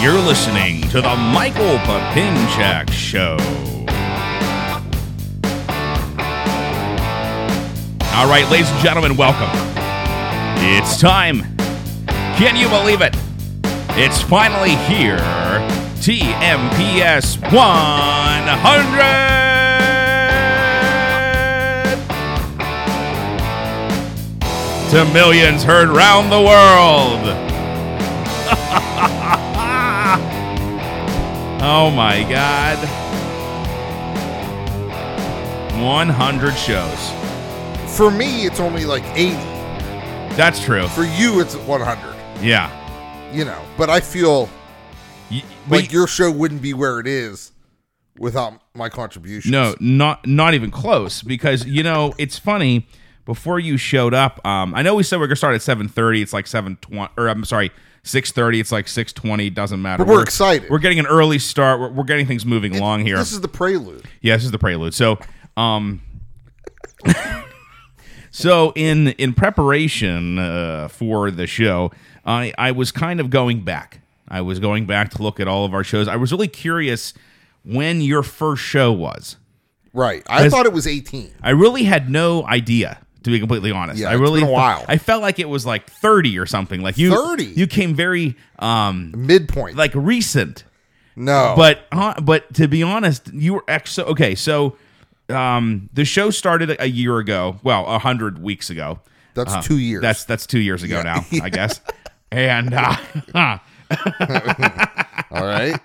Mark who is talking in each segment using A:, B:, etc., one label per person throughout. A: You're listening to the Michael Papinchak Show. All right, ladies and gentlemen, welcome. It's time. Can you believe it? It's finally here. TMPS 100 to millions heard round the world. Oh my God. 100 shows.
B: For me, it's only like 80.
A: That's true.
B: For you, it's 100.
A: Yeah.
B: You know, but I feel
A: Y-
B: like
A: but-
B: your show wouldn't be where it is without my contributions.
A: no, not not even close because you know, it's funny before you showed up, um I know we said we are going to start at 7:30, it's like 7:20 or I'm sorry, 6:30, it's like 6:20, doesn't matter.
B: But we're excited.
A: We're getting an early start. We're, we're getting things moving along here.
B: This is the prelude.
A: Yeah, this is the prelude. So, um, so in in preparation uh, for the show, I I was kind of going back. I was going back to look at all of our shows. I was really curious when your first show was.
B: Right. I
A: As-
B: thought it was 18.
A: I really had no idea, to be completely honest.
B: Yeah,
A: I
B: it's
A: really
B: been a while.
A: I felt like it was like thirty or something. Like you,
B: 30?
A: You came very um
B: Midpoint.
A: like recent
B: no.
A: but uh, but to be honest, you were ex. So, okay, so um, the show started a year ago. Well, a hundred weeks ago.
B: That's
A: Uh,
B: two years.
A: That's that's two years ago now, I guess. And uh,
B: all right.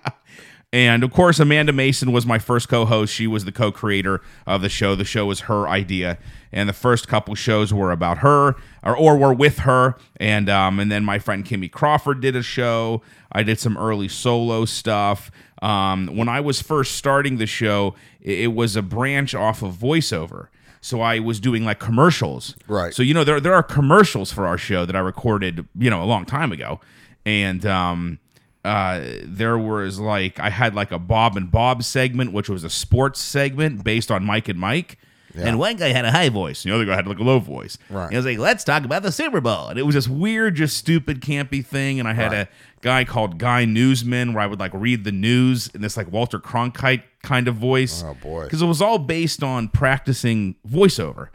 A: and of course, Amanda Mason was my first co-host. She was the co-creator of the show. The show was her idea, and the first couple shows were about her, or, or were with her. And um, and then my friend Kimmy Crawford did a show. I did some early solo stuff. Um, when I was first starting the show, i- it was a branch off of voiceover. So I was doing like commercials.
B: Right.
A: So you know there there are commercials for our show that I recorded you know a long time ago, and um, uh, there was like I had like a Bob and Bob segment, which was a sports segment based on Mike and Mike. And one guy had a high voice, and the other guy had like a low voice.
B: Right.
A: And I was like, "Let's talk about the Super Bowl," and it was this weird, just stupid, campy thing. And I had a guy called Guy Newsman, where I would like read the news in this like Walter Cronkite kind of voice.
B: Oh, boy.
A: Because it was all based on practicing voiceover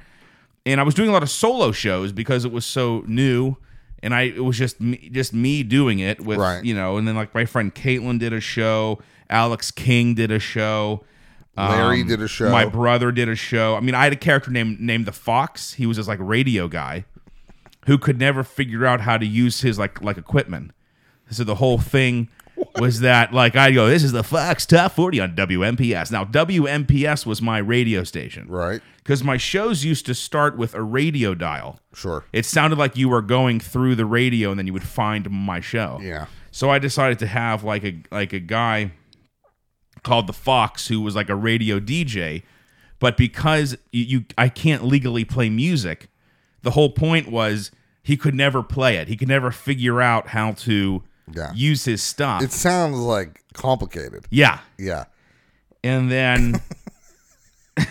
A: and I was doing a lot of solo shows because it was so new, and I it was just me, just me doing it with
B: Right.
A: you know, and then like my friend Caitlin did a show, Alex King did a show,
B: Larry did a show.
A: Um, my brother did a show. I mean, I had a character named named the Fox. He was this like radio guy who could never figure out how to use his like like equipment. So the whole thing was that like I go, this is the Fox Top 40 on WMPS. Now WMPS was my radio station
B: right.
A: because my shows used to start with a radio dial.
B: Sure.
A: It sounded like you were going through the radio, and then you would find my show.
B: Yeah.
A: So I decided to have like a like a guy called the Fox who was like a radio DJ, but because you, you I can't legally play music, the whole point was he could never play it. He could never figure out how to
B: Yeah.
A: use his stuff.
B: It sounds like complicated.
A: yeah,
B: Yeah.
A: and then.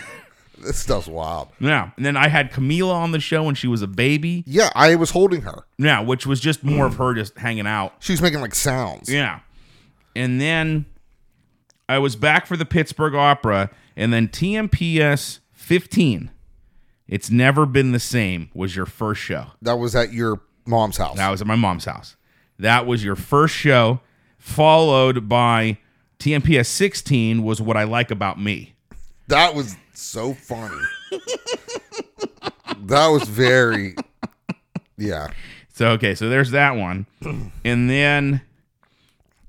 B: This stuff's wild.
A: Yeah, and then I had Camila on the show when she was a baby.
B: Yeah. I was holding her.
A: Yeah, which was just more of her just hanging out.
B: She was making like sounds.
A: Yeah. And then I was back for the Pittsburgh Opera, and then TMPS 15. It's never been the same was your first show.
B: That was at your mom's house.
A: That was at my mom's house. That was your first show, followed by TMPS 16 was what I like about me.
B: That was so funny. that was very, yeah.
A: So okay, so there's that one. And then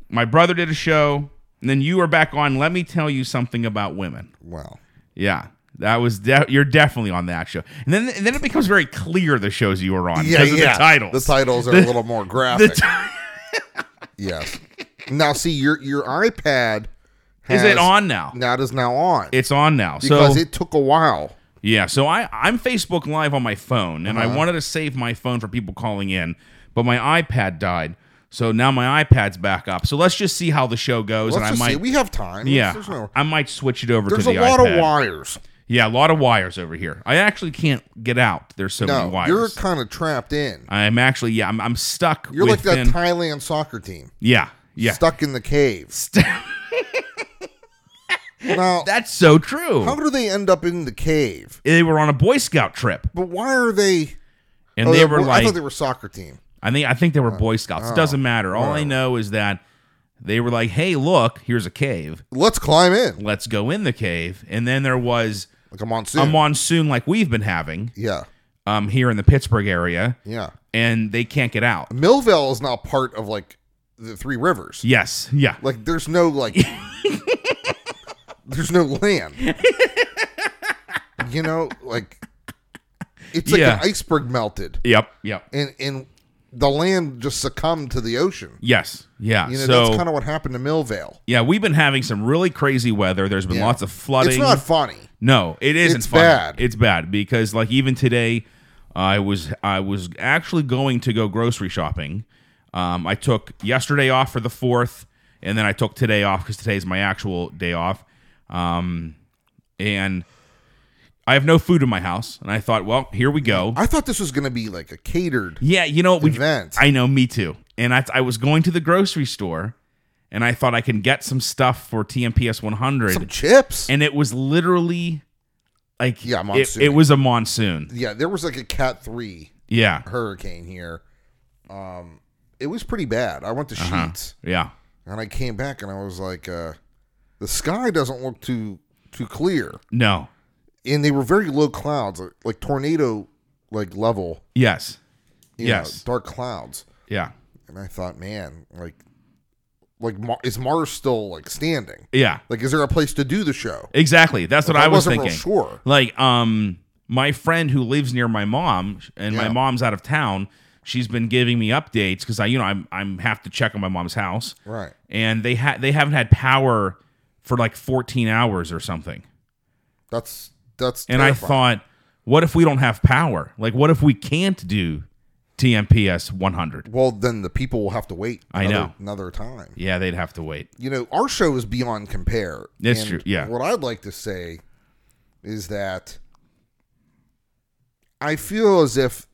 A: my brother did a show, and then you were back on Let Me Tell You Something About Women.
B: Wow.
A: Yeah. That was de- you're definitely on that show. And then and then it becomes very clear the shows you were on
B: Yeah,
A: because
B: yeah.
A: of the titles.
B: The titles are a little more graphic. yes. Now, see your your iPad
A: Is
B: has,
A: it on now?
B: That is now on
A: It's on now.
B: because
A: so
B: it took a while.
A: yeah, so I I'm Facebook Live on my phone and
B: Uh-huh.
A: I wanted to save my phone for people calling in, but my iPad died. So now my iPad's back up. So let's just see how the show goes
B: Let's
A: and I
B: just
A: might
B: see. We have time. Let's-
A: yeah,
B: There's, no-
A: I might switch it over
B: there's
A: to
B: a
A: the
B: lot
A: iPad.
B: of wires.
A: Yeah, a lot of wires over here. I actually can't get out. There's so many
B: No,
A: wires.
B: you're kind of trapped in.
A: I'm actually yeah, I'm I'm stuck
B: You're like that
A: within-
B: Thailand soccer team.
A: Yeah. Yeah.
B: stuck in the cave. now,
A: That's so true.
B: how do they end up in the cave?
A: they were on a Boy Scout trip,
B: But why are they?
A: and
B: oh,
A: they
B: they're
A: were
B: bo- I
A: like,
B: thought they were Uh, soccer team.
A: I think I think they were Boy Scouts. it doesn't matter. All I know is that they were like, "Hey, look, here's a cave.
B: Let's climb in
A: Let's go in the cave." And then there was
B: like a monsoon.
A: a monsoon like we've been having
B: yeah,
A: um, here in the Pittsburgh area,
B: yeah.
A: and they can't get out.
B: Millville is now part of like the Three Rivers.
A: Yes, yeah,
B: Like there's no like there's no land. you know, like it's like
A: Yeah.
B: an iceberg melted
A: yep, yep,
B: and and the land just succumbed to the ocean.
A: yes, yeah.
B: You know,
A: so
B: that's kind of what happened to Millvale.
A: yeah, we've been having some really crazy weather. There's been
B: Yeah.
A: lots of flooding.
B: It's not funny.
A: No, it isn't.
B: It's
A: funny.
B: bad.
A: It's bad because like even today, I was I was actually going to go grocery shopping. Um, I took yesterday off for the fourth, and then I took today off because today's my actual day off. Um, and I have no food in my house, and I thought, well, here we go.
B: I thought this was going to be like a catered
A: Yeah, you know, we,
B: event.
A: I know, me too. And I, I was going to the grocery store, and I thought I can get some stuff for TMPS 100
B: Some chips.
A: and it was literally like
B: Yeah,
A: it-
B: monsoon.
A: It, was a monsoon.
B: yeah, there was like a Cat 3
A: Yeah,
B: hurricane here. Um it was pretty bad. I went to
A: Uh-huh.
B: Sheets.
A: yeah,
B: and I came back and I was like, uh, the sky doesn't look too too clear,
A: no,
B: and they were very low clouds, like, like tornado like level,
A: yes,
B: you
A: Yes.
B: know, dark clouds.
A: yeah,
B: And I thought, man, like, like Mar- is Mars still like standing?
A: yeah,
B: Like, is there a place to do the show?
A: exactly. That's what I,
B: I
A: was
B: wasn't real
A: thinking.
B: sure.
A: Like, um, my friend who lives near my mom, and my
B: Yeah.
A: mom's out of town. She's been giving me updates because I, you know, I'm I'm have to check on my mom's house,
B: Right.
A: and they had they haven't had power for like 14 hours or something.
B: That's that's.
A: And I
B: terrifying.
A: thought, what if we don't have power? Like, what if we can't do TMPS 100?
B: well, then the people will have to wait.
A: I
B: another,
A: know.
B: another time.
A: Yeah, they'd have to wait.
B: you know, our show is beyond compare.
A: That's
B: And
A: true, yeah.
B: What I'd like to say is that I feel as if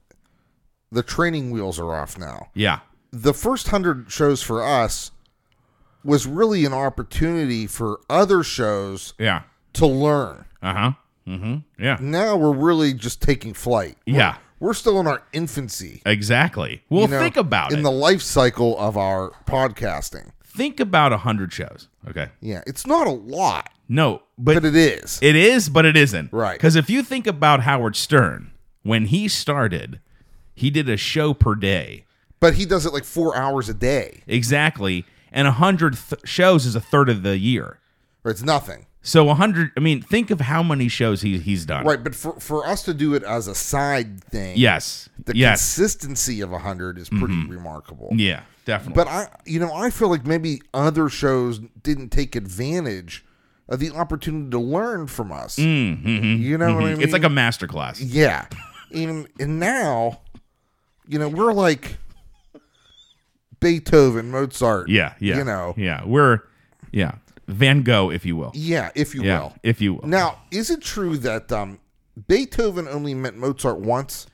B: the training wheels are off now.
A: Yeah.
B: The first hundred shows for us was really an opportunity for other shows
A: Yeah.
B: to learn.
A: Uh huh. Mm-hmm. Yeah.
B: Now we're really just taking flight. We're-
A: Yeah.
B: We're still in our infancy.
A: Exactly. Well,
B: you know,
A: think about it.
B: in the life cycle of our podcasting.
A: think about a hundred shows. Okay.
B: Yeah, it's not a lot,
A: No, but,
B: but it is.
A: it is, but it isn't.
B: Right.
A: Because if you think about Howard Stern, when he started, he did a show per day.
B: But he does it like four hours a day.
A: Exactly. And a hundred th- shows is a third of the year.
B: or it's nothing.
A: So a hundred. I mean, think of how many shows he, he's done.
B: Right, but for for us to do it as a side thing,
A: Yes.
B: the
A: yes. Mm-hmm.
B: consistency of 100 is pretty remarkable.
A: yeah. Definitely.
B: But I you know, I feel like maybe other shows didn't take advantage of the opportunity to learn from us. You know what I mean?
A: Mm, mm-hmm, it's like a master class.
B: Yeah. And and now, you know, we're like Beethoven, Mozart.
A: Yeah, yeah.
B: You know.
A: Yeah, we're yeah, Van Gogh if you will.
B: Yeah, if you
A: Yeah,
B: will.
A: if you will.
B: Now, is it true that um Beethoven only met Mozart once?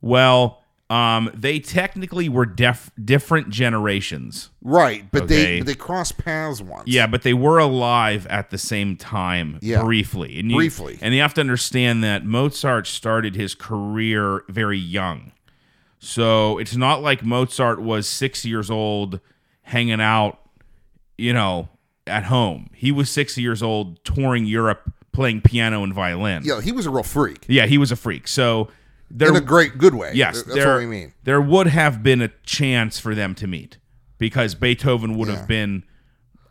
A: Well, um they technically were def- different generations.
B: Right, but
A: Okay.
B: they but they cross paths once.
A: Yeah, but they were alive at the same time
B: Yeah.
A: briefly. And you,
B: Briefly.
A: And you have to understand that Mozart started his career very young. So it's not like Mozart was 6 years old hanging out, you know, at home. He was 6 years old touring Europe playing piano and violin.
B: yeah, he was a real freak
A: Yeah, he was a freak. So there,
B: in a great good way.
A: yes,
B: Th- that's
A: there,
B: what we mean.
A: There would have been a chance for them to meet because Beethoven would have been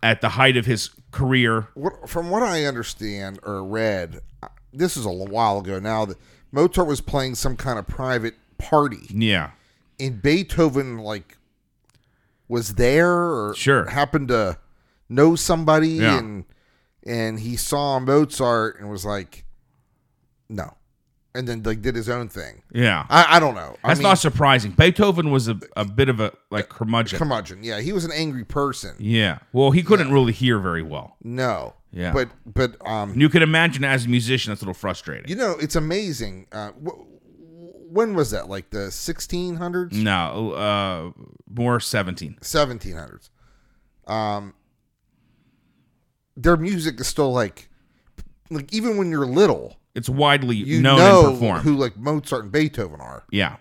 A: at the height of his career.
B: What, from what I understand or read, uh, this is a l- while ago now. That Mozart was playing some kind of private party,
A: Yeah,
B: and Beethoven like was there or
A: Sure.
B: happened to know somebody,
A: Yeah.
B: and and he saw Mozart and was like, no, and then like did his own thing.
A: yeah.
B: I, I don't know. I
A: That's
B: mean,
A: not surprising. Beethoven was a, a bit of a like curmudgeon.
B: curmudgeon. Yeah, he was an angry person.
A: yeah. Well, he couldn't really hear very well.
B: No.
A: Yeah.
B: But but um,
A: And you can imagine as a musician, that's a little frustrating.
B: you know, it's amazing. Uh, wh- when was that? Like the 1600s,
A: no, uh, more seventeen.
B: 1700s. um, their music is still like, like even when you're little,
A: It's widely
B: you
A: known
B: know
A: and performed.
B: who like Mozart and Beethoven are.
A: yeah,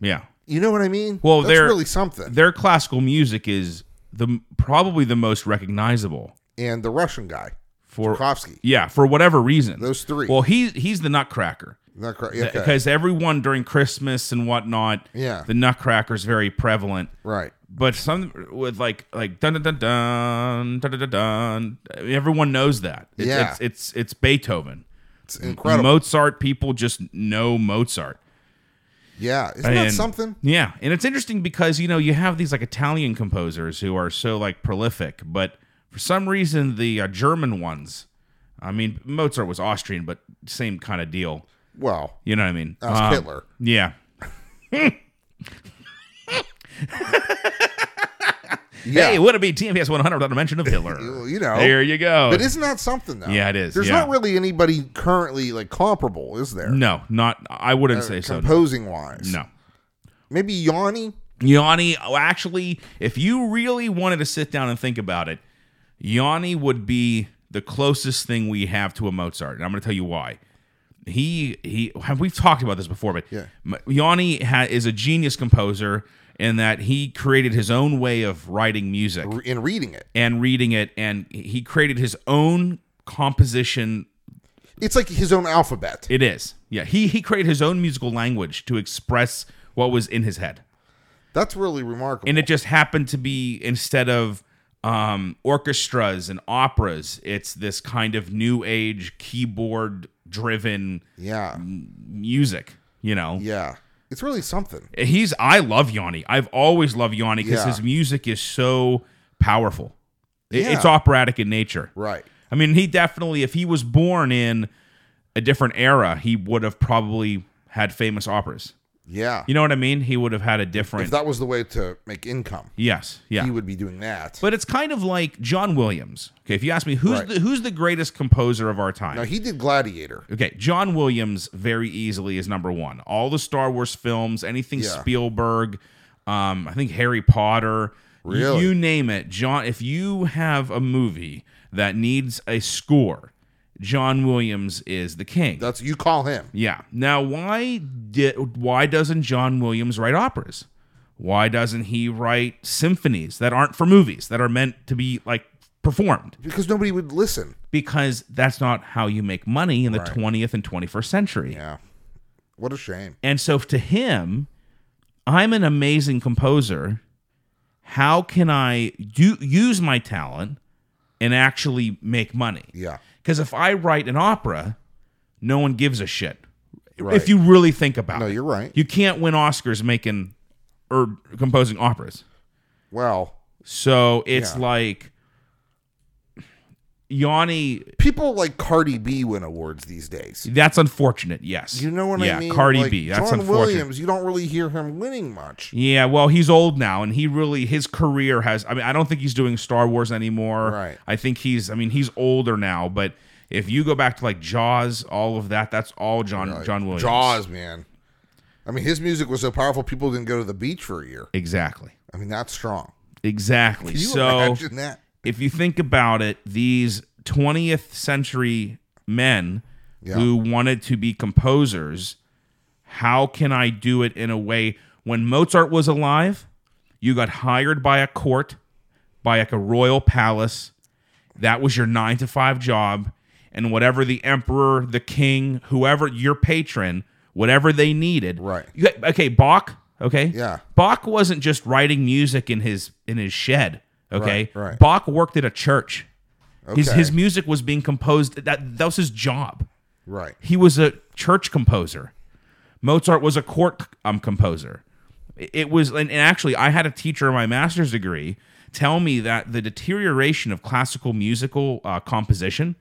A: yeah.
B: You know what I mean?
A: Well,
B: that's
A: they're-
B: really something.
A: Their classical music is the probably the most recognizable
B: And the Russian guy,
A: for
B: Kofsky.
A: yeah for whatever reason.
B: Those three.
A: Well, he he's the Nutcracker.
B: Nutcracker. Okay.
A: because everyone during Christmas and whatnot,
B: Yeah.
A: the Nutcracker is very prevalent.
B: Right.
A: But some with like like dun dun dun dun dun dun dun. dun everyone knows that. It's,
B: Yeah.
A: it's, it's it's Beethoven.
B: It's incredible.
A: Mozart people just know Mozart.
B: yeah. Isn't that
A: And-
B: something?
A: Yeah, and it's interesting because you know you have these like Italian composers who are so like prolific, but for some reason the uh, German ones. I mean, Mozart was Austrian, but same kind of deal.
B: Well,
A: You know what I mean?
B: that's
A: Um,
B: Hitler.
A: Yeah.
B: Yeah.
A: Hey, would it be TMS 100 without a mention of Hitler?
B: you know.
A: There you go.
B: but isn't that something though?
A: Yeah, it is,
B: There's
A: yeah.
B: not really anybody currently like comparable, is there?
A: no, not. I wouldn't say so.
B: Composing wise.
A: No.
B: Maybe Yanni.
A: Yanni, oh, actually, if you really wanted to sit down and think about it, Yanni would be the closest thing we have to a Mozart, and I'm going to tell you why. He he, we've talked about this before, but
B: Yeah.
A: M- Yanni ha, is a genius composer in that he created his own way of writing music
B: in reading it.
A: and reading it, and he created his own composition
B: It's like his own alphabet.
A: It is. Yeah. He he created his own musical language to express what was in his head.
B: That's really remarkable.
A: And it just happened to be instead of um, orchestras and operas, it's this kind of new age keyboard driven
B: yeah.
A: music, you know.
B: Yeah. It's really something.
A: He's I love Yanni. I've always loved Yanni because
B: Yeah.
A: his music is so powerful. It- It's
B: Yeah.
A: operatic in nature.
B: Right.
A: I mean, he definitely, if he was born in a different era, he would have probably had famous operas.
B: Yeah.
A: You know what I mean? He would have had a different.
B: if that was the way to make income,
A: yes, yeah.
B: he would be doing that.
A: but it's kind of like John Williams. Okay, if you ask me, who's
B: Right.
A: the who's the greatest composer of our time?
B: now he did Gladiator.
A: Okay, John Williams very easily is number one. All the Star Wars films, anything
B: Yeah.
A: Spielberg, um, I think Harry Potter, y-
B: Really?
A: you name it. John, if you have a movie that needs a score, John Williams is the king.
B: That's you call him.
A: Yeah. Now, why did why doesn't John Williams write operas? Why doesn't he write symphonies that aren't for movies that are meant to be like performed?
B: Because nobody would listen.
A: Because that's not how you make money in the 20th and 21st century.
B: Yeah. What a shame.
A: And so to him, I'm an amazing composer. How can I do use my talent and actually make money?
B: Yeah.
A: Because if I write an opera, no one gives a shit. If
B: Right.
A: you really think about
B: No,
A: it,
B: you're right.
A: you can't win Oscars making or composing operas.
B: Well,
A: So it's
B: Yeah.
A: like Yanni.
B: people like Cardi B win awards these days.
A: That's unfortunate. Yes,
B: You know what
A: yeah,
B: I mean?
A: Cardi
B: Like,
A: B. That's
B: John
A: unfortunate.
B: Williams, you don't really hear him winning much.
A: Yeah, well, he's old now, and he really his career has. I mean, I don't think he's doing Star Wars anymore.
B: Right.
A: I think he's. I mean, he's older now, but if you go back to like Jaws, all of that, that's all John John Williams.
B: Jaws, man. I mean, his music was so powerful, people didn't go to the beach for a year.
A: Exactly.
B: I mean, that's strong.
A: Exactly.
B: Can you
A: so
B: imagine that?
A: if you think about it, these 20th century men
B: Yeah.
A: who wanted to be composers, how can I do it in a way when Mozart was alive, you got hired by a court, by like a royal palace. That was your 9 to 5 job and whatever the emperor, the king, whoever your patron, whatever they needed.
B: Right.
A: You got- okay, Bach, okay?
B: Yeah.
A: Bach wasn't just writing music in his in his shed. Okay,
B: Right, right.
A: Bach worked at a church. His
B: Okay.
A: his music was being composed. That that was his job.
B: Right.
A: He was a church composer. Mozart was a court um, composer. It- It was, and and actually, I had a teacher in my master's degree tell me that the deterioration of classical musical uh, composition,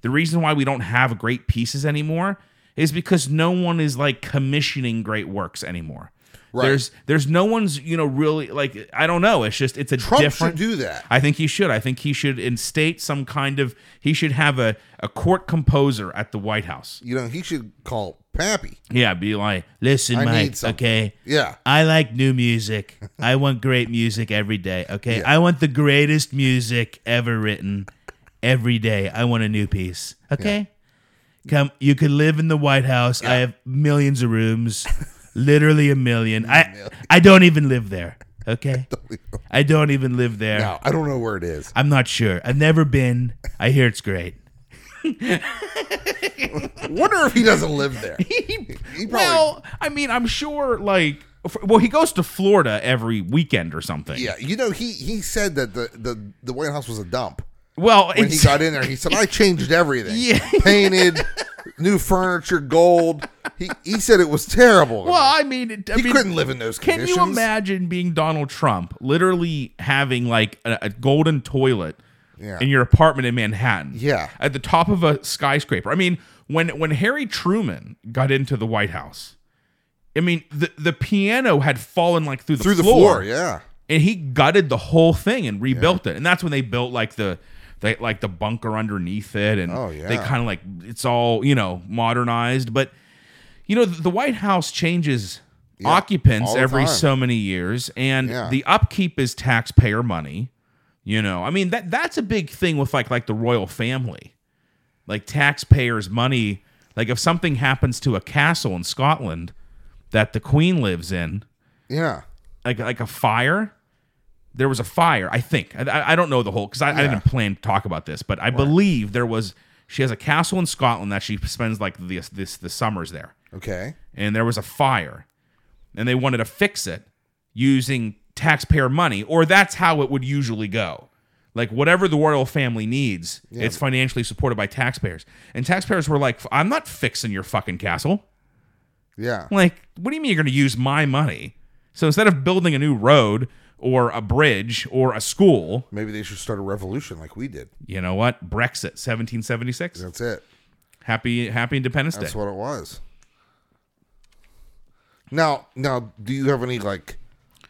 A: the reason why we don't have great pieces anymore, is because no one is like commissioning great works anymore.
B: Right.
A: There's there's no one's you know really like I don't know. It's just it's a
B: Trump
A: different.
B: should do that.
A: I think he should. I think he should instate some kind of he should have a, a court composer at the White House.
B: You know, he should call Pappy.
A: Yeah, be like, listen,
B: I need
A: Mike.
B: something."
A: Okay,
B: Yeah.
C: I like new music. I want great music every day. Okay. I want the greatest music ever written every day. I want a new piece. Okay. Come, you could live in the White House. I have millions of rooms, literally a million. I, I don't even live there. Okay. I don't even live there.
B: Now, I don't know where it is.
C: I'm not sure. I've never been. I hear it's great.
B: Wonder if he doesn't live there. He probably,
A: well, I mean, I'm sure like. f- Well, he goes to Florida every weekend or something.
B: yeah, you know, he he said that the the, the White House was a dump.
A: Well,
B: When he
A: it's,
B: got in there, he said, "I changed everything. Painted, new furniture, gold." He he said it was terrible.
A: well, I mean, it- I
B: he
A: mean,
B: couldn't live in those
A: Can
B: conditions.
A: you imagine being Donald Trump, literally having like a, a golden toilet
B: Yeah.
A: in your apartment in Manhattan?
B: Yeah.
A: at the top of a skyscraper. I mean, when when Harry Truman got into the White House, I mean the the piano had fallen like through the
B: Through the
A: floor,
B: floor, yeah.
A: and he gutted the whole thing and rebuilt it. And that's when they built like the. They, like the bunker underneath it, and
B: Oh,
A: they
B: yeah.
A: kind of like it's all you know modernized. But you know, the, the White House changes occupants
B: all the
A: every
B: time.
A: so many years, and
B: Yeah.
A: the upkeep is taxpayer money. You know, I mean that that's a big thing with like like the royal family, like taxpayers' money. Like if something happens to a castle in Scotland that the Queen lives in,
B: Yeah.
A: like like a fire. There was a fire, I think. I- I, I don't know the whole because I, I didn't plan to talk about this, but I believe there was. She has a castle in Scotland that she spends like this this the summers there
B: Okay.
A: and there was a fire and they wanted to fix it using taxpayer money or that's how it would usually go like whatever the royal family needs it's financially supported by taxpayers and taxpayers were like i'm not fixing your fucking castle
B: Yeah.
A: like what do you mean you're going to use my money so instead of building a new road or a bridge or a school
B: Maybe they should start a revolution like we did.
A: you know what brexit 1776
B: That's it.
A: happy happy independence
B: That's
A: day
B: what it was. Now, now, do you have any like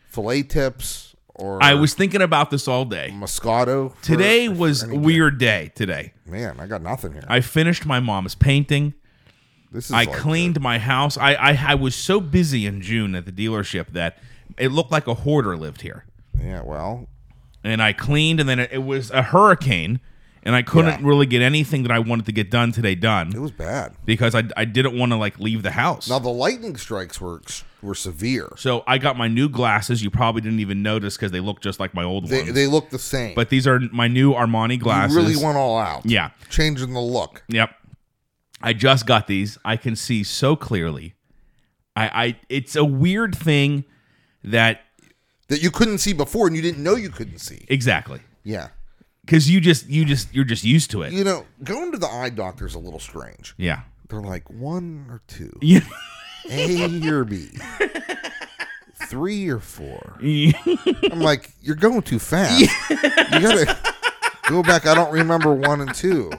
B: fillet tips or
A: i was thinking about this all
B: Mm.
A: day
B: Moscato for-
A: today
B: for
A: was a
B: any-
A: weird day today
B: Man, I got nothing here.
A: I finished my mom's painting.
B: this is
A: I
B: like-
A: cleaned my house. I, I I was so busy in June at the dealership that it looked like a hoarder lived here.
B: Yeah, well,
A: And I cleaned, and then it, it was a hurricane, and I couldn't
B: Yeah.
A: really get anything that I wanted to get done today
B: it
A: done
B: was bad.
A: because I, I didn't want to like leave the house.
B: Now the lightning strikes were ex- were severe.
A: So I got my new glasses. You probably didn't even notice because they look just like my old
B: They
A: ones.
B: they look the same.
A: but these are my new Armani
B: you
A: glasses.
B: really went all out.
A: Yeah.
B: Changing the look.
A: Yep. I just got these. I can see so clearly. I, I it's a weird thing that
B: That you couldn't see before and you didn't know you couldn't see.
A: exactly
B: Yeah.
A: because you just you just you're just used to it.
B: You know, going to the eye doctor's a little strange.
A: Yeah.
B: They're like one or two,
A: Yeah.
B: A or B, three or four. I'm like, you're going too fast. You gotta go back. I don't remember one and two.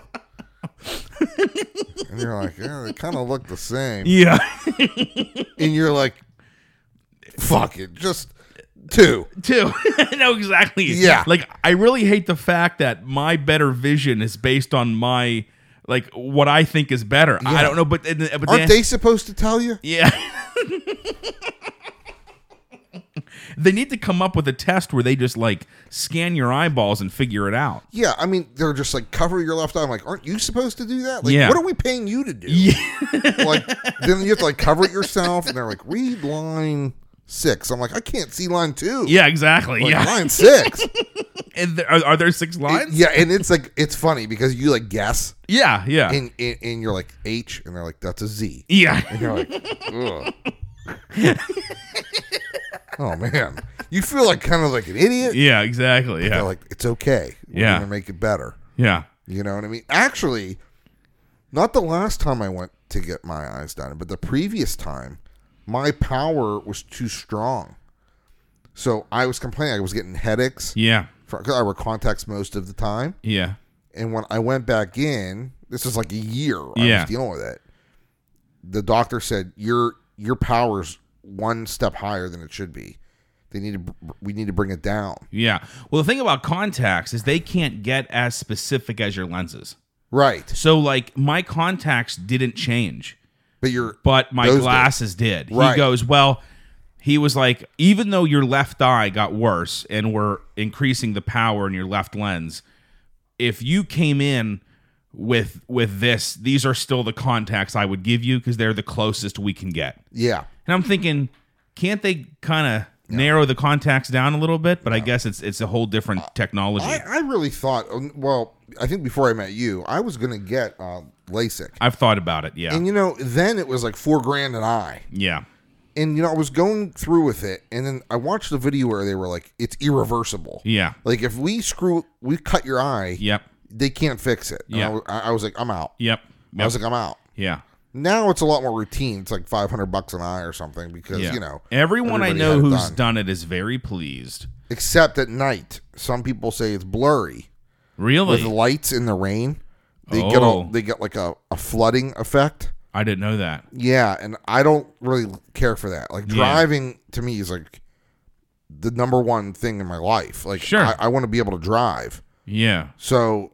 B: And you're like, yeah, they kind of look the same.
A: yeah.
B: And you're like, fuck it, just two.
A: Too. no, exactly.
B: Yeah.
A: Like I really hate the fact that my better vision is based on my like what I think is better. I don't know, but uh, but
B: Aren't they supposed to tell you?
A: Yeah. they need to come up with a test where they just like scan your eyeballs and figure it out.
B: Yeah, I mean, they're just like cover your left eye. I'm like, aren't you supposed to do that? Like,
A: Yeah.
B: what are we paying you to do? like, then you have to like cover it yourself, and they're like, read line six. I'm like, I can't see line two.
A: Yeah, exactly.
B: Like,
A: yeah.
B: line six.
A: And there, are, are there six lines?
B: yeah, and it's like it's funny because you like guess,
A: yeah, yeah.
B: and, and and you're like H, and they're like that's a Z.
A: yeah.
B: You're like, ugh. oh man, you feel like kind of like an idiot.
A: Yeah, exactly.
B: They're
A: Yeah.
B: like, it's okay. We're
A: Yeah.
B: gonna make it better.
A: Yeah.
B: You know what I mean? Actually, not the last time I went to get my eyes done, but the previous time, my power was too strong. So I was complaining. I was getting headaches.
A: Yeah.
B: for- 'cause I wear contacts most of the time.
A: Yeah.
B: And when I went back in, this was like a year I
A: Yeah.
B: was dealing with it. The doctor said your your power's one step higher than it should be. They need to br- we need to bring it down.
A: Yeah. Well, the thing about contacts is they can't get as specific as your lenses.
B: Right.
A: So like my contacts didn't change.
B: But you're
A: but my
B: Those
A: glasses did.
B: Right.
A: He goes, Well, he was like, even though your left eye got worse and we're increasing the power in your left lens, if you came in with with this, these are still the contacts I would give you because they're the closest we can get.
B: yeah.
A: And I'm thinking, can't they kind of narrow the contacts down a little bit? But I guess it's it's a whole different technology.
B: I, I really thought. um, Well, I think before I met you, I was gonna get uh, LASIK,
A: I've thought about it. Yeah.
B: and you know, then it was like four grand an eye.
A: yeah.
B: and you know, I was going through with it, and then I watched the video where they were like, "It's irreversible."
A: Yeah.
B: Like if we screw, we cut your eye.
A: Yep.
B: They can't fix it. And
A: Yeah.
B: I wa- I, I was like, I'm out.
A: Yep.
B: I
A: yep.
B: was like, I'm out.
A: Yeah.
B: Now it's a lot more routine. It's like 500 bucks an eye or something because
A: Yeah.
B: you know,
A: everyone I
B: everybody
A: know
B: had it
A: who's done. it is very pleased.
B: except at night, some people say it's blurry
A: Really?
B: with lights in the rain. They get all
A: Oh.
B: they get like a, a flooding effect.
A: I didn't know that.
B: Yeah, and I don't really care for that. Like driving to me is like the number one thing in my life. Like
A: Sure.
B: I, I want to be able to drive.
A: Yeah.
B: So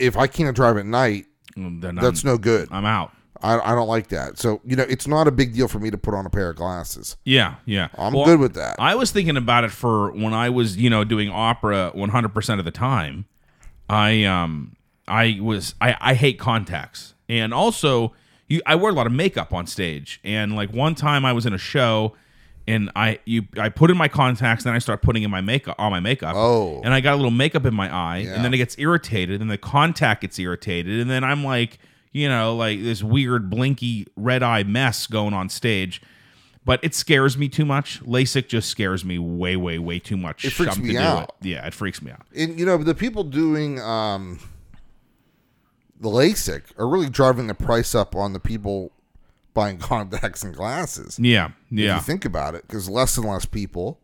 B: if I can't drive at night,
A: Mm, Then
B: that's
A: I'm,
B: no good.
A: I'm out.
B: I, I don't like that. So you know, it's not a big deal for me to put on a pair of glasses.
A: Yeah, yeah.
B: I'm
A: Well,
B: good with that.
A: I was thinking about it for when I was, you know, doing opera 100% of the time. I um I was I I hate contacts. And also, you I wear a lot of makeup on stage. And like one time I was in a show and I you I put in my contacts and then I start putting in my makeup on my makeup.
B: Oh.
A: And I got a little makeup in my eye
B: Yeah.
A: and then it gets irritated and the contact gets irritated and then I'm like, you know, like this weird blinky red eye mess going on stage. But it scares me too much. LASIK just scares me way, way, way too much. It
B: freaks me out.
A: Yeah, it freaks me out.
B: and you know, the people doing um, the LASIK are really driving the price up on the people buying contacts and glasses.
A: Yeah,
B: if
A: yeah.
B: you think about it, because less and less people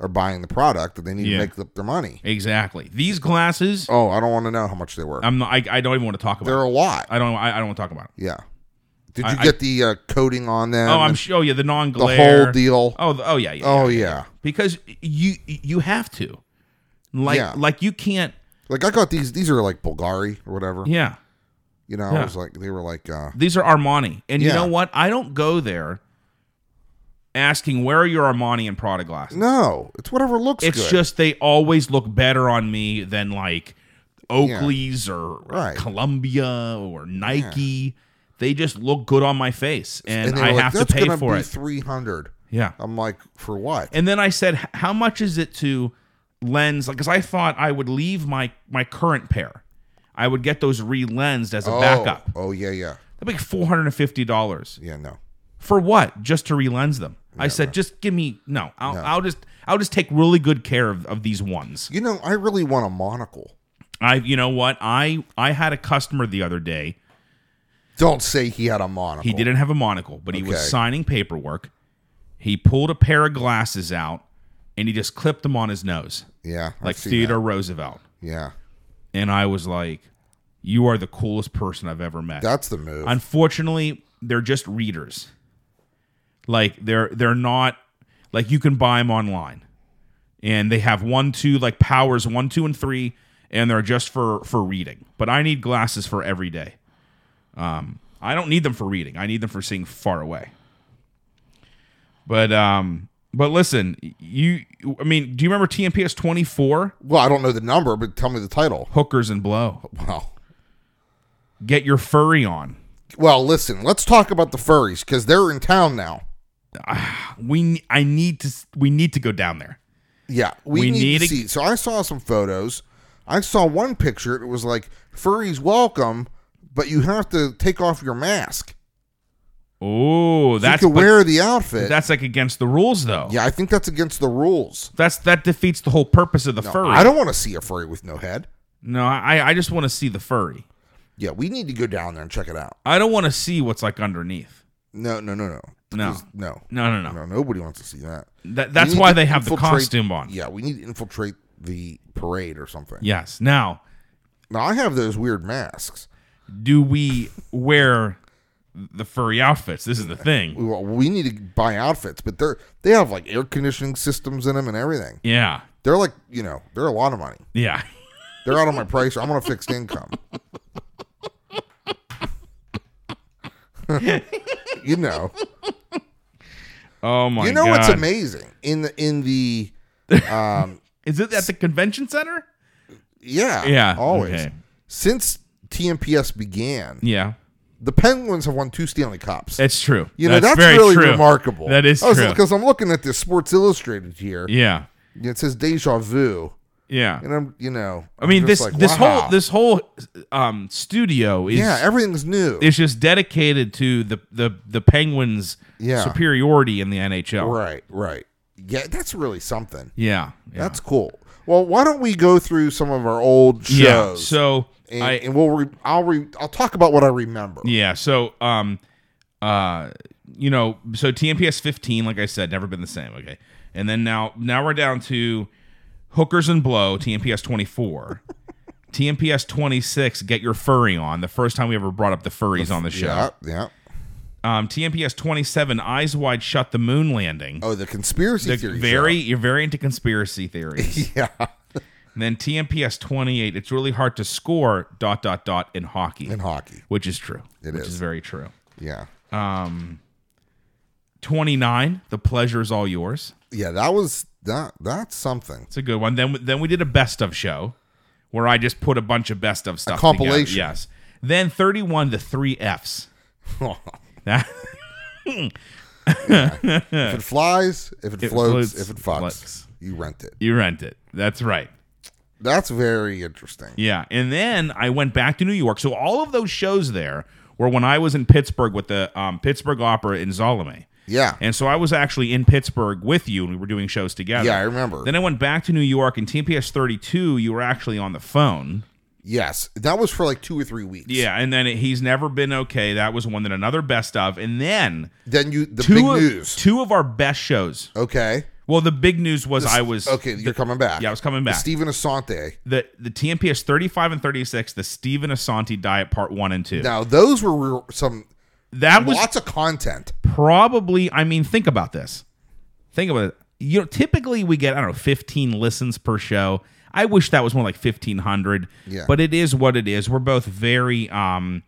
B: are buying the product that they need
A: Yeah.
B: to make up their money.
A: Exactly. These glasses,
B: Oh, I don't want to know how much they were.
A: I'm not, I, I don't even want to talk about.
B: They're
A: It.
B: a lot.
A: I don't I, I don't want to talk about it.
B: yeah. Did you
A: I- I-
B: get the uh, coating on them?
A: Oh, I'm
B: and
A: sure. Oh, yeah, the non
B: the
A: glare.
B: whole deal.
A: Oh, the, oh yeah, yeah.
B: Oh yeah.
A: Because you you have to, like
B: Yeah.
A: like you can't.
B: Like I got these. These are like Bulgari or whatever.
A: Yeah,
B: You know, I
A: Yeah.
B: was like they were like. uh
A: these are Armani, and you
B: Yeah.
A: know what? I don't go there asking where are your Armani and Prada glasses.
B: No, it's whatever looks.
A: it's
B: good.
A: just they always look better on me than like Oakley's or
B: Right.
A: Columbia or Nike. They just look good on my face, and,
B: they
A: I
B: were like,
A: have to
B: That's
A: pay
B: gonna
A: for
B: be
A: it.
B: Three hundred.
A: yeah.
B: I'm like, for what?
A: And then I said, "H- how much is it to lens? Because I thought I would leave my my current pair. I would get those re-lensed as a
B: oh,
A: backup.
B: Oh yeah, yeah,
A: That'd be four hundred and fifty dollars
B: yeah. No,
A: for what? Just to re-lens them? I said, just give me no. I'll, I'll just I'll just take really good care of, of these ones.
B: you know, I really want a monocle.
A: I you know what I I had a customer the other day.
B: Don't say he had a monocle.
A: He didn't have a monocle, but he was
B: Oh. Okay.
A: signing paperwork. He pulled a pair of glasses out and he just clipped them on his nose,
B: Yeah, I've
A: like
B: seen
A: Theodore Roosevelt.
B: that. Yeah,
A: And I was like, "You are the coolest person I've ever met."
B: that's the move.
A: Unfortunately, they're just readers. Like they're they're not like you can buy them online, and they have one, two, like powers one, two, and three, and they're just for for reading. But I need glasses for every day. Um, I don't need them for reading. I need them for seeing far away. But um, but listen, you. I mean, do you remember TMPS twenty four
B: well, I don't know the number, but tell me the title.
A: hookers and blow?
B: Wow.
A: Get your furry on.
B: Well, listen, let's talk about the furries because they're in town now.
A: We I need to s- we need to go down there.
B: Yeah, we,
A: We
B: need,
A: need
B: to
A: a-
B: see. So I saw some photos. I saw one picture. It was like furries welcome, but you have to take off your mask.
A: Oh,
B: You
A: that's
B: can
A: but
B: wear the outfit.
A: that's like against the rules though.
B: yeah, I think that's against the rules.
A: That's that defeats the whole purpose of the furry.
B: I don't want to see a furry with no head.
A: no, I I just want to see the furry.
B: Yeah, we need to go down there and check it out.
A: I don't want to see what's like underneath.
B: No, no, no, no,
A: No.
B: 'Cause- no,
A: No, no, no.
B: no. Nobody wants to see that.
A: That,
B: We
A: that's
B: need
A: why
B: to
A: they have the
B: infiltrate-
A: costume on.
B: Yeah, we need to infiltrate the parade or something.
A: Yes. Now,
B: Now I have those weird masks.
A: do we wear the furry outfits? This is the
B: We,
A: thing.
B: well, we need to buy outfits, but they're they have like air conditioning systems in them and everything.
A: Yeah.
B: They're like you know they're a lot of money.
A: Yeah.
B: They're out on my price. I'm on a fixed income. you know.
A: Oh my!
B: you know
A: God.
B: what's amazing in the in the um
A: Is it at the convention center?
B: yeah
A: Yeah,
B: always
A: okay.
B: since TMPS began,
A: Yeah,
B: the Penguins have won two Stanley Cups.
A: it's true.
B: you know that's,
A: very
B: really
A: true.
B: remarkable.
A: That is true.
B: because I'm looking at this Sports Illustrated here.
A: Yeah,
B: It says deja vu,
A: yeah.
B: and I'm you know
A: I mean
B: I'm
A: this
B: just like,
A: this
B: wow.
A: whole this whole um studio is
B: yeah everything's new
A: is just dedicated to the the the Penguins'
B: Yeah.
A: superiority in the NHL.
B: right right yeah that's really something
A: Yeah, yeah.
B: that's cool. Well, why don't we go through some of our old shows?
A: yeah. So
B: and,
A: I
B: and we'll re- I'll re- I'll talk about what I remember.
A: Yeah. So, um, uh, you know, so TMPS 15, like I said, never been the same. Okay. And then now, now we're down to Hookers and Blow, TMPS 24. TMPS 26, Get Your Furry On, the first time we ever brought up the furries on the show.
B: Yeah, yeah.
A: Um, TMPS 27, Eyes Wide Shut, The Moon Landing.
B: Oh, the conspiracy
A: The
B: theory.
A: very, you're very into conspiracy theories.
B: show. yeah,
A: and then TMPS 28, It's Really Hard to Score, dot, dot, dot, in hockey.
B: in hockey.
A: which is true.
B: It
A: which
B: is.
A: is very true.
B: Yeah,
A: 29 the pleasure is all yours
B: yeah. That was that. That's something.
A: it's a good one then then we did a best of show where i just put a bunch of best of stuff together.
B: compilation.
A: yes then 31 the three f's That-
B: if it flies, if it, floats,
A: floats,
B: if it fucks,
A: floats.
B: you rent it.
A: you rent it that's right
B: That's very interesting.
A: yeah and then i went back to new york so all of those shows there were when i was in pittsburgh with the um, pittsburgh opera in zolomé
B: Yeah,
A: and so i was actually in pittsburgh with you and we were doing shows together
B: yeah. I remember.
A: then i went back to new york and tmps 32 you were actually on the phone
B: yes, that was for like two or three weeks.
A: Yeah, and then he's never been okay. That was one that another best of, and then
B: Then you the
A: two
B: big
A: of,
B: news.
A: Two of our best shows.
B: okay.
A: Well, the big news was I was
B: Okay, you're coming back.
A: Yeah, I was coming
B: The
A: back.
B: Stephen Asante.
A: the the TMPS thirty five and thirty six, the Steven Asante diet part one and two.
B: Now those were real- some
A: that was
B: lots of content.
A: probably. I mean, think about this. Think about it. You know, typically we get I don't know fifteen listens per show. I wish that was more like fifteen hundred.
B: Yeah.
A: But it is what it is. We're both very um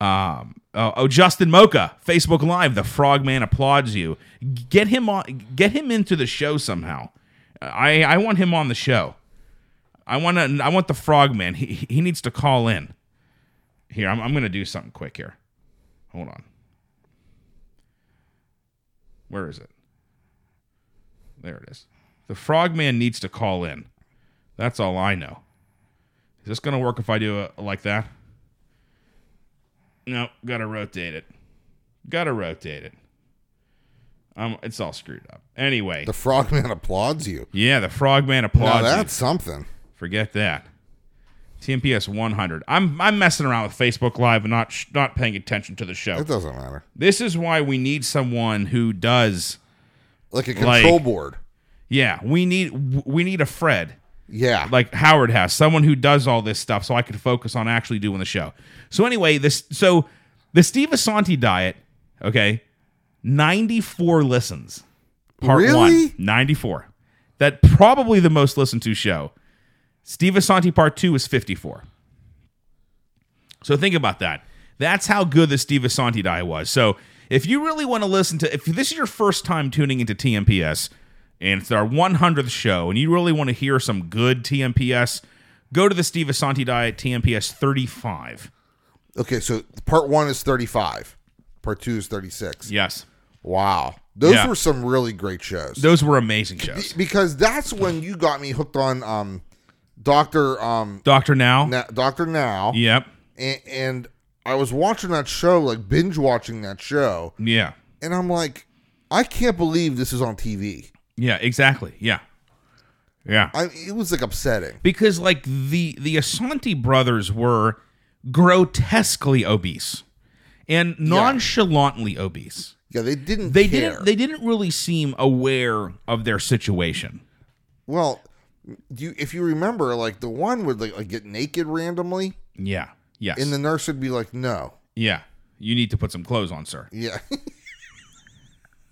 A: um oh, oh Justin Mocha Facebook Live the Frogman applauds you. Get him on. Get him into the show somehow. I I want him on the show. I want to. I want the Frogman. He he needs to call in. Here I'm I'm gonna do something quick here. Hold on. Where is it? There it is. The frogman needs to call in. That's all I know. Is this going to work if I do it like that? No, got to rotate it. Got to rotate it. Um, it's all screwed up. Anyway,
B: The Frogman applauds you.
A: yeah, the frogman
B: Now
A: applauds. you.
B: that's something.
A: Forget that. TMPS 100. I'm I'm messing around with Facebook Live and not sh- not paying attention to the show.
B: It doesn't matter.
A: This is why we need someone who does
B: Like a control board.
A: Yeah, we need we need a Fred
B: Yeah.
A: like Howard has, someone who does all this stuff, so I could focus on actually doing the show. So anyway, this so the Steve Asante diet, okay, ninety four listens, part
B: Really?
A: one, 94. That probably the most listened to show. Steve Asante part two is fifty four. So think about that. That's how good the Steve Asante diet was. So if you really want to listen to, if this is your first time tuning into TMPS and it's our 100th show and you really want to hear some good TMPS, go to the Steve Asante diet, TMPS 35.
B: okay, so part one is 35, part two is 36.
A: Yes.
B: Wow. Those
A: Yeah.
B: were some really great shows.
A: Those were amazing shows.
B: because that's when you got me hooked on um, Dr. Um,
A: Dr. Now.
B: Na- Dr. Now.
A: Yep.
B: And, and I was watching that show, like binge watching that show.
A: Yeah.
B: And I'm like, I can't believe this is on TV.
A: Yeah, exactly. Yeah. Yeah.
B: I, it was like upsetting.
A: because like the the Asante brothers were grotesquely obese and nonchalantly obese.
B: Yeah, they didn't
A: They
B: care.
A: didn't they didn't really seem aware of their situation.
B: Well, do you, if you remember, like the one would like, like get naked randomly,
A: Yeah. Yes.
B: and the nurse would be like, "No,
A: yeah. You need to put some clothes on, sir.
B: yeah,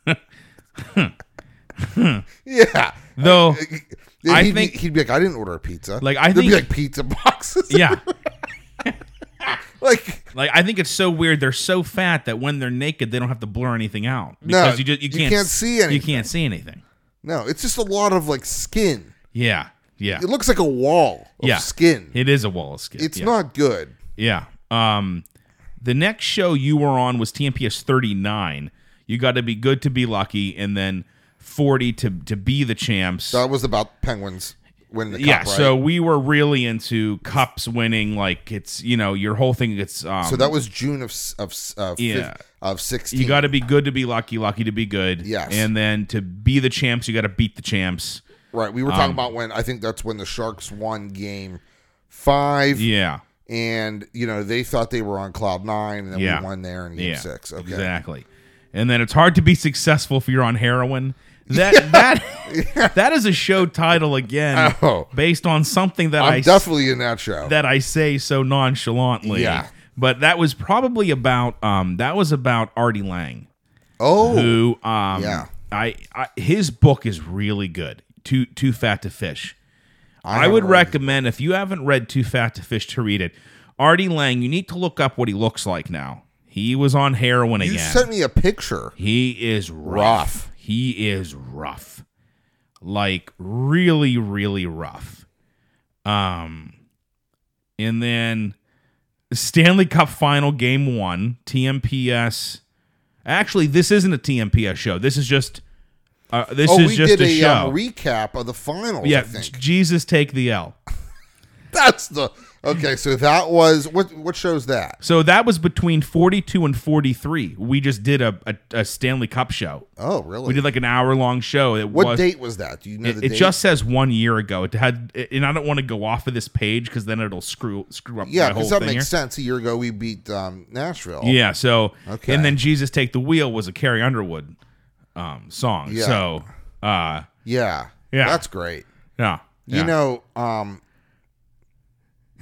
B: yeah."
A: Though
B: Then
A: I
B: he'd
A: think-
B: be, he'd be like, "I didn't order a pizza."
A: Like, I
B: There'd be
A: think-
B: like pizza boxes.
A: yeah.
B: like
A: Like I think it's so weird. They're so fat that when they're naked, they don't have to blur anything out
B: No,
A: because you just you
B: you
A: can't,
B: can't
A: s-
B: see
A: You
B: anything.
A: can't see anything.
B: No, it's just a lot of like skin.
A: Yeah, yeah,
B: It looks like a wall of
A: yeah.
B: skin.
A: It is a wall of skin.
B: it's
A: yeah.
B: not good.
A: Yeah. Um, the next show you were on was TMPS 39. You got to be good to be lucky, and then 40 to to be the champs.
B: That was about penguins winning the cup,
A: yeah.
B: right?
A: So we were really into cups winning. Like it's you know your whole thing. It's um,
B: So that was June of s- of s- of, fif-
A: Yeah.
B: of sixteen.
A: you got to be good to be lucky, lucky to be good.
B: Yes.
A: And then to be the champs, you got to beat the champs.
B: right. We were
A: um,
B: talking about when I think that's when the Sharks won game five,
A: Yeah.
B: and you know they thought they were on cloud nine, and then
A: Yeah.
B: we won there in game
A: yeah.
B: six. Okay,
A: Exactly. And then it's hard to be successful if you're on heroin. That that that is a show title again,
B: Oh.
A: based on something that
B: I'm
A: I s-
B: definitely in that show.
A: that I say so nonchalantly.
B: Yeah.
A: But that was probably about um that was about Artie Lang
B: oh,
A: who um
B: Yeah.
A: I, I his book is really good. Too Too Fat to Fish. I,
B: haven't
A: would
B: read it.
A: recommend if you haven't read Too Fat to Fish to read it. Artie Lang, you need to look up what he looks like now. He was on heroin
B: you
A: again.
B: sent me a picture.
A: He is rough.
B: Rough.
A: He is rough. Like really, really rough. Um and then Stanley Cup final game one, TMPS. Actually, this isn't a TMPS show. This is just uh, this
B: Oh,
A: is
B: we
A: just
B: did
A: a,
B: a,
A: show.
B: um, recap of the finals. I
A: yeah,
B: think
A: Jesus take the L.
B: that's the okay. So that was what what shows that?
A: So that was between 42 and 43. We just did a, a, a Stanley Cup show.
B: Oh, really?
A: We did like an hour long show. It
B: what
A: was,
B: date was that? Do you know
A: It,
B: the
A: it
B: date?
A: just says one year ago. It had, and I don't want to go off of this page because then it'll screw screw up.
B: yeah,
A: my whole
B: because that
A: thing
B: makes
A: here.
B: sense. A year ago, we beat um, Nashville.
A: Yeah. So
B: Okay.
A: and then Jesus take the wheel was a Carrie Underwood um, song.
B: Yeah.
A: So uh,
B: Yeah.
A: Yeah.
B: That's great.
A: yeah, yeah.
B: You know, um,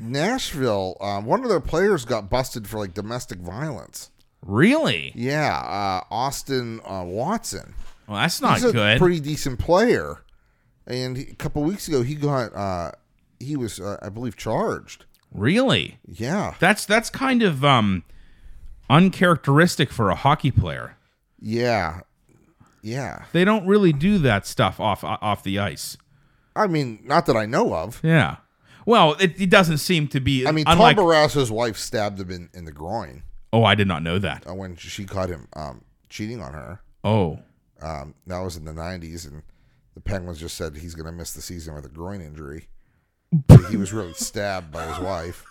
B: Nashville, um, one of their players got busted for like domestic violence.
A: really?
B: Yeah. Uh, Austin uh, Watson.
A: Well, that's not
B: He's a
A: good.
B: pretty decent player. And he- a couple weeks ago, he got, uh, he was, uh, I believe, charged.
A: really?
B: Yeah.
A: That's that's kind of um, uncharacteristic for a hockey player.
B: Yeah. Yeah.
A: They don't really do that stuff off off the ice.
B: I mean, not that I know of.
A: Yeah. Well, it, it doesn't seem to be.
B: I mean,
A: unlike.
B: Tom Barrasso's wife stabbed him in, in the groin
A: oh, I did not know that.
B: uh, when she caught him um, cheating on her.
A: Oh.
B: Um, that was in the '90s, and the Penguins just said he's going to miss the season with a groin injury. But he was really stabbed by his wife.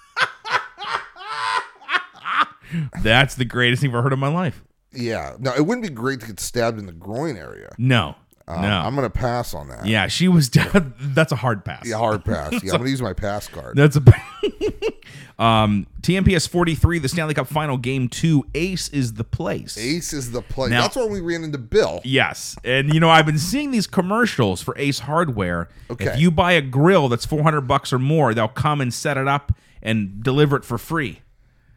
A: That's the greatest thing I've ever heard in my life.
B: Yeah, no, it wouldn't be great to get stabbed in the groin area.
A: No,
B: Um,
A: no.
B: I'm going to pass on that.
A: yeah, she was. Def- that's a hard pass.
B: Yeah, hard pass. Yeah, I'm going to use my pass card.
A: That's a. um, TMPS 43, the Stanley Cup Final Game Two. Ace is the place.
B: Ace is the play.
A: Now-
B: That's when we ran into Bill.
A: Yes, and you know I've been seeing these commercials for Ace Hardware.
B: Okay.
A: If you buy a grill that's 400 bucks or more, they'll come and set it up and deliver it for free.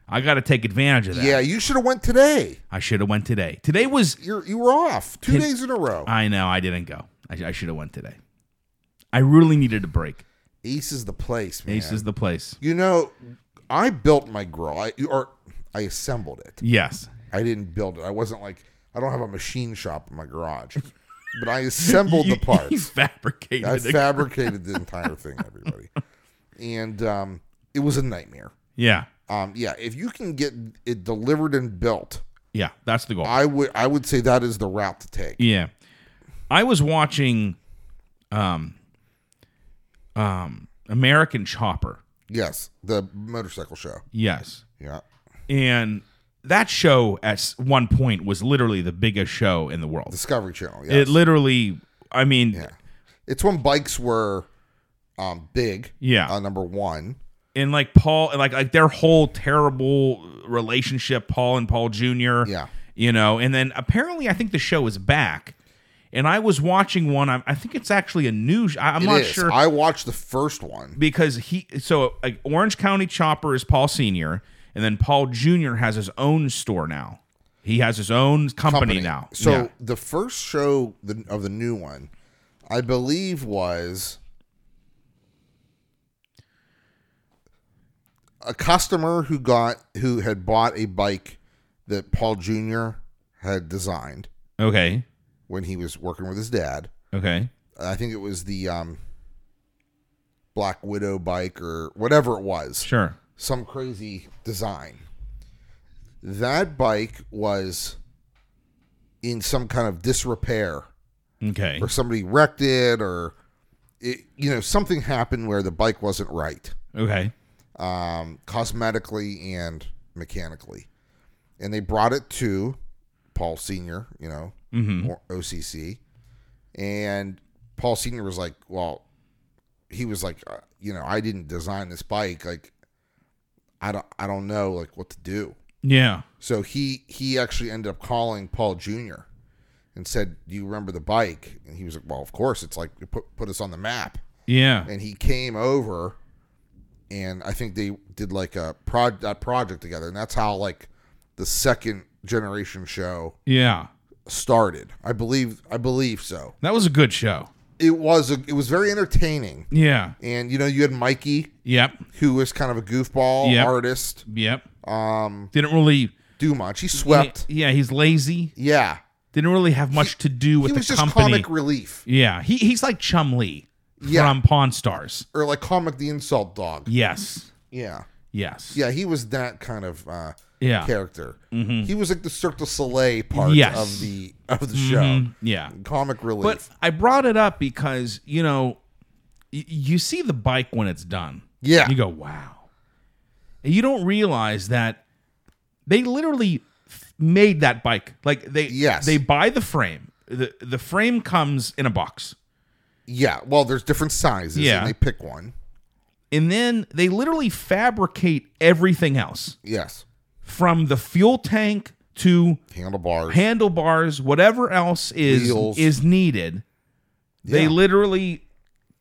A: I got to take advantage of that.
B: Yeah, you should have went today.
A: I should have went today. Today was
B: You're you were off two days in a row.
A: I know I didn't go. I, I should have went today. I really needed a break.
B: Ace is the place, man.
A: Ace is the place.
B: You know, I built my grill. I or I assembled it.
A: Yes.
B: I didn't build it. I wasn't like I don't have a machine shop in my garage, but I assembled
A: You-
B: the
A: You
B: parts.
A: fabricated
B: I
A: it.
B: fabricated the entire thing, everybody, and um, it was a nightmare.
A: yeah.
B: Um, yeah, if you can get it delivered and built,
A: Yeah. That's the goal.
B: I would I would say that is the route to take.
A: yeah. I was watching um um American Chopper.
B: Yes, the motorcycle show.
A: Yes.
B: Yeah,
A: And that show at s- one point was literally the biggest show in the world.
B: Discovery Channel.
A: It
B: Yes.
A: literally I mean
B: yeah, it's when bikes were um, big.
A: Yeah.
B: uh, number one.
A: and like Paul and like like their whole terrible relationship, Paul and Paul Jr.
B: Yeah.
A: You know, and then apparently I think the show is back. And I was watching one. I, I think it's actually a new. sh- I, am
B: It
A: not
B: is.
A: sure
B: I watched the first one.
A: because he so like Orange County Chopper is Paul Senior, and then Paul Junior has his own store now. He has his own company, now.
B: So
A: Yeah.
B: the first show the, of the new one, I believe, was a customer who got who had bought a bike that Paul Jr. had designed
A: Okay.
B: when he was working with his dad.
A: Okay.
B: I think it was the um, Black Widow bike or whatever it was.
A: Sure.
B: some crazy design. That bike was in some kind of disrepair,
A: Okay.
B: or somebody wrecked it, or it, you know something happened where the bike wasn't right,
A: Okay.
B: um, cosmetically and mechanically, and they brought it to Paul Senior, you know,
A: Mm-hmm.
B: or OCC, and Paul Senior was like, well, he was like, uh, you know, I didn't design this bike, like I don't I don't know like what to do.
A: Yeah.
B: So he he actually ended up calling Paul Jr. and said, "Do you remember the bike?" And he was like, "Well, of course. It's like it put put us on the map."
A: Yeah.
B: And he came over and I think they did like a prod that project together and that's how like the second generation show
A: Yeah.
B: started. I believe I believe so.
A: That was a good show.
B: It was a, it was very entertaining.
A: Yeah.
B: And you know, you had Mikey
A: Yep.
B: who was kind of a goofball
A: Yep.
B: artist.
A: Yep.
B: Um
A: Didn't really.
B: do much. He swept.
A: Yeah, he's lazy.
B: Yeah.
A: Didn't really have much to do with
B: he was
A: the
B: just
A: company.
B: comic relief
A: yeah. He he's like Chum Lee
B: Yeah.
A: from Pawn Stars.
B: or like comic the insult dog.
A: Yes.
B: Yeah.
A: Yes.
B: Yeah, he was that kind of uh
A: Yeah. Mm-hmm.
B: character. He was like the Cirque du Soleil part
A: Yes.
B: of the of the
A: Mhm.
B: show.
A: Yeah.
B: Comic relief.
A: But I brought it up because you know, y- you see the bike when it's done.
B: yeah.
A: You go, wow. And you don't realize that they literally f- made that bike. Like they
B: Yes.
A: they buy the frame. The the frame comes in a box.
B: yeah. Well, there's different sizes
A: Yeah.
B: and they pick one.
A: And then they literally fabricate everything else
B: Yes.
A: from the fuel tank to
B: Handlebars.
A: handlebars, whatever else is
B: Wheels.
A: is needed. They
B: Yeah.
A: literally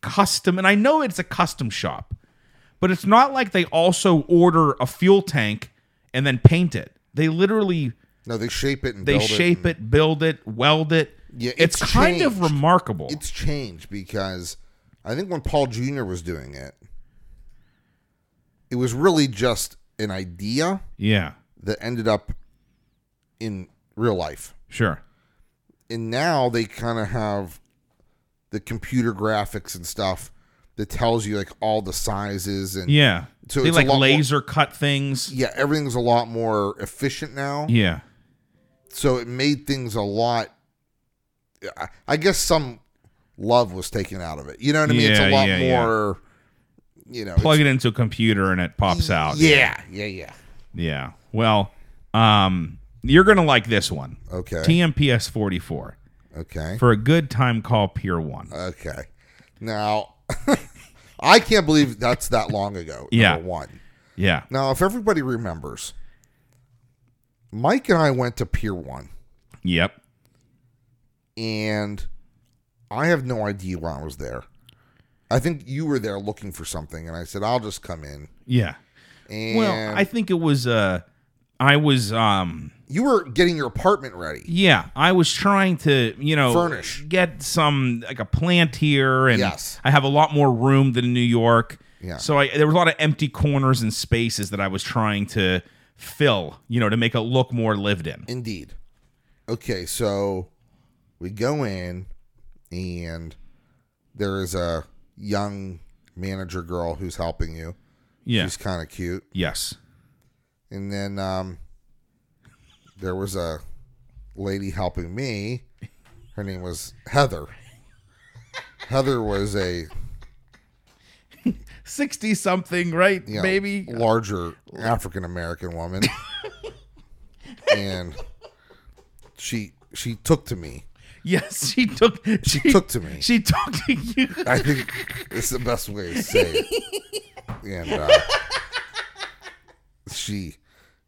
A: custom and I know it's a custom shop, but it's not like they also order a fuel tank and then paint it. They literally
B: no, they shape it and
A: they
B: build
A: shape
B: it.
A: it, build it, weld it.
B: Yeah,
A: it's,
B: it's
A: kind of
B: changed.
A: remarkable.
B: It's changed because I think when Paul Jr. was doing it, it was really just an idea
A: yeah,
B: that ended up in real life.
A: sure.
B: and now they kind of have the computer graphics and stuff that tells you like all the sizes and
A: Yeah,
B: So
A: they
B: it's a
A: like
B: lot more-
A: laser cut things.
B: Yeah, everything's a lot more efficient now.
A: Yeah,
B: So it made things a lot. I- I guess some love was taken out of it. You know what I mean? it's
A: Yeah,
B: a lot
A: yeah, yeah.
B: more. You know,
A: plug
B: it's-
A: it into a computer and it pops out.
B: Yeah, yeah, yeah.
A: yeah. Well, um, you're gonna like this one.
B: Okay,
A: TMPS 44
B: okay,
A: for a good time call Pier
B: Uh,
A: 1.
B: okay. Now, I can't believe that's that long ago.
A: Yeah.
B: number one.
A: Yeah.
B: Now, if everybody remembers, Mike and I went to Pier One,
A: Yep.
B: and I have no idea why I was there. I think you were there looking for something, and I said, "I'll just come in."
A: Yeah.
B: And
A: Well, I think it was uh I was um
B: you were getting your apartment ready.
A: yeah, I was trying to, you know,
B: Furnish.
A: get some like a plant here and
B: Yes.
A: I have a lot more room than in New York.
B: Yeah.
A: So I there was a lot of empty corners and spaces that I was trying to fill, you know, to make it look more lived in.
B: Indeed. Okay, so we go in, and there is a young manager girl who's helping you.
A: Yeah.
B: She's kind of cute.
A: Yes.
B: and then um, there was a lady helping me. Her name was Heather. Heather was a
A: 60 something, right?
B: you know,
A: Maybe uh,
B: larger African American woman, and she she took to me.
A: Yes, she took she,
B: took to me.
A: She took to you.
B: I think it's the best way to say it. And uh, she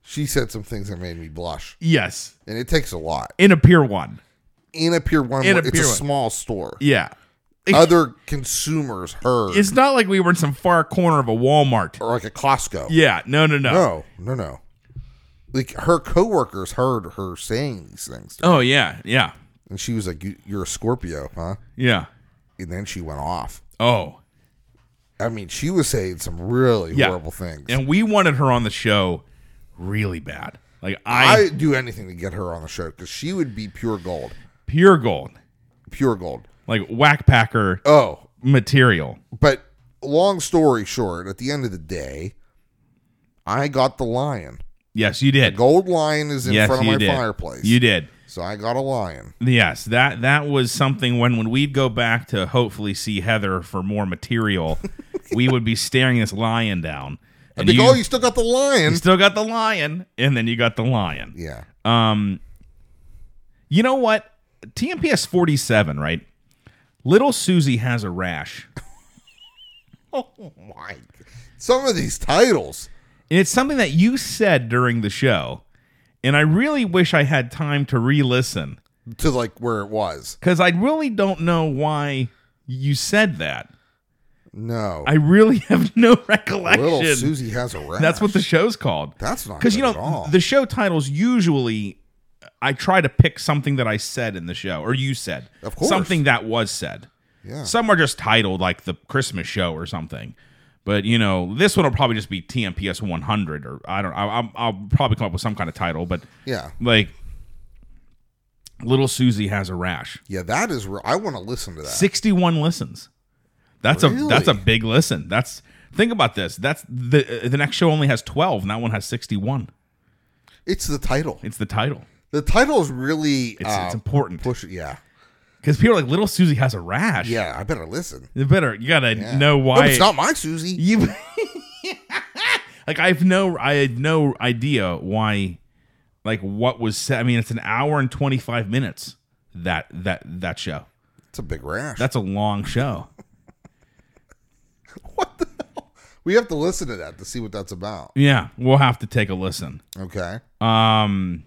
B: she said some things that made me blush,
A: Yes,
B: and it takes a lot.
A: in a Pier One.
B: In a Pier One,
A: In a
B: it's
A: Pier
B: a
A: One.
B: small store.
A: Yeah,
B: other consumers heard
A: it's not like we were in some far corner of a Walmart.
B: or like a Costco.
A: Yeah, no, no, no.
B: No, no, no. Like her coworkers heard her saying these things, to her.
A: Oh yeah, yeah,
B: and she was like, "You- "You're a Scorpio, huh?"
A: yeah.
B: And then she went off
A: Oh,
B: I mean, she was saying some really
A: Yeah.
B: horrible things.
A: And we wanted her on the show really bad. Like I,
B: I'd do anything to get her on the show because she would be pure gold.
A: pure gold,
B: Pure gold.
A: like whack packer
B: Oh,
A: material.
B: but long story short, at the end of the day, I got the lion.
A: Yes, you did.
B: Gold lion is in
A: yes,
B: front of
A: you
B: my
A: did.
B: fireplace.
A: You did.
B: so I got a lion.
A: Yes, that that was something when when we'd go back to hopefully see Heather for more material, we would be staring this lion down.
B: I'd
A: And
B: be like,
A: you,
B: oh, you still got the lion.
A: you still got the lion, and then you got the lion.
B: yeah.
A: Um, you know what? TMPS 47, right? Little Susie has a rash.
B: My. Some of these titles.
A: And it's something that you said during the show. And I really wish I had time to re listen
B: to like where it was.
A: because I really don't know why you said that.
B: No,
A: I really have no
B: little
A: recollection.
B: Susie has a rash.
A: That's what the show's called.
B: That's not
A: Because, you
B: good at all.
A: know, the show titles usually, I try to pick something that I said in the show or you said.
B: Of course.
A: Something that was said.
B: yeah.
A: Some are just titled like the Christmas show or something. But you know, this one will probably just be TMPS 100 or I don't. I, I'll, I'll probably come up with some kind of title, but
B: yeah,
A: like little Susie has a rash.
B: yeah, that is. Re- I want to listen to that.
A: 61 listens. That's a
B: Really?
A: that's a big listen. That's think about this. That's the the next show only has 12 and that one has 61.
B: It's the title.
A: It's the title.
B: The title is really
A: It's
B: uh,
A: it's important
B: push. Yeah,
A: cuz people are like little Susie has a rash.
B: yeah. I better listen.
A: You better you got to
B: Yeah.
A: know
B: No,
A: why
B: it's not my Susie.
A: You like I've no I had no idea why like what was said. I mean, it's an hour and twenty five minutes that that that show.
B: It's a big rash.
A: That's a long show.
B: what the hell. We have to listen to that to see what that's about.
A: Yeah, we'll have to take a listen.
B: Okay.
A: Um,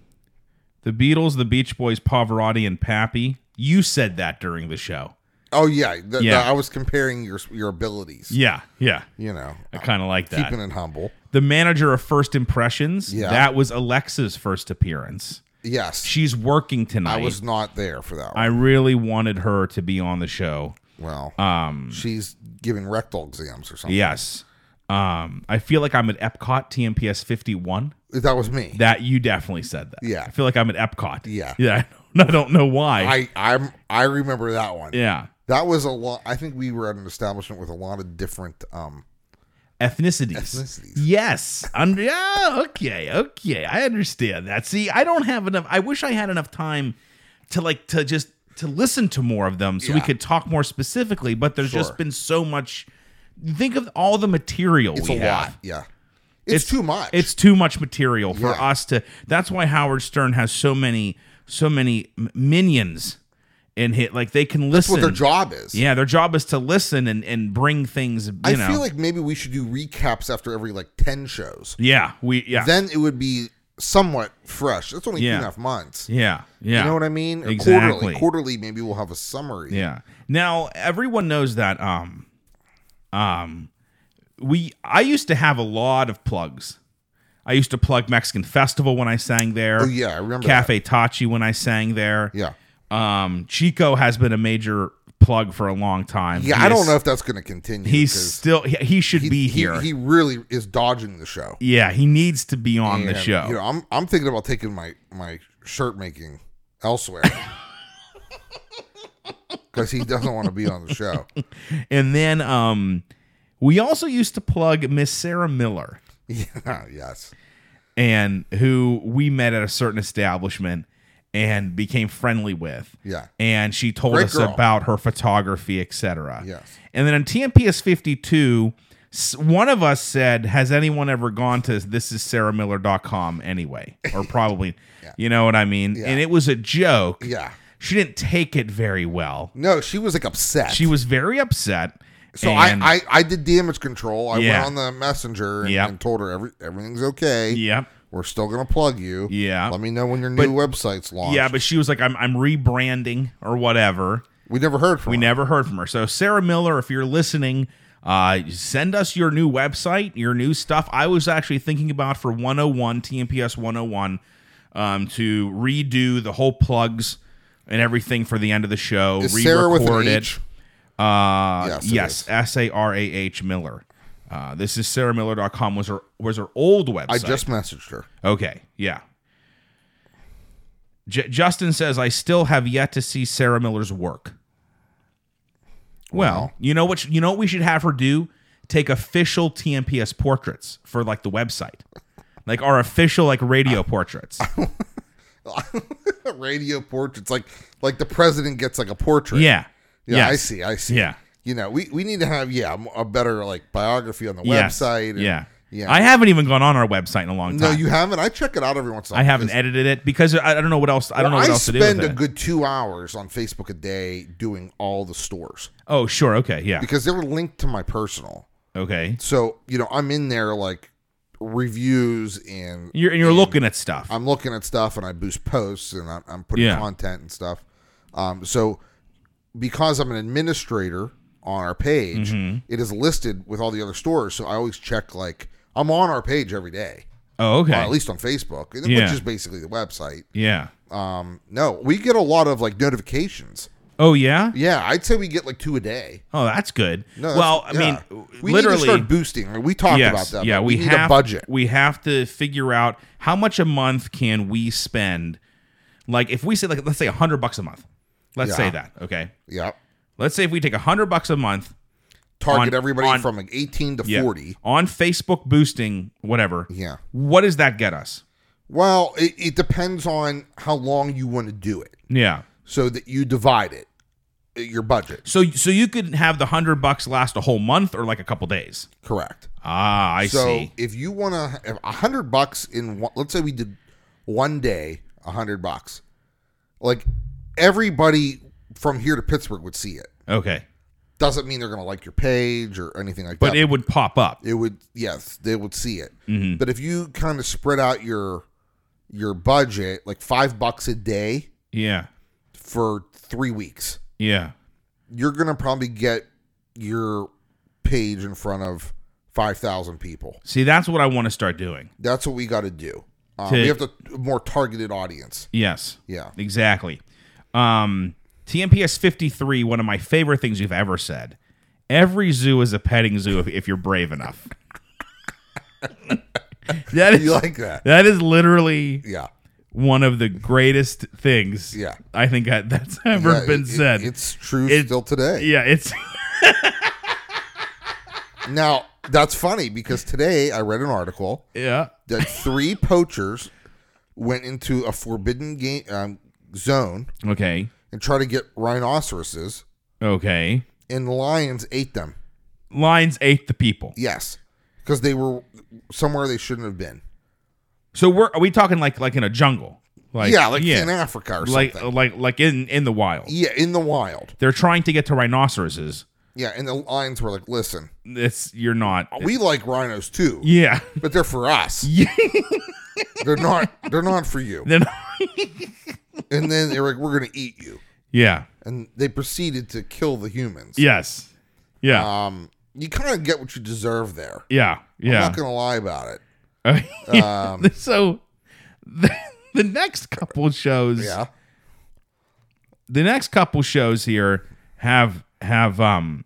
A: the Beatles, the Beach Boys, Pavarotti, and Pappy. You said that during the show.
B: Oh yeah. th- th-
A: Yeah.
B: I was comparing your your abilities.
A: Yeah, yeah.
B: You know,
A: I kind of like that.
B: keeping it humble.
A: The manager of First Impressions.
B: Yeah.
A: That was Alexa's first appearance.
B: Yes,
A: She's working tonight.
B: I was not there for that. One.
A: I really wanted her to be on the show.
B: well,
A: Um,
B: she's giving rectal exams or something.
A: yes. Um, I feel like I'm at Epcot TMPS 51.
B: That was me.
A: That you definitely said that.
B: Yeah.
A: I feel like I'm at Epcot.
B: Yeah.
A: Yeah. I don't know why.
B: I I'm I remember that one.
A: yeah.
B: That was a lot. I think we were at an establishment with a lot of different. Um,
A: Ethnicities.
B: Ethnicities.
A: Yes. Under, yeah. Okay. Okay. I understand that. See, I don't have enough. I wish I had enough time to like to just to listen to more of them so we
B: Yeah.
A: could talk more specifically. But there's
B: Sure.
A: just been so much. Think of all the material
B: it's
A: we
B: a
A: have.
B: lot. Yeah, it's, too much.
A: It's too much material for
B: Yeah.
A: us to. That's why Howard Stern has so many so many m- minions in hit. Like they can
B: That's what
A: listen.
B: their job is.
A: yeah, their job is to listen and and bring things. You
B: I
A: know.
B: feel like maybe we should do recaps after every like ten shows.
A: yeah, we yeah
B: Then it would be somewhat fresh. That's only two
A: Yeah.
B: and a half months.
A: yeah yeah.
B: You know what I mean? Or
A: Exactly.
B: Quarterly. Quarterly. Maybe we'll have a summary.
A: Yeah. Now everyone knows that um um we I used to have a lot of plugs. I used to plug Mexican Festival when I sang there.
B: Oh yeah, I remember. that.
A: Cafe Tachi when I sang there.
B: Yeah.
A: Um Chico has been a major plug for a long time.
B: Yeah.
A: He
B: I don't
A: is-
B: know if that's going to continue.
A: He's
B: 'cause
A: still he, he should
B: he-
A: be
B: he-
A: here.
B: He, really is dodging the show.
A: yeah, he needs to be on the
B: And,
A: show.
B: You know, I'm I'm thinking about taking my my shirt making elsewhere because he doesn't want to be on the show.
A: and then um we also used to plug Miss Sarah Miller.
B: Yeah, yes,
A: and who we met at a certain establishment and became friendly with.
B: Yeah.
A: And she told
B: Great
A: us
B: girl.
A: about her photography, etc.
B: Yes.
A: And then on TMPS 52, s- one of us said, "Has anyone ever gone to this is sarahmiller.com anyway?" Or probably, you know what I mean? And it was a joke.
B: yeah.
A: She didn't take it very well.
B: No, she was like upset.
A: She was very upset.
B: so
A: and-
B: I, I I did damage control. I
A: Yeah.
B: went on the messenger and,
A: Yep.
B: and told her every everything's okay.
A: Yep.
B: We're still gonna plug you.
A: Yeah.
B: Let me know when your new website's launched.
A: Yeah, but she was like, I'm I'm rebranding or whatever.
B: we never heard from.
A: We
B: her.
A: never heard from her. So Sarah Miller, if you're listening, uh, send us your new website, your new stuff. I was actually thinking about for 101 TMPS 101 um, to redo the whole plugs and everything for the end of the show.
B: Is Sarah with an
A: re-record
B: H?
A: Uh,
B: Yes, it
A: yes,
B: is.
A: S A R A H Miller. Uh, this is sarahmiller.com was her was her old website.
B: I just messaged her.
A: Okay, yeah. J- Justin says, I still have yet to see Sarah Miller's work. Well, you know what? sh- You know what we should have her do? Take official TMPS portraits for like the website, like our official like
B: Ah.
A: radio portraits.
B: Radio portraits, like like the president gets like a portrait.
A: Yeah,
B: yeah. I
A: Yes.
B: see. I see.
A: Yeah,
B: You know, we, we need to have yeah m- a better like biography on the
A: Yes.
B: website. and-
A: yeah,
B: Yeah.
A: I haven't even gone on our website in a long time.
B: no, you haven't. I check it out every once in a
A: I
B: while.
A: haven't edited it because I I don't know what else. I don't know what
B: I
A: else to do.
B: spend
A: with
B: a
A: it.
B: good two hours on Facebook a day doing all the stores
A: oh, sure. Okay. Yeah.
B: because they were linked to my personal.
A: Okay.
B: So you know, I'm in there like reviews and
A: You're and you're looking at stuff.
B: I'm looking at stuff and I boost posts and I'm, I'm putting
A: Yeah.
B: content and stuff. Um, so because I'm an administrator on our page,
A: Mm-hmm.
B: it is listed with all the other stores. So I always check like I'm on our page every day,
A: oh, okay.
B: or at least on Facebook, and-
A: Yeah.
B: which is basically the website.
A: yeah.
B: Um, no, we get a lot of like notifications.
A: Oh yeah.
B: Yeah, I'd say we get like two a day.
A: Oh, that's good.
B: No, that's-
A: well, I
B: yeah.
A: mean,
B: we need
A: literally.
B: to start boosting. Like, We talked
A: yes,
B: about that.
A: yeah,
B: but
A: we,
B: need
A: have
B: a budget.
A: We have to figure out how much a month can we spend. Like, if we say, like, let's say hundred bucks a month. Let's
B: Yeah.
A: say that. Okay.
B: Yeah,
A: Let's say if we take hundred bucks a month On-
B: target everybody
A: on-
B: from like 18 to
A: yeah,
B: 40.
A: on Facebook boosting, whatever.
B: Yeah.
A: What does that get us?
B: Well, it, it depends on how long you want to do it,
A: Yeah.
B: so that you divide it, uh, your budget.
A: So so you could have the hundred bucks last a whole month or like a couple days.
B: Correct.
A: Ah, I
B: so
A: see.
B: if you want to a hundred bucks in one, let's say we did one day a hundred bucks, like everybody from here to Pittsburgh would see it.
A: Okay.
B: Doesn't mean they're gonna like your page or anything like
A: But
B: that.
A: it would pop up.
B: it would yes they would see it
A: Mm-hmm.
B: but if you kind of spread out your your budget like five bucks a day
A: Yeah.
B: for three weeks
A: Yeah.
B: you're gonna probably get your page in front of 5000 people
A: See, that's what I want to start doing.
B: that's what we got to do um,
A: To-
B: we have to a more targeted audience
A: Yes.
B: yeah
A: Exactly. Um, TMPS 53, one of my favorite things you've ever said. Every zoo is a petting zoo if, if you're brave enough. that
B: you
A: is
B: like that
A: that is literally
B: yeah
A: one of the greatest things
B: Yeah.
A: I think I, that's ever
B: Yeah,
A: been
B: it- it-
A: said.
B: it's true
A: It-
B: still today
A: yeah, it's
B: now that's funny because today i read an article
A: yeah.
B: that three poachers went into a forbidden game um, zone
A: Okay.
B: and tried to get rhinoceroses,
A: Okay.
B: and lions ate them.
A: Lions ate the people.
B: Yes, because they were somewhere they shouldn't have been.
A: So we're are we talking like like in a jungle? Like
B: yeah, like in Africa or
A: like oh.
B: something.
A: like like in in the wild.
B: yeah, in the wild.
A: They're trying to get to rhinoceroses.
B: Yeah, and the lions were like, "Listen,
A: It's you're not.
B: we like rhinos too,
A: Yeah.
B: but they're for us. they're not. They're not for you."
A: Then
B: And then they were like, "We're gonna eat you,"
A: yeah.
B: and they proceeded to kill the humans.
A: Yes. Yeah.
B: Um, you kind of get what you deserve there.
A: yeah.
B: I'm
A: Yeah.
B: not gonna lie about it.
A: Um, so the, the next couple shows
B: Yeah.
A: the next couple shows here have have um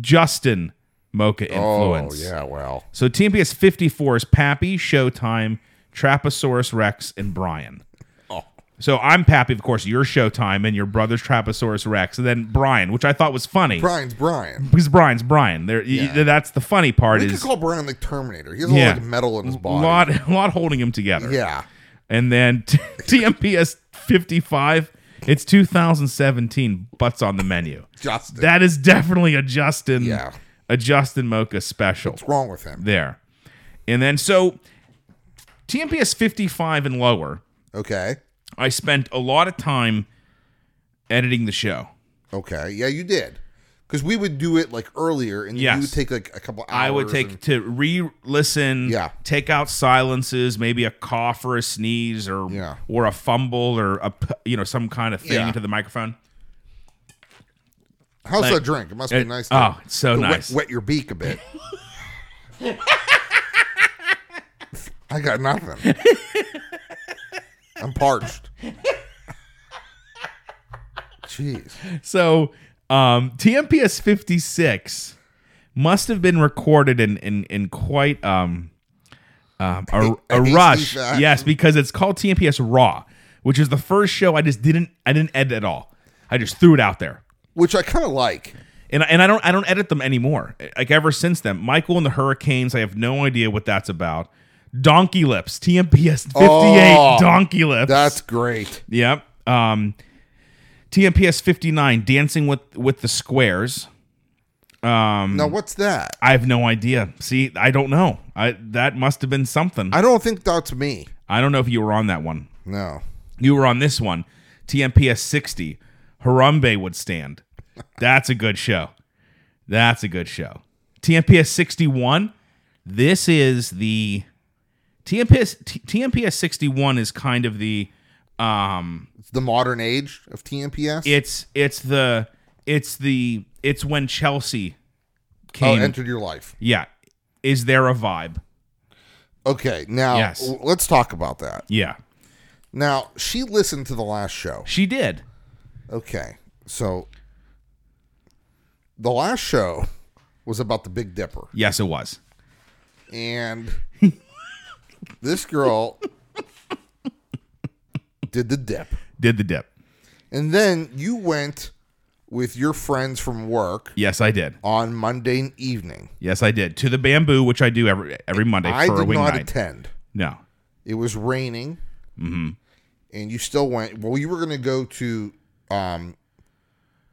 A: Justin Mocha influence.
B: Oh yeah, well.
A: So TMPS 54 is Pappy, Showtime, Traposaurus Rex, and Brian.
B: Oh.
A: So I'm Pappy, of course, your Showtime, and your brother's Traposaurus Rex, and then Brian, which I thought was funny
B: Brian's Brian.
A: because Brian's Brian. There, y- y- that's the funny part
B: We could
A: is
B: call Brian the Terminator. He has a
A: Yeah.
B: lot of metal in his
A: a
B: body.
A: lot, a lot holding him together.
B: Yeah.
A: And then t- TMPS 55, it's 2017, butts on the menu.
B: Justin.
A: That is definitely a Justin,
B: Yeah.
A: a Justin Mocha special.
B: What's wrong with him?
A: there. And then so TMPS 55 and lower,
B: Okay.
A: I spent a lot of time editing the show.
B: Okay. Yeah, you did. Because we would do it like earlier and
A: Yes.
B: you would take like a couple hours.
A: I would take
B: and-
A: to re-listen,
B: Yeah.
A: take out silences, maybe a cough or a sneeze or
B: Yeah.
A: or a fumble or a p- you know some kind of thing
B: Yeah.
A: into the microphone.
B: How's that drink? It must be nice. to-
A: Oh, it's so
B: to wet-
A: nice.
B: Wet, your beak a bit. I got nothing. I'm parched. Jeez.
A: So Um, TMPS 56 must have been recorded in in, in quite um, um, a,
B: I
A: a
B: hate
A: rush.
B: that.
A: Yes, because it's called TMPS Raw, which is the first show I just didn't I didn't edit at all. I just threw it out there.
B: which I kind of like.
A: And, and I don't I don't edit them anymore. Like ever since then, Michael and the Hurricanes. I have no idea what that's about. Donkey Lips, TMPS fifty eight.
B: Oh,
A: Donkey Lips.
B: That's great.
A: Yep. Um, TMPS 59, Dancing with with the Squares.
B: Now, what's that?
A: I have no idea. See, I don't know. I that must have been something. I,
B: I don't think that's me.
A: don't know if you were on that one.
B: No.
A: You were on this one, TMPS 60, Harambe would stand. That's a good show. That's a good show. TMPS 61. This is the TMPS T- TMPS 61 is kind of the um
B: It's the modern age of TMPS.
A: it's it's the it's the it's when Chelsea
B: oh,
A: came.
B: entered your life.
A: yeah, is there a vibe?
B: Okay, now
A: Yes.
B: w- let's talk about that.
A: Yeah,
B: Now, she listened to the last show.
A: she did.
B: Okay, so the last show was about the Big Dipper.
A: Yes, it was.
B: and this girl did the dip.
A: Did the dip?
B: And then you went with your friends from work
A: Yes, I did.
B: on Monday evening.
A: Yes, I did. To the bamboo, which I do every every Monday
B: I
A: for a
B: did
A: wing
B: not
A: night.
B: attend.
A: no.
B: It was raining.
A: Mm-hmm.
B: And you still went. Well, you were going to go to um,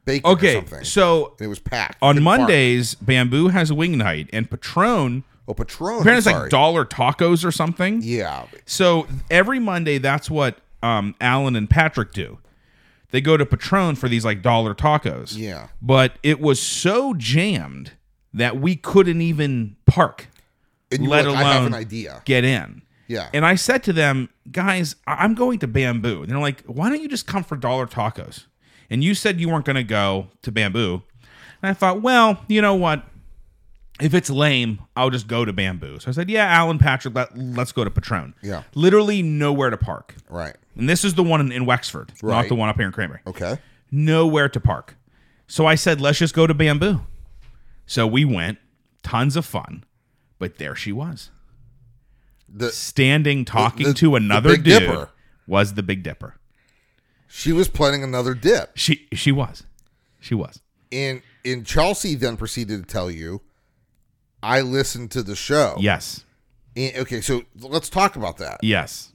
B: Bacon or
A: Okay,
B: something.
A: so
B: and it was packed.
A: on
B: Couldn't park.
A: Mondays, bamboo has wing night, and Patron
B: Oh, Patron.
A: Patron
B: I'm
A: is like
B: sorry.
A: dollar tacos or something.
B: yeah.
A: So every Monday, that's what um, Alan and Patrick do. They go to Patron for these like dollar tacos.
B: Yeah.
A: But it was so jammed that we couldn't even park,
B: And you
A: let
B: were
A: alone
B: like, I have an idea.
A: get in.
B: Yeah.
A: And I said to them, guys, I- I'm going to Bamboo. And they're like, why don't you just come for dollar tacos? And you said you weren't going to go to Bamboo. And I thought, well, you know what? If it's lame, I'll just go to Bamboo. So I said, yeah, Alan, Patrick, let, let's go to Patron.
B: Yeah.
A: Literally nowhere to park.
B: right.
A: And this is the one in, in Wexford, not
B: Right.
A: the one up here in Cranberry.
B: Okay.
A: Nowhere to park. So I said, let's just go to Bamboo. So we went, tons of fun, but there she was,
B: The,
A: standing talking
B: the-
A: to
B: the
A: another
B: Big
A: dude.
B: Dipper.
A: Was the Big Dipper?
B: she was planning another dip.
A: She she was, she was.
B: And and Chelsea then proceeded to tell you, I listened to the show.
A: Yes,
B: And- okay, so let's talk about that.
A: yes.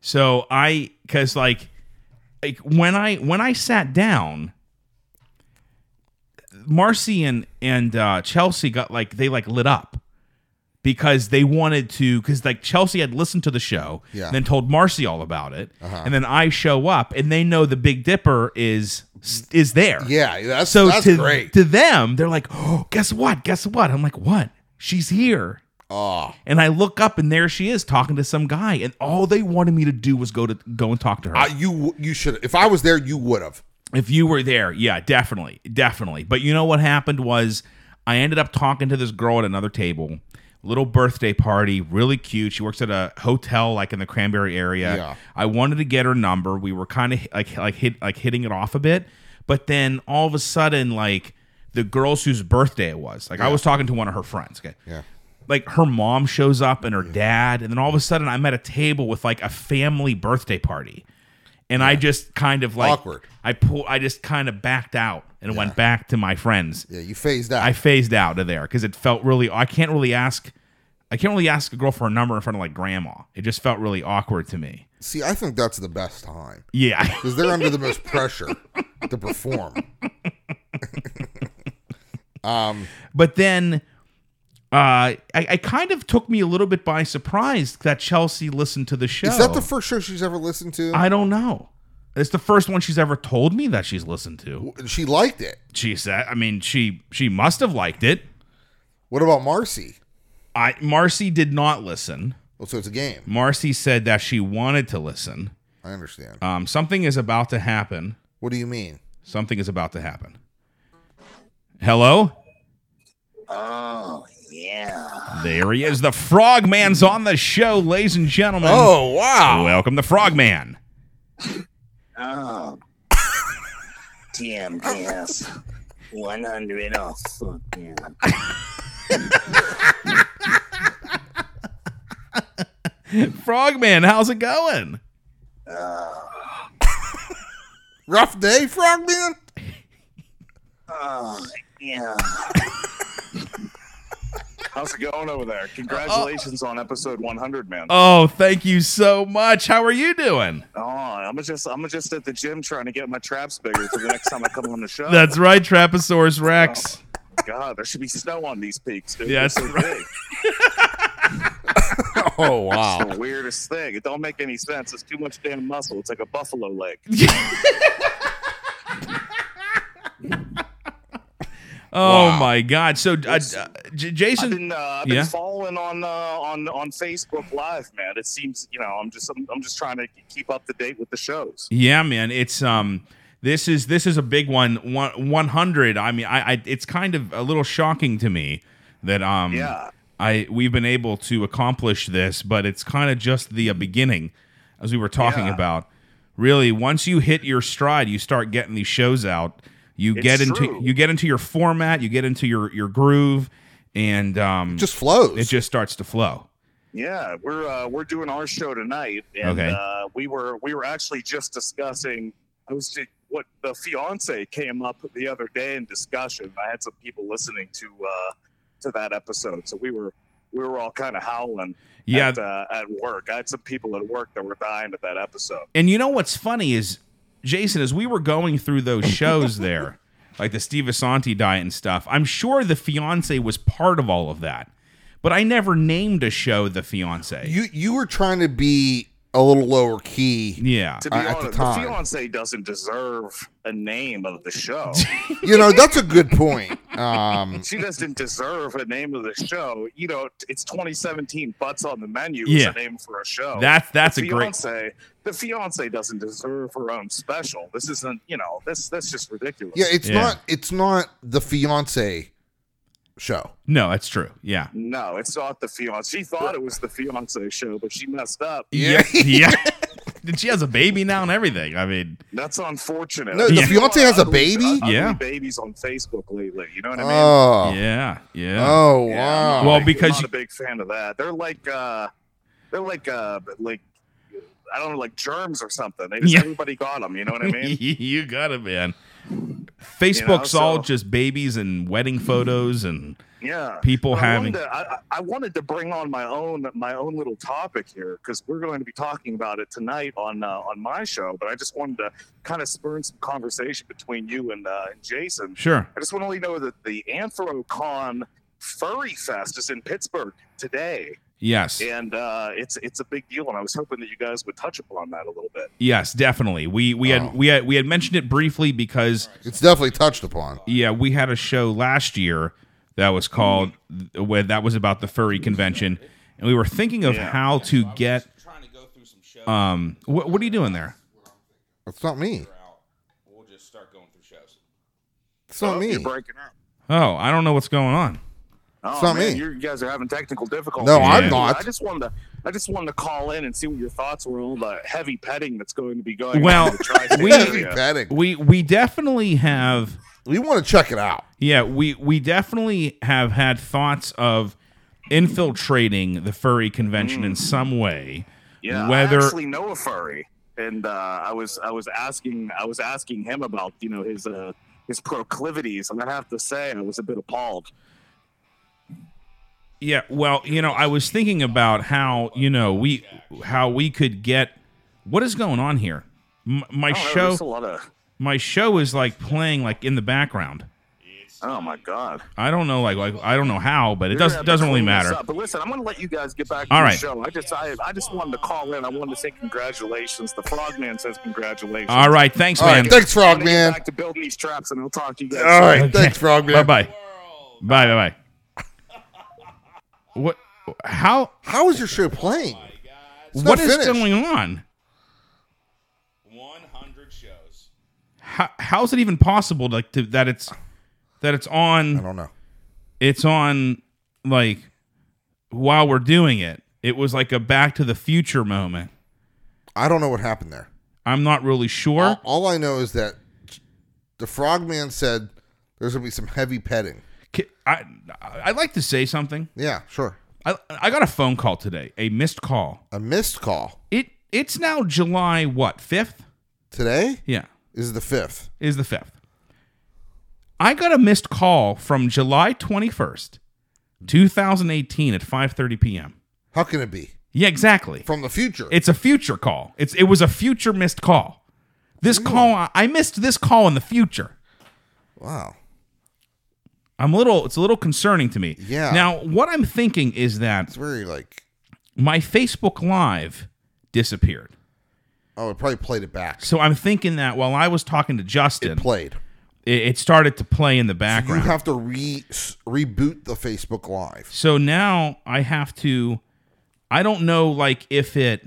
A: So I, cause like, like when I when I sat down, Marcy and and uh, Chelsea got like they like lit up because they wanted to because like Chelsea had listened to the show,
B: Yeah. Uh-huh.
A: then told Marcy all about it, and then I show up and they know the Big Dipper is is there.
B: Yeah, that's
A: So
B: that's
A: to
B: great.
A: to them, they're like, "Oh, guess what? Guess what?" I'm like, "What? She's here."
B: oh,
A: And I look up and there she is talking to some guy, and all they wanted me to do was go to go and talk to her.
B: I, you you should. If I was there, you would have.
A: if you were there, yeah, definitely, definitely. But you know what happened was I ended up talking to this girl at another table, little birthday party, really cute. She works at a hotel like in the Cranberry area.
B: Yeah.
A: I wanted to get her number. We were kind of like like hit like hitting it off a bit, but then all of a sudden like the girls whose birthday it was. Like I was talking to one of her friends. Okay
B: Yeah,
A: like her mom shows up and her dad and then all of a sudden i'm at a table with like a family birthday party and i just kind of like
B: Awkward.
A: i pull i just kind of backed out and went back to my friends
B: yeah. You phased out.
A: i phased out of there because it felt really i can't really ask i can't really ask a girl for a number in front of like grandma it just felt really awkward to me
B: See, I think that's the best time
A: yeah
B: because they're under the most pressure to perform. um,
A: but then uh, I, I kind of took me a little bit by surprise that Chelsea listened to the show.
B: is that the first show she's ever listened to?
A: I don't know. It's the first one she's ever told me that she's listened to.
B: she liked it.
A: She said, I mean, she she must have liked it.
B: What about Marcy?
A: I Marcy did not listen.
B: Well, so it's a game.
A: Marcy said that she wanted to listen.
B: I understand.
A: Um, something is about to happen.
B: What do you mean?
A: Something is about to happen. Hello?
D: Oh, yeah.
A: There he is. The Frogman's on the show, ladies and gentlemen.
B: wow!
A: Welcome the Frogman.
D: Oh. TMS one hundred off. Fuck yeah.
A: Frogman, how's it going?
B: Rough day, Frogman.
D: Oh yeah.
E: How's it going over there? Congratulations on episode 100, man.
A: Oh, thank you so much. How are you doing?
E: oh, I'm just I'm just at the gym trying to get my traps bigger for the next time I come on the show.
A: That's right, Traposaurus Rex.
E: God, there should be snow on these peaks, dude.
A: Yeah,
E: They're
A: that's
E: so
A: right.
E: big.
A: Oh
E: It's
A: wow.
E: the weirdest thing. It don't make any sense. It's too much damn muscle. It's like a buffalo leg.
A: Oh
B: Wow.
A: my God! So, uh, uh, J-
E: I've
A: Jason,
E: been, uh, I've been
A: Yeah.
E: following on uh, on on Facebook Live, man. It seems you know I'm just I'm, I'm just trying to keep up to date with the shows.
A: yeah, man, it's um, this is this is a big one. One one hundred. I mean, I, I, it's kind of a little shocking to me that um,
E: Yeah.
A: I we've been able to accomplish this, but it's kind of just the uh, beginning, as we were talking
E: Yeah.
A: about. Really, once you hit your stride, you start getting these shows out. You
E: It's
A: get into
E: true.
A: you get into your format, you get into your your groove, and um,
B: Just flows.
A: it just starts to flow.
E: Yeah, we're uh, we're doing our show tonight, and
A: Okay.
E: uh, we were we were actually just discussing. I was ju- what the fiance came up the other day in discussion. I had some people listening to uh, to that episode, so we were we were all kind of howling.
A: Yeah,
E: at, uh, at work, I had some people at work that were dying at that episode.
A: And you know what's funny is, Jason, as we were going through those shows there, like the Steve Asante diet and stuff, I'm sure the fiance was part of all of that. But I never named a show the fiance.
B: you you were trying to be a little lower key.
A: yeah.
E: To be
B: Uh, at the
E: honest,
B: time.
E: the fiance doesn't deserve a name of the show.
B: You know that's a good point. Um,
E: she doesn't deserve a name of the show. You know, it's 2017. Butts on the menu
A: Yeah.
E: is a name for a show.
A: That's that's a
E: the
A: great
E: fiance, The fiance doesn't deserve her own special. This isn't, you know, this that's just ridiculous.
B: yeah, it's
A: Yeah.
B: not it's not the fiance show.
A: No, that's true. Yeah.
E: no, it's not the fiance. She thought it was the fiance show, but she messed up.
B: Yeah.
A: Yeah. And she has a baby now and everything. I mean,
E: That's unfortunate.
B: No,
A: the
E: You know,
B: fiancé has a
E: ugly-
B: baby?
E: ugly
A: Yeah.
E: babies on Facebook lately. You know what I mean?
B: Oh.
A: yeah, yeah.
B: Oh
E: Yeah,
B: wow.
E: I'm not
A: Well,
E: a big-
A: because
E: I'm
A: you-
E: not a big fan of that. They're like uh they're like uh like I don't know, like germs or something. They just,
A: Yeah.
E: Everybody got them. You know what I mean?
A: you got it, man. Facebook's all
E: so-
A: just babies and wedding photos and
E: Yeah.
A: people
E: I
A: having.
E: wanted to- I, I- I wanted to bring on my own my own little topic here because we're going to be talking about it tonight on uh, on my show. But I just wanted to kind of spurn some conversation between you and, uh, and Jason.
A: Sure.
E: I just want to let you know that the Anthrocon Furry Fest is in Pittsburgh today.
A: Yes.
E: and uh, it's it's a big deal. And I was hoping that you guys would touch upon that a little bit.
A: Yes, definitely. We we
B: Oh.
A: had we had we had mentioned it briefly because
B: It's definitely touched upon.
A: yeah, we had a show last year that was called where that was about the furry convention, and we were thinking of
E: Yeah.
A: how to get. Um, what what are you doing there?
B: That's not me.
F: We'll just start going through shows.
B: It's not
E: Oh,
B: me.
E: You're breaking up.
A: Oh, I don't know what's going on.
E: Oh,
B: It's not
E: man,
B: me.
E: You guys are having technical difficulties.
B: No,
A: I'm
B: not.
E: I just wanted to. I just wanted to call in and see what your thoughts were on the heavy petting that's going to be going.
A: Well,
E: on in the tri-state
A: we-
B: Heavy
E: area.
B: petting.
A: We we definitely have
B: We want to check it out.
A: yeah we we definitely have had thoughts of infiltrating the furry convention in some way.
E: yeah,
A: whether-
E: I actually know a furry, and uh, I was I was asking I was asking him about you know his uh, his proclivities, and I have to say I was a bit appalled.
A: Yeah, well, you know, I was thinking about how you know we how we could get what is going on here. M- my
E: I don't know,
A: show,
E: there's Oh, a lot of
A: my show is like playing like in the background.
E: oh my god.
A: I don't know, like, like I don't know how, but it
E: You're
A: does
E: gonna have to
A: doesn't really
E: clean this
A: matter.
E: up. But listen, I'm going to let you guys get back to
A: All
E: the
A: right.
E: show. I just I, I just wanted to call in. I wanted to say congratulations. The Frogman says congratulations.
A: All right, thanks,
B: All
A: man.
B: right, thanks,
E: I'm gonna get
B: Frogman.
E: Back to building these traps, and I'll talk to you guys.
B: All
E: soon.
B: right, thanks, Frogman.
A: bye bye, bye bye bye. What? How?
B: How is your show playing? It's
A: What
B: not
A: is
B: finished.
A: going on?
F: 100 shows.
A: How, how is it even possible? Like to, that it's that it's on.
B: I don't know.
A: it's on like while we're doing it. It was like a back to the future moment.
B: I don't know what happened there. Oh.
A: I'm not really sure.
B: All, all I know is that the Frogman said, There's gonna be some heavy petting.
A: Ki- I I'd like to say something.
B: Yeah, sure.
A: I I got a phone call today, a missed call.
B: A missed call
A: It it's now July what fifth?
B: today
A: Yeah,
B: is the fifth.
A: is the fifth. I got a missed call from July twenty first, two thousand eighteen, at five thirty p.m.
B: How can it be
A: Yeah, exactly.
B: from the future?
A: It's a future call. It's it was a future missed call. This call I missed this call in the future.
B: wow.
A: I'm a little it's a little concerning to me.
B: Yeah.
A: Now, what I'm thinking is that
B: It's very like
A: my Facebook Live disappeared.
B: oh, it probably played it back.
A: So I'm thinking that while I was talking to Justin, it,
B: Played.
A: it started to play in the
B: You
A: background. So,
B: have to re s- reboot the Facebook Live.
A: now I have to I don't know like if it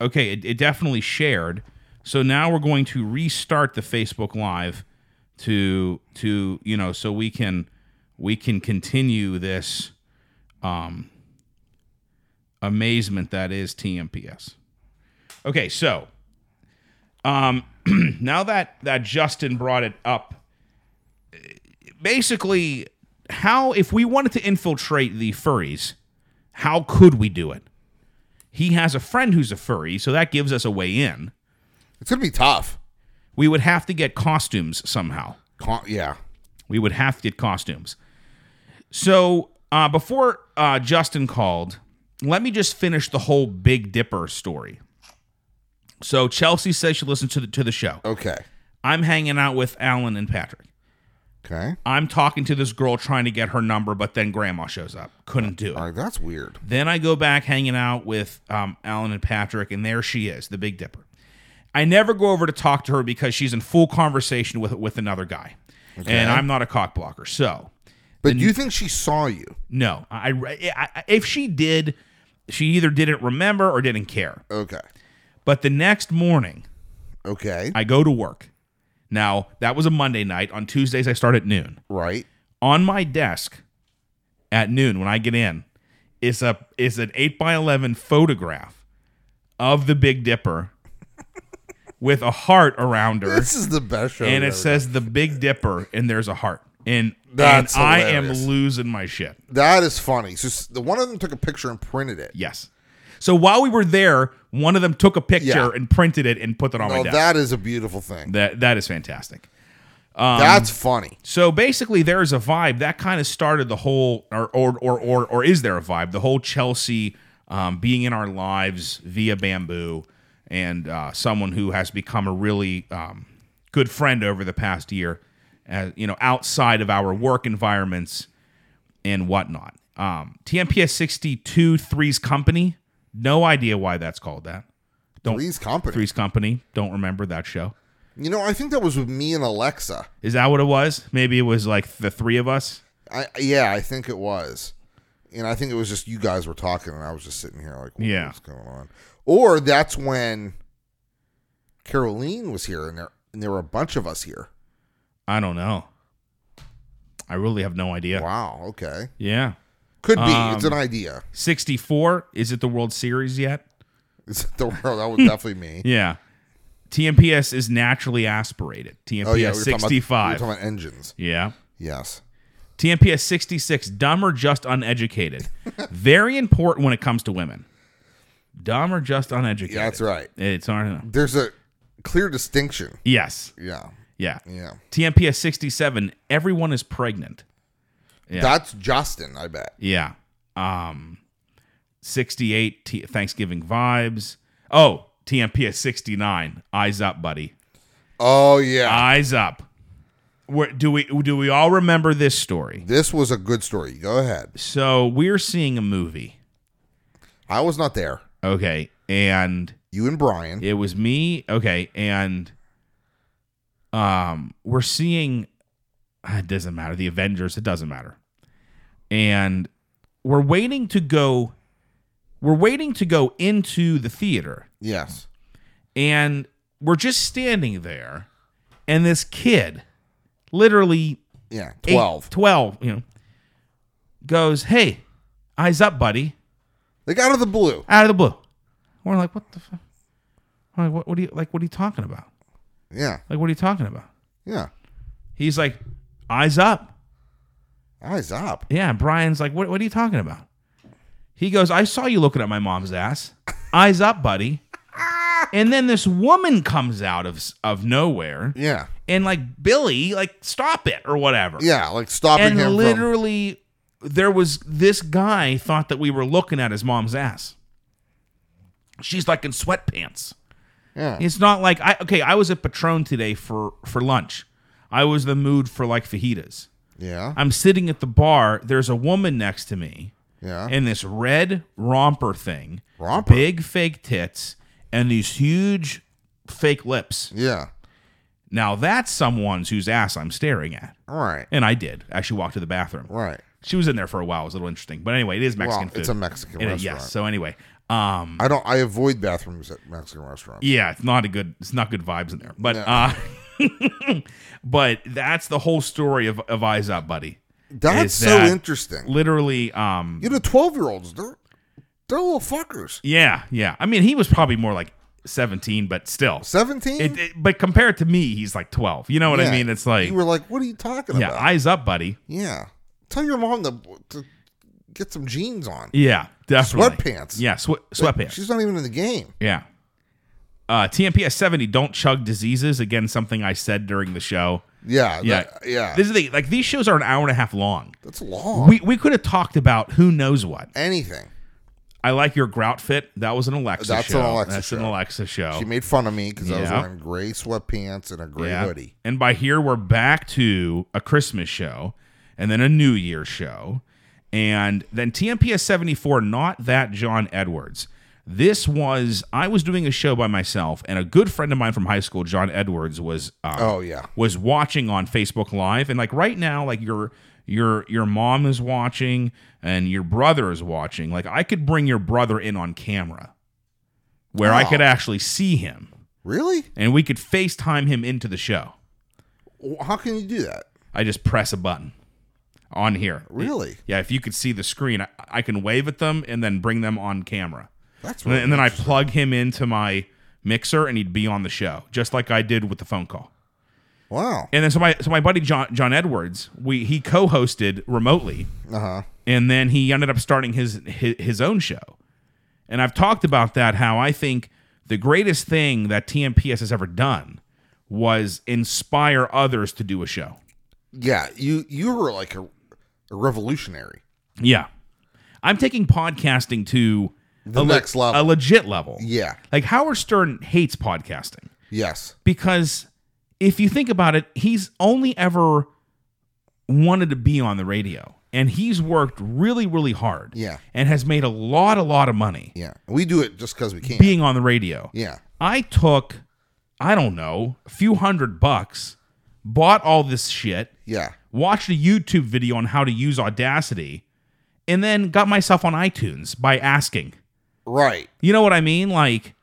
A: Okay, it, it definitely shared. So now we're going to restart the Facebook Live to to you know so we can we can continue this um amazement that is TMPS. Okay, so um now that that Justin brought it up basically how if we wanted to infiltrate the furries, how could we do it? He has a friend who's a furry, so that gives us a way in.
B: It's gonna be tough.
A: We would have to get costumes somehow.
B: Con- yeah,
A: We would have to get costumes. So uh, before uh, Justin called, let me just finish the whole Big Dipper story. So Chelsea says she listened to the to the show.
B: Okay.
A: I'm hanging out with Alan and Patrick.
B: Okay.
A: I'm talking to this girl trying to get her number, but then Grandma shows up. Couldn't do
B: All
A: it.
B: right. That's weird.
A: Then I go back hanging out with um, Alan and Patrick, and there she is, the Big Dipper. I never go over to talk to her because she's in full conversation with with another guy, and I'm not a cock blocker. So
B: But do you think she saw you?
A: No, I, I- I- if she did, she either didn't remember or didn't care.
B: Okay.
A: But the next morning,
B: Okay.
A: I go to work. Now that was a Monday night. On Tuesdays, I start at noon.
B: Right.
A: On my desk at noon, when I get in, is a is an eight by eleven photograph of the Big Dipper with a heart around her,
B: This is the best show.
A: and
B: we've
A: it
B: ever
A: says the Big Dipper, and there's a heart, and
B: That's
A: and I
B: hilarious.
A: am losing my shit.
B: done. that is funny. So s- the one of them took a picture and printed it.
A: Yes. So while we were there, one of them took a picture
B: Yeah.
A: and printed it and put it on
B: Oh,
A: my desk.
B: that is a beautiful thing.
A: that that is fantastic. Um,
B: That's funny.
A: So basically, there is a vibe that kind of started the whole, or or or or, or is there a vibe? The whole Chelsea um, being in our lives via bamboo, and uh, someone who has become a really um, good friend over the past year, uh, you know, outside of our work environments and whatnot. Um, TMPS 62 Threes Company. No idea why that's called that. Don't
B: Three's company.
A: Threes Company. Don't remember that show.
B: You know, I think that was with me and Alexa.
A: Is that what it was? Maybe it was like the three of us.
B: I yeah, I think it was, and I think it was just you guys were talking, and I was just sitting here like, what-
A: Yeah.
B: what's going on? Or that's when Caroline was here, and there and there were a bunch of us here.
A: I don't know. I really have no idea.
B: Wow. Okay.
A: Yeah.
B: Could be. it's
A: Um,
B: an idea.
A: 64. Is it the World Series yet?
B: It's the world. That would definitely me.
A: Yeah. TMPS is naturally aspirated. TMPS
B: Oh yeah, we were talking about-
A: 65.
B: we were talking about engines.
A: yeah.
B: Yes.
A: TMPS 66. Dumb or just uneducated. Very important when it comes to women. Dumb or just uneducated.
B: Yeah, that's right.
A: It's on.
B: There's a clear distinction.
A: Yes.
B: Yeah.
A: Yeah.
B: Yeah.
A: TMPS 67. Everyone is pregnant. Yeah.
B: That's Justin, I bet.
A: Yeah. Um 68 T- Thanksgiving vibes. Oh, TMPS 69. Eyes up, buddy.
B: Oh yeah.
A: Eyes up. Where do we do we all remember this story?
B: this was a good story. Go ahead.
A: So, we're seeing a movie.
B: I was not there.
A: Okay. And
B: You and Brian.
A: it was me. Okay. And um we're seeing ah, it doesn't matter. The Avengers, it doesn't matter. And we're waiting to go we're waiting to go into the theater.
B: Yes.
A: and we're just standing there and this kid literally
B: Yeah.
A: eight-
B: Twelve.
A: 12 you know goes hey eyes up buddy
B: Like out of the blue.
A: out of the blue we're like what the fuck like what, what are you like what are you talking about
B: Yeah.
A: like what are you talking about
B: Yeah.
A: He's like, eyes up.
B: Eyes up.
A: Yeah, Brian's like, what, what are you talking about? He goes, I saw you looking at my mom's ass. Eyes up, buddy. And then this woman comes out of of nowhere
B: Yeah.
A: and like Billy, like stop it or whatever.
B: Yeah. Like stopping
A: and
B: him from.
A: literally, there was this guy thought that we were looking at his mom's ass. She's like in sweatpants.
B: Yeah.
A: It's not like I okay. I was at Patron today for for lunch. I was in the mood for like fajitas.
B: Yeah.
A: I'm sitting at the bar. There's a woman next to me
B: Yeah.
A: in this red romper thing,
B: Romper.
A: big fake tits, and these huge fake lips.
B: Yeah.
A: Now that's someone's whose ass I'm staring at,
B: All right.
A: and I did actually walk to the bathroom.
B: Right.
A: She was in there for a while. It was a little interesting, but anyway, it is Mexican
B: well,
A: food.
B: it's a Mexican
A: It is-
B: restaurant.
A: yes. So anyway, um,
B: I don't. I avoid bathrooms at Mexican restaurants.
A: yeah, it's not a good. It's not good vibes in there. But
B: No.
A: uh, but that's the whole story of, of Eyes Up, buddy.
B: That's
A: Is
B: so
A: that-
B: interesting.
A: Literally, um,
B: You know, twelve year olds, they're they're little fuckers.
A: yeah, yeah. I mean, he was probably more like seventeen, but still,
B: Seventeen.
A: It, it- but compared to me, he's like twelve. You know what I
B: Yeah.
A: mean? It's like,
B: you were like, "What are you talking
A: yeah,
B: about?"
A: Eyes Up, buddy.
B: yeah. Tell your mom to, to get some jeans on.
A: Yeah, definitely.
B: Sweatpants.
A: Yeah, swe- sweatpants.
B: She's not even in the game.
A: Yeah. Uh, TMPS 70, don't chug diseases. Again, something I said during the show.
B: Yeah.
A: Yeah.
B: that- yeah.
A: This is the thing. Like, these shows are an hour and a half long.
B: That's long.
A: We, we could have talked about who knows what.
B: Anything.
A: I like your grout fit. That was an Alexa
B: That's
A: show.
B: an Alexa
A: That's an
B: show.
A: Alexa show.
B: She made fun of me because I was
A: Yeah.
B: wearing gray sweatpants and a gray
A: Yeah.
B: hoodie.
A: And by here, we're back to a Christmas show and then a New Year show. And then TMPS 74, not that John Edwards. This was, I was doing a show by myself, and a good friend of mine from high school, John Edwards, was. Um,
B: Oh yeah.
A: was watching on Facebook Live, and like right now, like your your your mom is watching and your brother is watching. Like I could bring your brother in on camera, where I
B: Oh.
A: could actually see him,
B: Really?
A: and we could FaceTime him into the show.
B: Wh- How can you do that?
A: I just press a button on here.
B: Really?
A: Yeah, if you could see the screen, I, I can wave at them and then bring them on camera,
B: That's
A: and
B: really
A: then, and then I plug him into my mixer, and he'd be on the show, just like I did with the phone call.
B: wow.
A: And then so my so my buddy John John Edwards, we he co-hosted remotely,
B: Uh huh.
A: and then he ended up starting his his, his own show. And I've talked about that how I think the greatest thing that TMPS has ever done was inspire others to do a show.
B: Yeah. You you were like a, a revolutionary.
A: Yeah. I'm taking podcasting to
B: The
A: a
B: next level.
A: a legit level.
B: Yeah.
A: Like Howard Stern hates podcasting.
B: Yes.
A: because if you think about it, he's only ever wanted to be on the radio, and he's worked really, really hard.
B: Yeah.
A: and has made a lot, a lot of money
B: Yeah. We do it just because we can.
A: being on the radio.
B: yeah.
A: I took, I don't know, a few hundred bucks, bought all this shit,
B: Yeah.
A: watched a YouTube video on how to use Audacity, and then got myself on iTunes by asking.
B: Right.
A: You know what I mean? Like,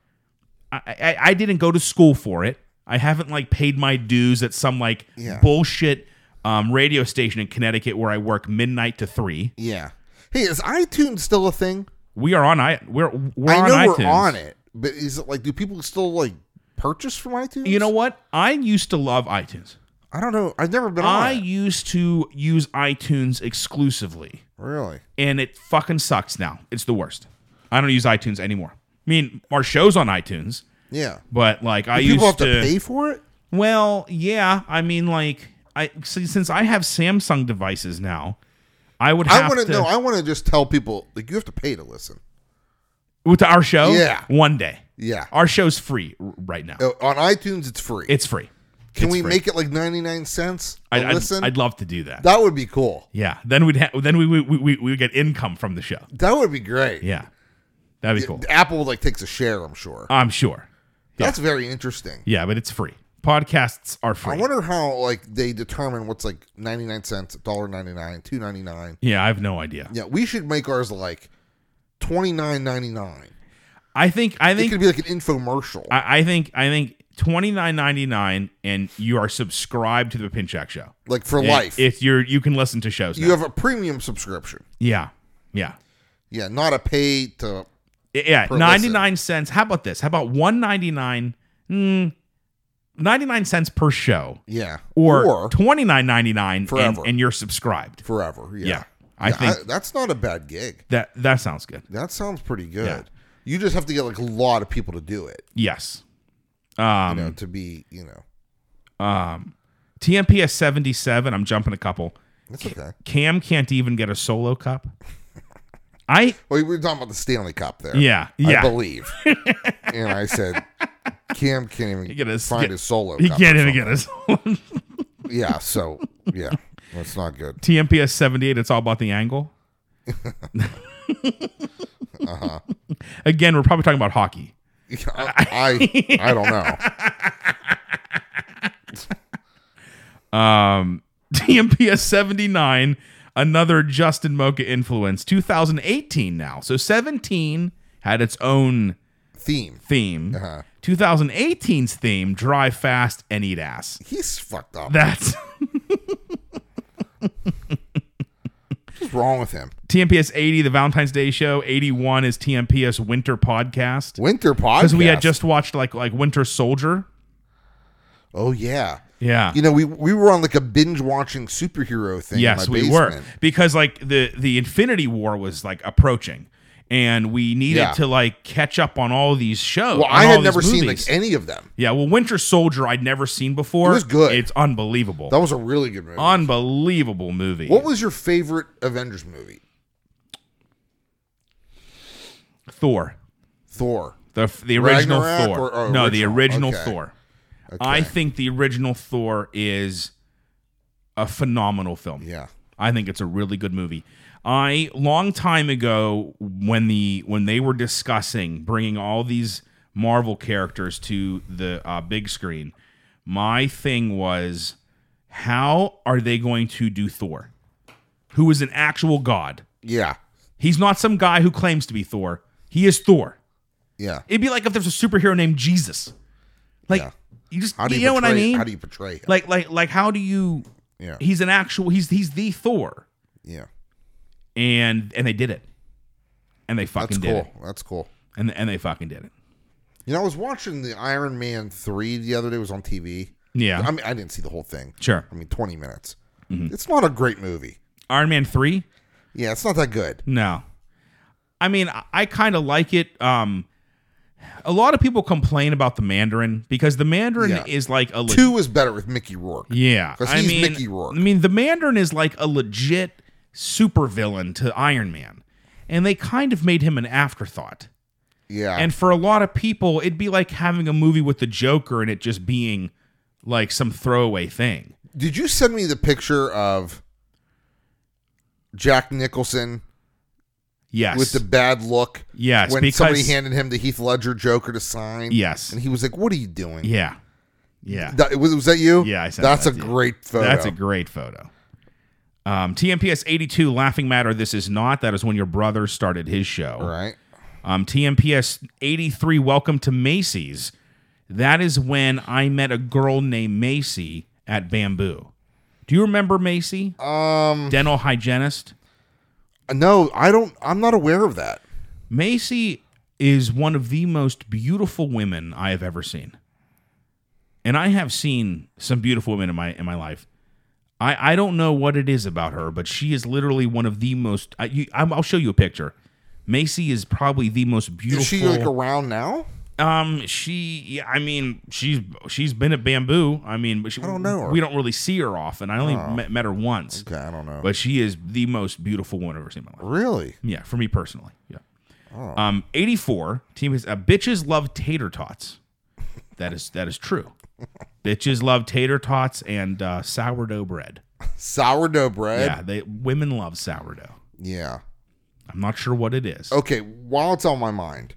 A: I, I, I didn't go to school for it. I haven't like paid my dues at some like
B: Yeah.
A: bullshit um, radio station in Connecticut where I work midnight to three.
B: Yeah. Hey, is iTunes still a thing?
A: We are on i we're we're
B: I
A: on
B: know
A: iTunes.
B: we're on it, but is it like do people still like purchase from iTunes?
A: You know what? I used to love iTunes.
B: I don't know. I've never been
A: I
B: on. It.
A: used to use iTunes exclusively,
B: Really?
A: and it fucking sucks now. It's the worst. I don't use iTunes anymore. I mean, our show's on iTunes,
B: Yeah.
A: but like I
B: Do people have
A: used
B: to, pay for it.
A: Well, yeah. I mean, like, I see, since I have Samsung devices now, I would have
B: I want
A: to
B: to know. I want to just tell people like you have to pay to listen.
A: with our show.
B: Yeah.
A: one day.
B: Yeah.
A: Our show's free r- right now.
B: Uh, on iTunes, it's free.
A: It's free.
B: Can
A: Oh. it's
B: we
A: free.
B: make it like ninety nine cents?
A: I,
B: to
A: I'd,
B: listen.
A: I'd love to do that.
B: that would be cool.
A: yeah. Then we'd ha- then we we, we we we would get income from the show.
B: That would be great.
A: Yeah, that'd be cool. Uh,
B: Apple like takes a share. I'm sure.
A: I'm sure.
B: That's very interesting.
A: Yeah, but it's free. Podcasts are
B: I
A: free.
B: wonder how like they determine what's like ninety nine cents, dollar ninety nine, two ninety nine.
A: yeah, I have no idea.
B: Yeah, we should make ours like twenty nine ninety nine.
A: I think I
B: It
A: think
B: could be like an infomercial.
A: I, I think I think twenty nine ninety nine, and you are subscribed to the Pinchak Show.
B: like for
A: It-
B: life.
A: If you're you can listen to shows.
B: you
A: now.
B: have a premium subscription.
A: yeah. Yeah.
B: Yeah, not a pay to
A: I- Yeah,
B: Per
A: 99 cents. How about this? How about 199? Mm, 99 cents per show
B: Yeah.
A: or, twenty nine ninety nine, and,
B: Forever.
A: and you're subscribed.
B: forever. Yeah.
A: Yeah. I think-
B: that's not a bad gig.
A: That that sounds good.
B: That sounds pretty good. You just have to get like a lot of people to do it,
A: Yes.
B: you
A: Um,
B: know, to be, you know,
A: TMP has 77. I'm jumping a couple.
B: that's okay.
A: Cam can't even get a solo cup. I
B: Well, we were talking about the Stanley Cup there.
A: yeah yeah.
B: I believe. and I said, Cam can't even
A: get a-
B: find
A: get-
B: his solo.
A: he
B: cup
A: can't
B: or
A: even get a solo.
B: something. Yeah. So, yeah, that's not good.
A: TMP has 78. It's all about the angle.
B: Uh-huh.
A: Again, we're probably talking about hockey.
B: I, I don't know.
A: Um, TMP has 79. Another Justin Mocha influence. 2018 now. So 17 had its own
B: Theme.
A: theme.
B: Uh-huh.
A: 2018's theme: drive fast and eat ass.
B: He's fucked up.
A: That's
B: What's wrong with him?
A: TMPS 80, the Valentine's Day show. 81 is TMPS Winter Podcast
B: Winter podcast.
A: because we had just watched like like Winter Soldier.
B: Oh yeah.
A: Yeah.
B: You know, we we were on like a binge watching superhero thing.
A: yes,
B: in my
A: we were
B: basement.
A: because like the the Infinity War was like approaching, and we needed
B: Yeah.
A: to like catch up on all these shows.
B: Well,
A: on
B: I
A: all
B: had
A: these
B: never seen
A: movies.
B: like any of them.
A: yeah, well, Winter Soldier I'd never seen before.
B: It was good.
A: It's unbelievable.
B: That was a really good movie.
A: unbelievable movie.
B: what was your favorite Avengers movie?
A: Thor?
B: Thor.
A: The the original
B: Ragnarok
A: Thor.
B: or- or
A: no, the
B: original.
A: original
B: Okay.
A: Thor. I think the original Thor is a phenomenal film.
B: Yeah.
A: I think it's a really good movie. I long time ago when the when they were discussing bringing all these Marvel characters to the uh, big screen, my thing was how are they going to do Thor, who is an actual god?
B: Yeah.
A: He's not some guy who claims to be Thor. He is Thor.
B: Yeah.
A: It'd be like if there's a superhero named Jesus. Like
B: Yeah.
A: you just
B: How do
A: you,
B: you,
A: know what I
B: portray-
A: mean?
B: How do you portray him?
A: like like like how do you
B: yeah.
A: he's an actual he's he's the Thor.
B: Yeah.
A: And and they did it. And they
B: That's
A: fucking did
B: cool.
A: it.
B: That's cool.
A: And and they fucking did it.
B: You know, I was watching the Iron Man three the other day. It was on TV.
A: Yeah.
B: I mean, I didn't see the whole thing.
A: sure. Mm-hmm.
B: I mean, twenty minutes. It's not a great movie.
A: Iron Man 3?
B: Yeah, it's not that good.
A: No. I mean, I, I kind of like it um a lot of people complain about the Mandarin because the Mandarin
B: Yeah.
A: is like a le-
B: Two is better with Mickey Rourke.
A: Yeah,
B: 'Cause
A: I
B: he's
A: mean,
B: Mickey Rourke.
A: I mean, the Mandarin is like a legit supervillain to Iron Man, and they kind of made him an afterthought.
B: Yeah.
A: And for a lot of people, it'd be like having a movie with the Joker and it just being like some throwaway thing.
B: Did you send me the picture of Jack Nicholson
A: Yes,
B: with the bad look?
A: yes,
B: when
A: because
B: somebody handed him the Heath Ledger Joker to sign.
A: Yes.
B: And he was like, What are you doing?
A: yeah, yeah.
B: That, was, was that you?
A: Yeah, I sent
B: That's
A: that
B: a
A: to you.
B: great photo.
A: That's a great photo. Um, TMPS 82, Laughing Matter, This Is Not. That is when your brother started his show.
B: right.
A: Um, TMPS 83, Welcome to Macy's. That is when I met a girl named Macy at Bamboo. Do you remember Macy?
B: Um
A: Dental hygienist.
B: no, I don't I'm not aware of that.
A: Macy is one of the most beautiful women I have ever seen. And I have seen some beautiful women in my in my life. I, I don't know what it is about her, but she is literally one of the most. I, you, I'm, I'll show you a picture. Macy is probably the most beautiful.
B: Is she like around now?
A: Um, she. yeah, I mean, she's she's been at Bamboo. I mean, but she, I
B: don't know her. Oh.
A: We don't really see her often. I only met, met her once,
B: Okay, I don't know.
A: but she is the most beautiful one I've ever seen in my life.
B: really?
A: Yeah, for me personally. Yeah.
B: Oh.
A: Um, eighty four team is uh, bitches love tater tots. That is that is true. bitches love tater tots and uh, sourdough bread.
B: Sourdough bread.
A: Yeah, they women love sourdough.
B: Yeah.
A: I'm not sure what it is.
B: Okay, while it's on my mind,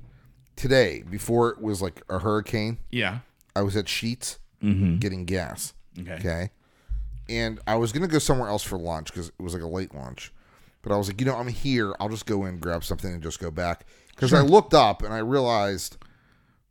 B: today, before it was like a hurricane,
A: Yeah.
B: I was at Sheets
A: Mm-hmm.
B: getting gas.
A: Okay.
B: Okay. And I was gonna go somewhere else for lunch because it was like a late lunch, but I was like, you know, I'm here. I'll just go in, grab something, and just go back. Because I looked up and I realized,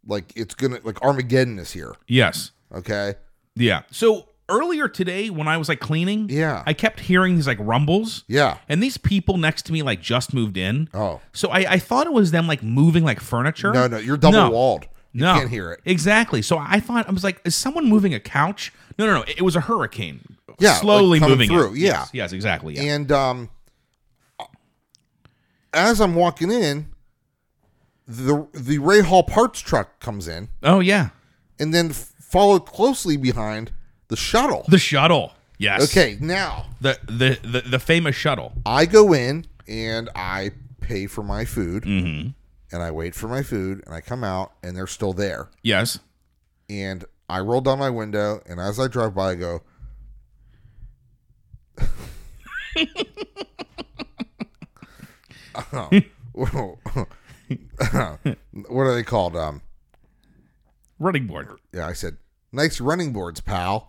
B: like, it's gonna like Armageddon is here.
A: Yes.
B: Okay.
A: Yeah. So earlier today, when I was like cleaning,
B: Yeah.
A: I kept hearing these like rumbles.
B: Yeah.
A: And these people next to me like just moved in.
B: Oh
A: So I, I thought it was them like moving like furniture.
B: no, no, you're double
A: No.
B: walled.
A: no,
B: can't hear it.
A: Exactly. So I thought I was like, is someone moving a couch? No, no, no. It was a hurricane.
B: Yeah, like
A: slowly
B: coming
A: moving it.
B: through, yeah.
A: Yes, yes, exactly. Yeah.
B: And um, as I'm walking in, the the Ray Hall parts truck comes in,
A: oh yeah,
B: and then f- followed closely behind the shuttle.
A: the shuttle. Yes.
B: okay, now
A: The the the, the famous shuttle.
B: I go in and I pay for my food,
A: Mm-hmm.
B: and I wait for my food, and I come out, and they're still there.
A: Yes.
B: and I roll down my window, and as I drive by, I go. what are they called? Um,
A: Running board.
B: yeah, I said, nice running boards, pal.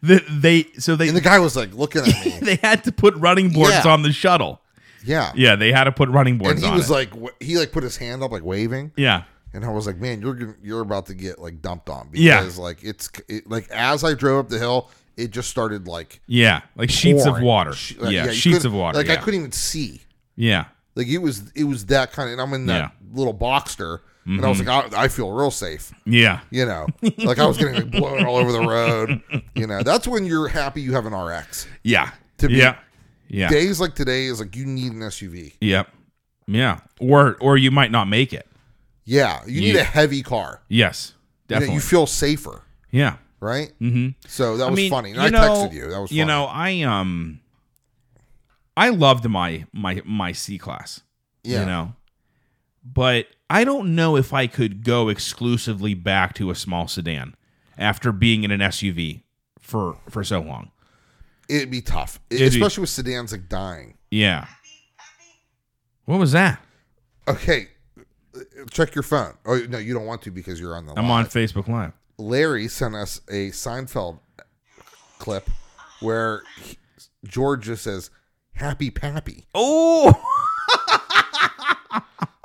A: The, they so they
B: And the guy was like looking at me.
A: they had to put running boards
B: Yeah.
A: on the shuttle.
B: Yeah.
A: Yeah, they had to put running boards
B: And he
A: on
B: was
A: it.
B: like, wh- he like put his hand up, like waving.
A: yeah.
B: And I was like, man, you're gonna, you're about to get like dumped on
A: Yeah.
B: because like it's it, like as I drove up the hill, it just started like
A: Yeah, like sheets of
B: pouring.
A: water.
B: Sh-
A: yeah,
B: like, you
A: sheets
B: couldn't-
A: of water.
B: Like
A: yeah.
B: I couldn't even see.
A: Yeah.
B: Like it was it was that kind of. And I'm in that little Boxster, and I was
A: Mm-hmm.
B: like, I, I feel real safe.
A: Yeah.
B: You know, like I was getting like, blown all over the road. You know, that's when you're happy you have an RX.
A: Yeah.
B: To be-
A: yeah. Yeah.
B: Days like today is like you need an SUV.
A: Yep. Yeah. Or or you might not make it.
B: Yeah, you need
A: Yeah.
B: a heavy car.
A: Yes.
B: You, know,
A: Definitely.
B: you feel safer,
A: yeah.
B: right?
A: Mm-hmm.
B: So that was funny. And I texted you. That was funny.
A: you know I um I loved my my my C class.
B: yeah,
A: You know, but I don't know if I could go exclusively back to a small sedan after being in an SUV for for so long.
B: it'd be tough,
A: It'd be-
B: especially with sedans like dying.
A: Yeah. What was that?
B: Okay, check your phone. Oh no, you don't want to because you're on the.
A: I'm on
B: live.
A: Facebook Live.
B: Larry sent us a Seinfeld clip where he- George just says "Happy Pappy."
A: Oh.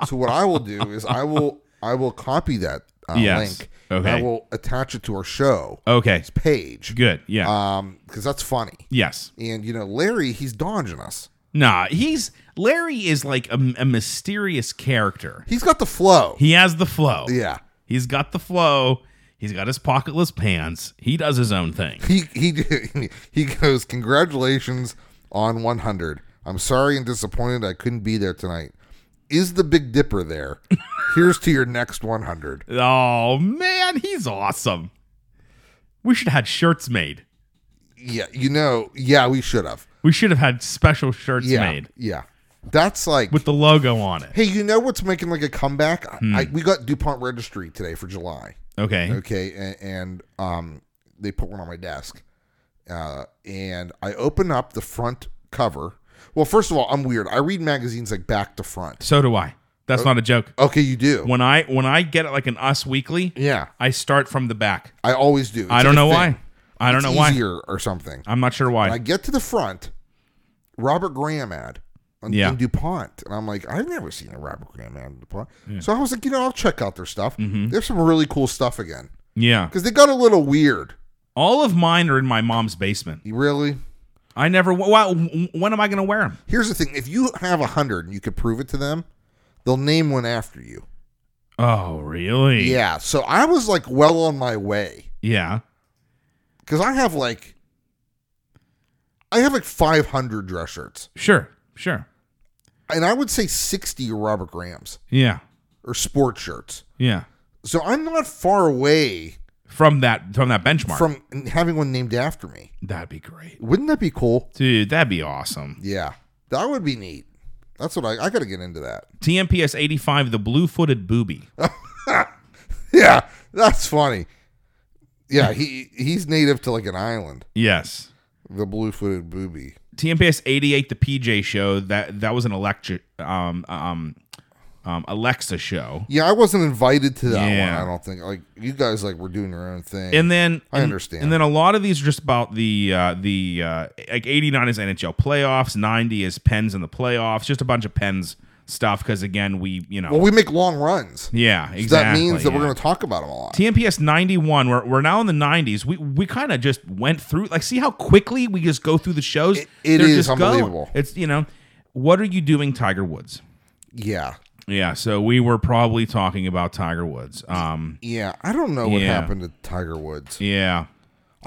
B: So what I will do is I will I will copy that uh,
A: Yes.
B: link.
A: Okay.
B: And I will attach it to our show
A: Okay.
B: page.
A: Good. Yeah.
B: Um, because that's funny.
A: yes.
B: And you know, Larry, he's dodging us.
A: Nah. He's Larry is like a, a mysterious character.
B: He's got the flow.
A: He has the flow.
B: yeah.
A: He's got the flow. He's got his pocketless pants. He does his own thing.
B: He he he goes. Congratulations on 100. I'm sorry and disappointed I couldn't be there tonight. Is the Big Dipper there? Here's to your next 100.
A: Oh man, he's awesome. We should have had shirts made.
B: Yeah, you know, yeah, we should have.
A: We should have had special shirts
B: Yeah,
A: made
B: yeah. That's like,
A: with Hmm. the logo on it.
B: hey, you know what's making like a comeback? I- I, we got Dupont Registry today for July.
A: Okay.
B: Okay, and, and um, they put one on my desk, uh, and I open up the front cover. Well, first of all, I'm weird. I read magazines like back to front.
A: So do I.
B: Oh.
A: That's not a joke.
B: Okay, you do.
A: When I when I get it like an Us Weekly,
B: yeah,
A: I start from the back.
B: I always do. It's
A: I
B: like
A: don't
B: a
A: know
B: thing.
A: why. I don't
B: It's
A: know why.
B: easier or something.
A: I'm not sure why.
B: I get to the front, Robert Graham ad on,
A: Yeah.
B: in DuPont. And I'm like, I've never seen a Robert Graham ad in DuPont. So I was like, you know, I'll check out their stuff.
A: Mm-hmm.
B: There's some really cool stuff again.
A: yeah.
B: Because they got a little weird.
A: All of mine are in my mom's basement.
B: You really?
A: I never. Well, when am I going to wear them?
B: Here's the thing if you have a 100 and you could prove it to them, they'll name one after you.
A: Oh, really?
B: Yeah. So I was like, well on my way.
A: Yeah.
B: Because I have like, I have like 500 dress shirts.
A: Sure. Sure.
B: And I would say 60 are Robert Graham's
A: Yeah.
B: or sports shirts.
A: Yeah.
B: So I'm not far away
A: From that from that benchmark.
B: from having one named after me.
A: that'd be great,
B: Wouldn't that be cool?
A: dude. That'd be awesome.
B: Yeah, that would be neat. That's what I I got to get into that.
A: TMPS eighty five, the blue footed booby.
B: Yeah, that's funny. Yeah, he he's native to like an island.
A: yes.
B: The blue-footed booby.
A: TMPS eighty eight, the PJ show. That that was an electric um um um Alexa show.
B: Yeah, I wasn't invited to that
A: Yeah.
B: one. I don't think like you guys like were doing your own thing.
A: and then
B: I
A: and-
B: understand.
A: And then a lot of these are just about the uh, the uh, like eighty nine is NHL playoffs, ninety is Pens in the playoffs, just a bunch of Pens stuff. Because again, we you know
B: well, we make long runs.
A: yeah
B: So
A: exactly.
B: that means that
A: yeah.
B: we're going to talk about them a lot.
A: TMPS 91, we're, we're now in the 90s. We we kind of just went through, like, see how quickly we just go through the shows?
B: It- it
A: They're
B: is
A: just going.
B: unbelievable.
A: It's, you know, what are you doing, Tiger Woods?
B: yeah,
A: Yeah, so we were probably talking about Tiger Woods. Um,
B: Yeah, I don't know what
A: Yeah.
B: happened to Tiger Woods.
A: yeah,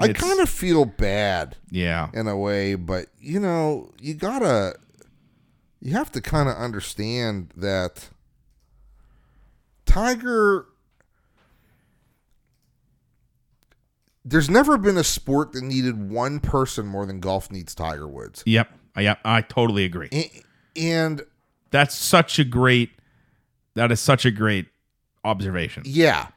B: I
A: It's-
B: kind of feel bad
A: yeah,
B: in a way, but you know, you gotta, you have to kind of understand that Tiger. There's never been a sport that needed one person more than golf needs Tiger Woods.
A: yep, yep. I totally agree.
B: A- And
A: That's such a great. That is such a great observation.
B: yeah,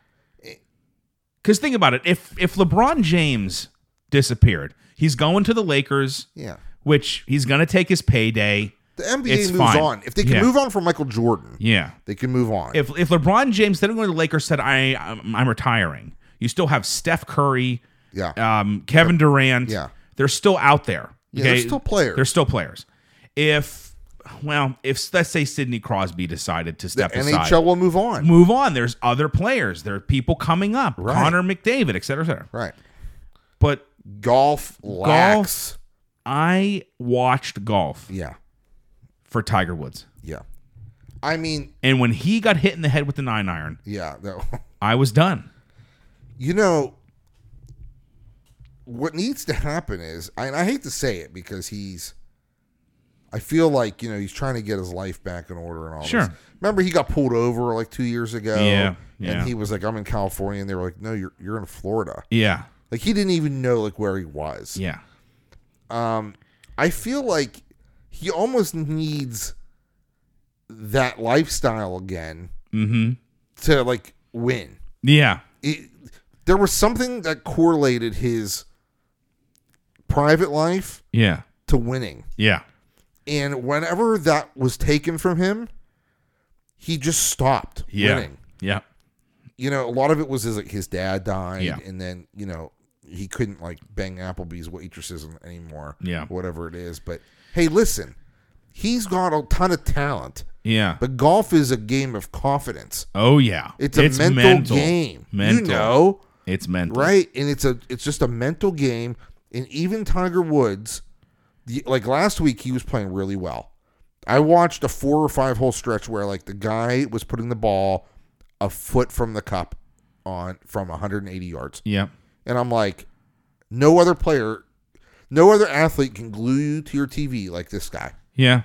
A: Because think about it: if if LeBron James disappeared, he's going to the Lakers,
B: yeah.
A: which he's gonna take his payday.
B: The NBA
A: It's
B: moves
A: fine.
B: on. If they can
A: Yeah.
B: move on from Michael Jordan,
A: Yeah.
B: they can move on.
A: If if LeBron James instead of going to the Lakers said I I'm, I'm retiring, you still have Steph Curry,
B: yeah.
A: um, Kevin Durant.
B: Yeah.
A: They're still out there.
B: Yeah, they're still players.
A: They're still players. If well, if let's say Sidney Crosby decided to
B: the
A: step aside,
B: NHL will move on.
A: move on. There's other players. There are people coming up.
B: Right.
A: Connor McDavid, et cetera, et cetera.
B: Right.
A: But
B: Golf lacks.
A: I watched golf
B: Yeah.
A: for Tiger Woods,
B: Yeah. I mean,
A: and when he got hit in the head with the nine iron,
B: yeah. Though,
A: I was done.
B: you know, what needs to happen is, and I hate to say it because he's, I feel like, you know, he's trying to get his life back in order and all
A: Sure.
B: this. Remember, he got pulled over like two years ago.
A: Yeah, yeah.
B: And he was like, I'm in California. And they were like, no, you're, you're in Florida.
A: Yeah,
B: Like, he didn't even know, like, where he was.
A: yeah,
B: I feel like he almost needs that lifestyle again to like win.
A: Mm-hmm. yeah,
B: It, there was something that correlated his private life
A: yeah,
B: to winning.
A: yeah.
B: And whenever that was taken from him, he just stopped
A: Yeah.
B: winning.
A: Yeah.
B: You know, a lot of it was his, like his dad died
A: Yeah.
B: and then, you know, he couldn't like bang Applebee's waitresses anymore.
A: Yeah.
B: Whatever it is. But hey, listen, he's got a ton of talent,
A: Yeah.
B: but golf is a game of confidence.
A: oh yeah.
B: It's a mental, game.
A: Mental.
B: You know,
A: It's mental.
B: right? And it's a it's just a mental game. And even Tiger Woods, the, like last week, he was playing really well. I watched a four or five hole stretch where like the guy was putting the ball a foot from the cup on from 180 yards,
A: Yeah.
B: and I'm like, no other player, no other athlete can glue you to your TV like this guy.
A: Yeah.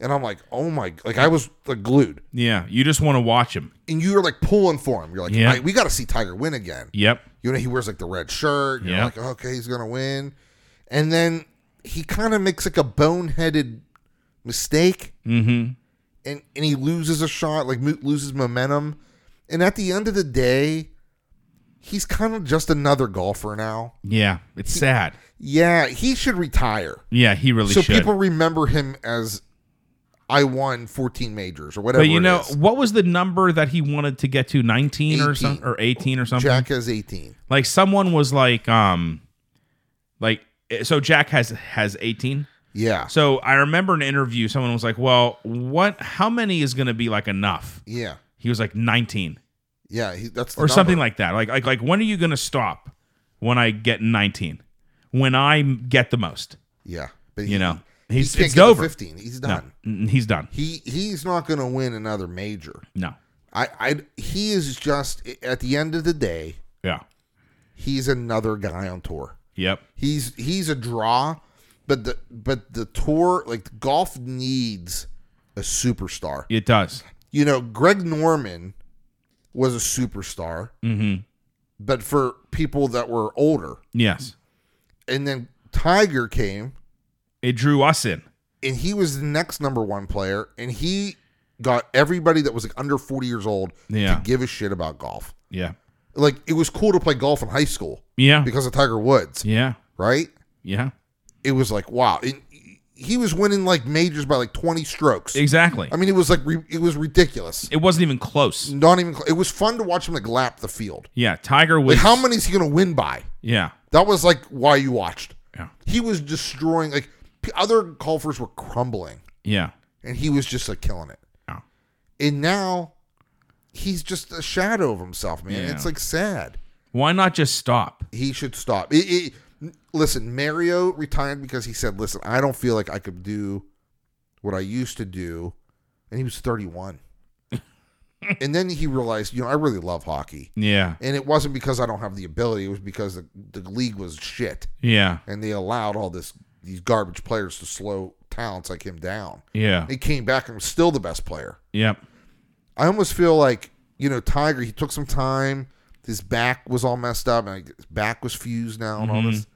B: And I'm like, oh my, like I was like glued.
A: Yeah. You just want to watch him.
B: And you were like pulling for him. You're like,
A: Yeah.
B: I- we got to see Tiger win again.
A: Yep.
B: You know, he wears like the red shirt. You're
A: Yeah.
B: like, okay, he's gonna win. And then he kind of makes like a boneheaded mistake,
A: Mm-hmm.
B: and and he loses a shot, like mo- loses momentum. And at the end of the day, he's kind of just another golfer now.
A: Yeah. It's sad.
B: Yeah, he should retire
A: Yeah. He really
B: so
A: should.
B: people remember him as I won 14 majors or whatever.
A: but you
B: it
A: know
B: is.
A: what was the number that he wanted to get to? Nineteen or
B: 18.
A: something, or eighteen or something.
B: Jack has 18.
A: Like someone was like, um, like eh, so Jack has has eighteen.
B: Yeah,
A: So I remember an interview. Someone was like, "Well, what? How many is going to be like enough?"
B: yeah,
A: He was like nineteen.
B: yeah. He, that's the
A: or something
B: number.
A: like that. Like like like when are you gonna stop? When I get 19, when I get the most,
B: yeah. But
A: you
B: he-
A: know,
B: he
A: he's
B: can't
A: it's
B: get to
A: over.
B: 15. He's
A: No,
B: done.
A: Mm, he's done.
B: he he's not going to win another major.
A: No,
B: I I he is just at the end of the day,
A: yeah,
B: he's another guy on tour.
A: yep,
B: He's he's a draw, but the but the tour like golf needs a superstar.
A: it does.
B: You know, Greg Norman was a superstar,
A: Mm-hmm.
B: but for people that were older.
A: Yes,
B: And then Tiger came
A: it drew us in.
B: and he was the next number 1 player and he got everybody that was like under 40 years old
A: Yeah.
B: to give a shit about golf.
A: Yeah,
B: like it was cool to play golf in high school
A: yeah,
B: because of Tiger Woods,
A: Hmm. yeah,
B: right?
A: yeah.
B: It was like wow, and he was winning like majors by like twenty strokes.
A: Exactly.
B: I mean, it was like re- it was ridiculous.
A: it wasn't even close.
B: Not even cl- it was fun to watch him like lap the field.
A: Yeah, Tiger was.
B: Like how many is he going to win by?
A: Yeah,
B: That was like why you watched.
A: Yeah.
B: He was destroying like p- other golfers were crumbling,
A: yeah,
B: and he was just like killing it.
A: Yeah.
B: And now he's just a shadow of himself, man.
A: Yeah.
B: It's like sad.
A: Why not just stop?
B: he should stop. It- it- listen, Mario retired because he said, "Listen, I don't feel like I could do what I used to do," and he was thirty-one. and then he realized, you know, I really love hockey.
A: Yeah.
B: And it wasn't because I don't have the ability, it was because the, the league was shit
A: Yeah.
B: and they allowed all this these garbage players to slow talents like him down.
A: Yeah.
B: He came back and was still the best player.
A: Yep.
B: I almost feel like, you know, Tiger, he took some time. His back was all messed up and his back was fused now and all this.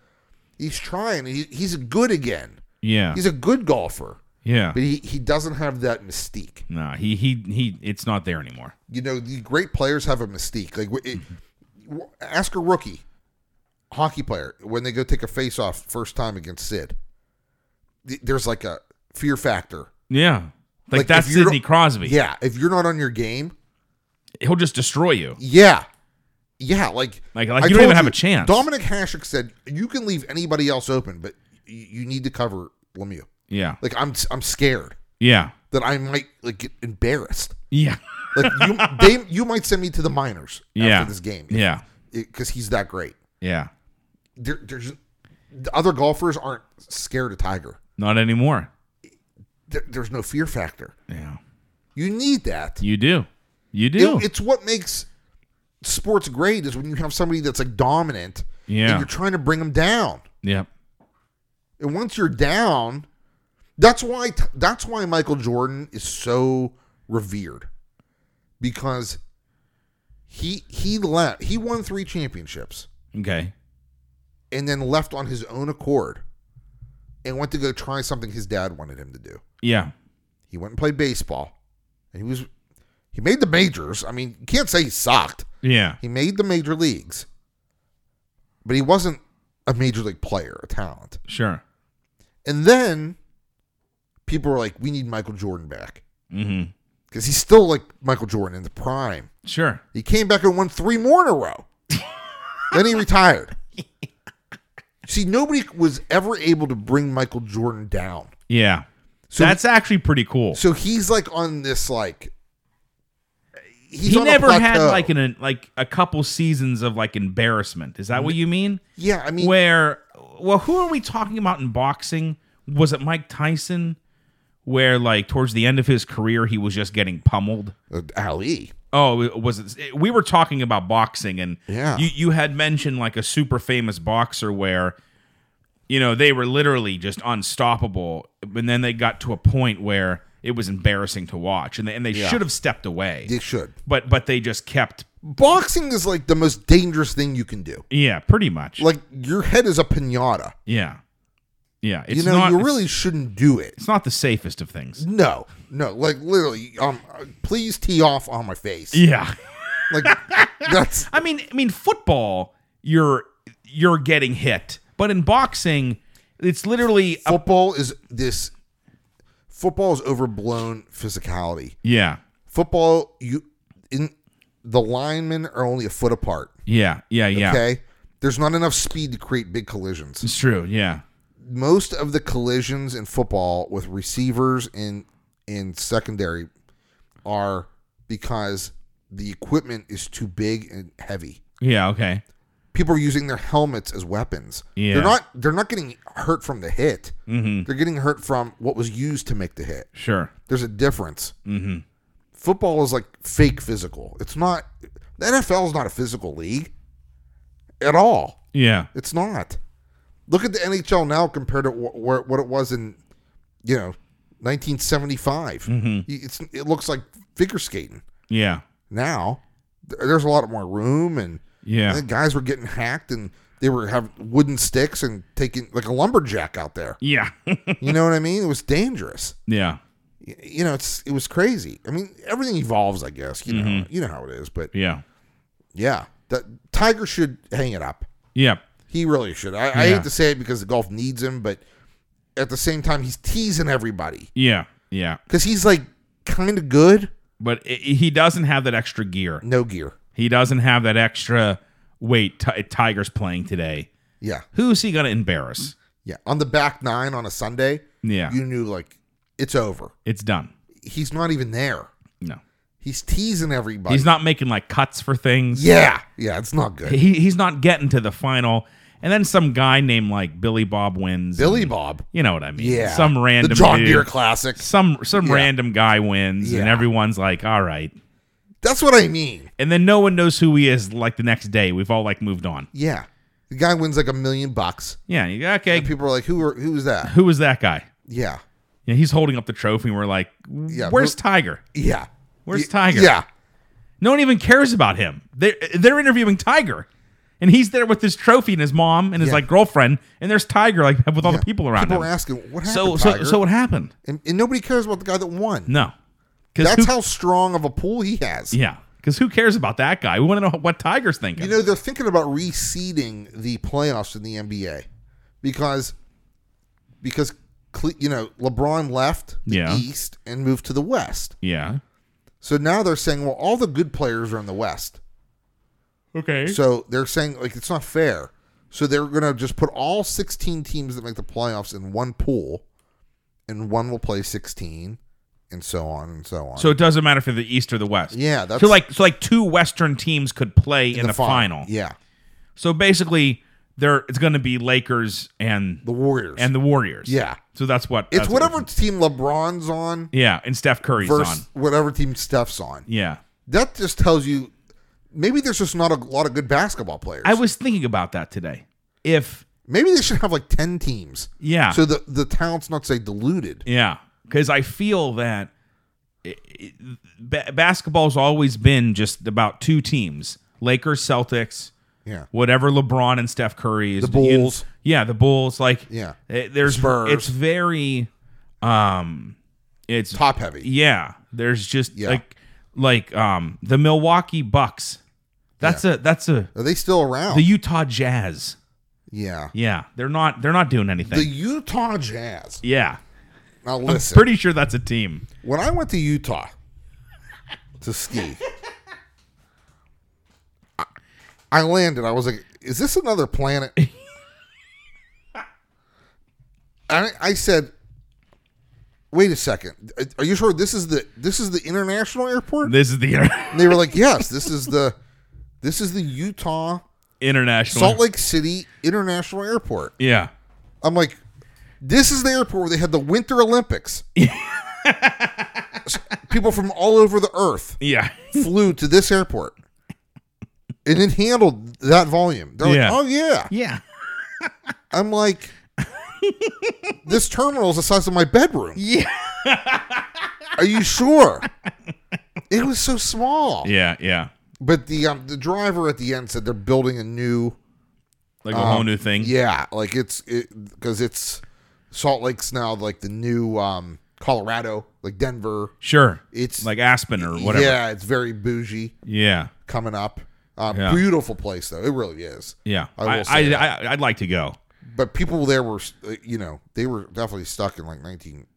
B: He's trying. He, he's good again.
A: Yeah.
B: He's a good golfer,
A: Yeah.
B: but he, he doesn't have that mystique.
A: Nah, he he he. It's not there anymore.
B: You know, the great players have a mystique. Like, it, w- ask a rookie hockey player when they go take a face off first time against Sid. Th- There's like a fear factor.
A: Yeah. Like,
B: Like,
A: that's
B: if you
A: Sidney
B: don't-
A: Crosby.
B: Yeah, if you're not on your game,
A: He'll just destroy you.
B: Yeah. Yeah, like
A: Like- like
B: I
A: you don't even
B: told
A: have a chance.
B: Dominic Hasek said you can leave anybody else open, but you, you need to cover Lemieux.
A: Yeah.
B: Like I'm I'm scared
A: Yeah.
B: that I might like get embarrassed.
A: Yeah.
B: Like you they you might send me to the minors
A: Yeah.
B: after this game.
A: Yeah.
B: Because he's that great.
A: Yeah.
B: There, there's the other golfers aren't scared of Tiger.
A: Not anymore.
B: There, there's no fear factor.
A: Yeah.
B: You need that.
A: You do. You do.
B: It- it's what makes sports great is when you have somebody that's like dominant
A: Yeah.
B: and you're trying to bring them down.
A: yep.
B: And once you're down, that's why that's why Michael Jordan is so revered because he he left he won 3 championships
A: Okay.
B: and then left on his own accord and went to go try something his dad wanted him to do.
A: Yeah.
B: He went and played baseball and he was he made the majors. I mean, you can't say he sucked.
A: Yeah.
B: He made the major leagues. But he wasn't a major league player, a talent.
A: Sure.
B: And then people were like, we need Michael Jordan back
A: Mm-hmm.
B: because he's still like Michael Jordan in the prime.
A: Sure.
B: He came back and won three more in a row. then he retired. See, nobody was ever able to bring Michael Jordan down.
A: Yeah.
B: So,
A: That's actually pretty cool.
B: so he's like on this like he's
A: he
B: on a
A: never had
B: plateau.
A: like an like a couple seasons of like embarrassment. Is that what you mean?
B: yeah. I mean,
A: where well who are we talking about in boxing was it mike tyson where like towards the end of his career he was just getting pummeled
B: uh, Ali.
A: oh it was it, we were talking about boxing and
B: Yeah.
A: you, you had mentioned like a super famous boxer where you know they were literally just unstoppable and then they got to a point where it was embarrassing to watch and they, and they should have stepped away
B: They should.
A: but but they just kept
B: Boxing is like the most dangerous thing you can do.
A: yeah pretty much
B: Like your head is a pinata.
A: yeah yeah it's
B: you know,
A: not
B: you
A: it's-
B: really shouldn't do it.
A: it's not the safest of things
B: No, no, like literally, um, please tee off on my face.
A: Yeah.
B: Like that's
A: I mean, I mean, football, you're you're getting hit, but in boxing, it's literally a,
B: football is this football is overblown physicality.
A: yeah,
B: Football, you in the linemen are only a foot apart.
A: yeah, yeah, yeah.
B: Okay, there's not enough speed to create big collisions.
A: It's true. Yeah,
B: Most of the collisions in football with receivers in in secondary are because the equipment is too big and heavy.
A: yeah. Okay.
B: people are using their helmets as weapons.
A: Yeah.
B: They're not they're not getting hurt from the hit. They're getting hurt from what was used to make the hit.
A: Sure.
B: There's a difference. Mm-hmm. Football is like fake physical. It's not the NFL is not a physical league at all.
A: Yeah.
B: It's not. Look at the NHL now compared to wh- where what it was in you know 1975. It's it looks like figure skating
A: Yeah.
B: now. Th- There's a lot more room and
A: Yeah.
B: and the guys were getting hacked and they were have wooden sticks and taking like a lumberjack out there.
A: Yeah.
B: You know what I mean? It was dangerous.
A: yeah.
B: Y- You know, it's it was crazy. I mean, everything evolves, I guess. You know,
A: Mm-hmm.
B: you know how it is. But
A: Yeah.
B: yeah, that Tiger should hang it up.
A: Yeah.
B: He really should. I, I
A: Yeah.
B: hate to say it because the golf needs him, but at the same time, he's teasing everybody
A: Yeah. Yeah.
B: because he's like kind of good,
A: But i he doesn't have that extra gear.
B: no gear.
A: He doesn't have that extra weight. T- Tiger's playing today.
B: Yeah,
A: Who's he gonna embarrass?
B: yeah. On the back nine on a Sunday,
A: Yeah.
B: you knew like it's over.
A: it's done.
B: He's not even there.
A: No.
B: He's teasing everybody.
A: He's not making like cuts for things.
B: Yeah, yeah, it's not good.
A: he, he's not getting to the final. And then some guy named like Billy Bob wins.
B: Billy Bob.
A: you know what I mean?
B: Yeah,
A: Some random
B: the John
A: dude,
B: Deere Classic.
A: Some some
B: Yeah.
A: random guy wins,
B: Yeah.
A: and everyone's like, "All right,
B: That's what I mean.
A: and then no one knows who he is like the next day. We've all like moved on.
B: Yeah. The guy wins like a million bucks.
A: Yeah, you go, okay.
B: And people are like, who are, who's that?
A: Who was that guy?
B: Yeah.
A: Yeah, he's holding up the trophy. And we're like,
B: Yeah,
A: where's
B: who-
A: Tiger?
B: Yeah.
A: Where's
B: Y-
A: Tiger?
B: Yeah.
A: No one even cares about him. They're, they're interviewing Tiger, and he's there with his trophy and his mom and his
B: Yeah.
A: like girlfriend, and there's Tiger like with all
B: Yeah.
A: the people around
B: People are
A: him.
B: asking, what
A: so
B: happened,
A: so
B: Tiger?"
A: so what happened?
B: and, and nobody cares about the guy that won.
A: No, because
B: That's how strong of a pool he has.
A: yeah, because who cares about that guy? We want to know what Tiger's thinking.
B: You know, they're thinking about reseeding the playoffs in the NBA because because Cle- you know LeBron left the
A: Yeah.
B: East and moved to the West.
A: yeah.
B: So now they're saying, well, all the good players are in the West.
A: Okay.
B: So they're saying like it's not fair. So they're gonna just put all 16 teams that make the playoffs in one pool, and one will play 16, and so on and so on.
A: So it doesn't matter for the East or the West.
B: yeah, that's
A: So like so like two Western teams could play in, the,
B: fin-
A: final.
B: Yeah,
A: So basically, there it's going to be Lakers and
B: the Warriors.
A: and the Warriors.
B: Yeah.
A: So that's what
B: it's
A: that's what
B: whatever team LeBron's on
A: yeah, and Steph Curry's on.
B: versus whatever team Steph's on.
A: Yeah.
B: That just tells you maybe there's just not a lot of good basketball players.
A: I was thinking about that today. If
B: maybe they should have like 10 teams.
A: yeah,
B: So the the talent's not say diluted.
A: yeah, because I feel that it, it, ba- basketball's always been just about two teams: Lakers, Celtics,
B: Yeah.
A: whatever LeBron and Steph Curry is.
B: The Bulls.
A: yeah, the Bulls. Like
B: Yeah.
A: it- there's
B: Spurs.
A: It's very, um, it's
B: Top heavy.
A: Yeah, there's just
B: Yeah.
A: like like um the Milwaukee Bucks. That's a that's a
B: Are they still around?
A: the Utah Jazz.
B: yeah.
A: Yeah, they're not they're not doing anything.
B: The Utah Jazz.
A: yeah,
B: Now
A: I'm
B: listen.
A: pretty sure that's a team.
B: when I went to Utah to ski, I- I landed. I was like, "Is this another planet?" I I said, "Wait a second. Are you sure this is the this is the international airport?"
A: This is the
B: And they were like, "Yes, this is the this is the Utah
A: international
B: Salt Lake City International Airport."
A: Yeah,
B: I'm like, this is the airport where they had the Winter Olympics. S- People from all over the earth
A: yeah,
B: flew to this airport. And it handled that volume. They're
A: Yeah.
B: like, oh yeah.
A: yeah,
B: I'm like, this terminal is the size of my bedroom.
A: yeah,
B: Are you sure? It was so small.
A: yeah, yeah.
B: But the um, the driver at the end said they're building a new
A: Like a whole new thing.
B: Uh-huh. yeah, like it's because it's Salt Lake's now like the new um, Colorado, like Denver.
A: Sure,
B: It's
A: like Aspen or whatever. Yeah,
B: Yeah, it's very bougie
A: yeah,
B: coming up. Uh,
A: Yeah.
B: Beautiful place though, it really is.
A: yeah.
B: I will
A: I
B: say
A: I,
B: that.
A: I, I would like to go.
B: But people there were, uh, you know, they were definitely stuck in like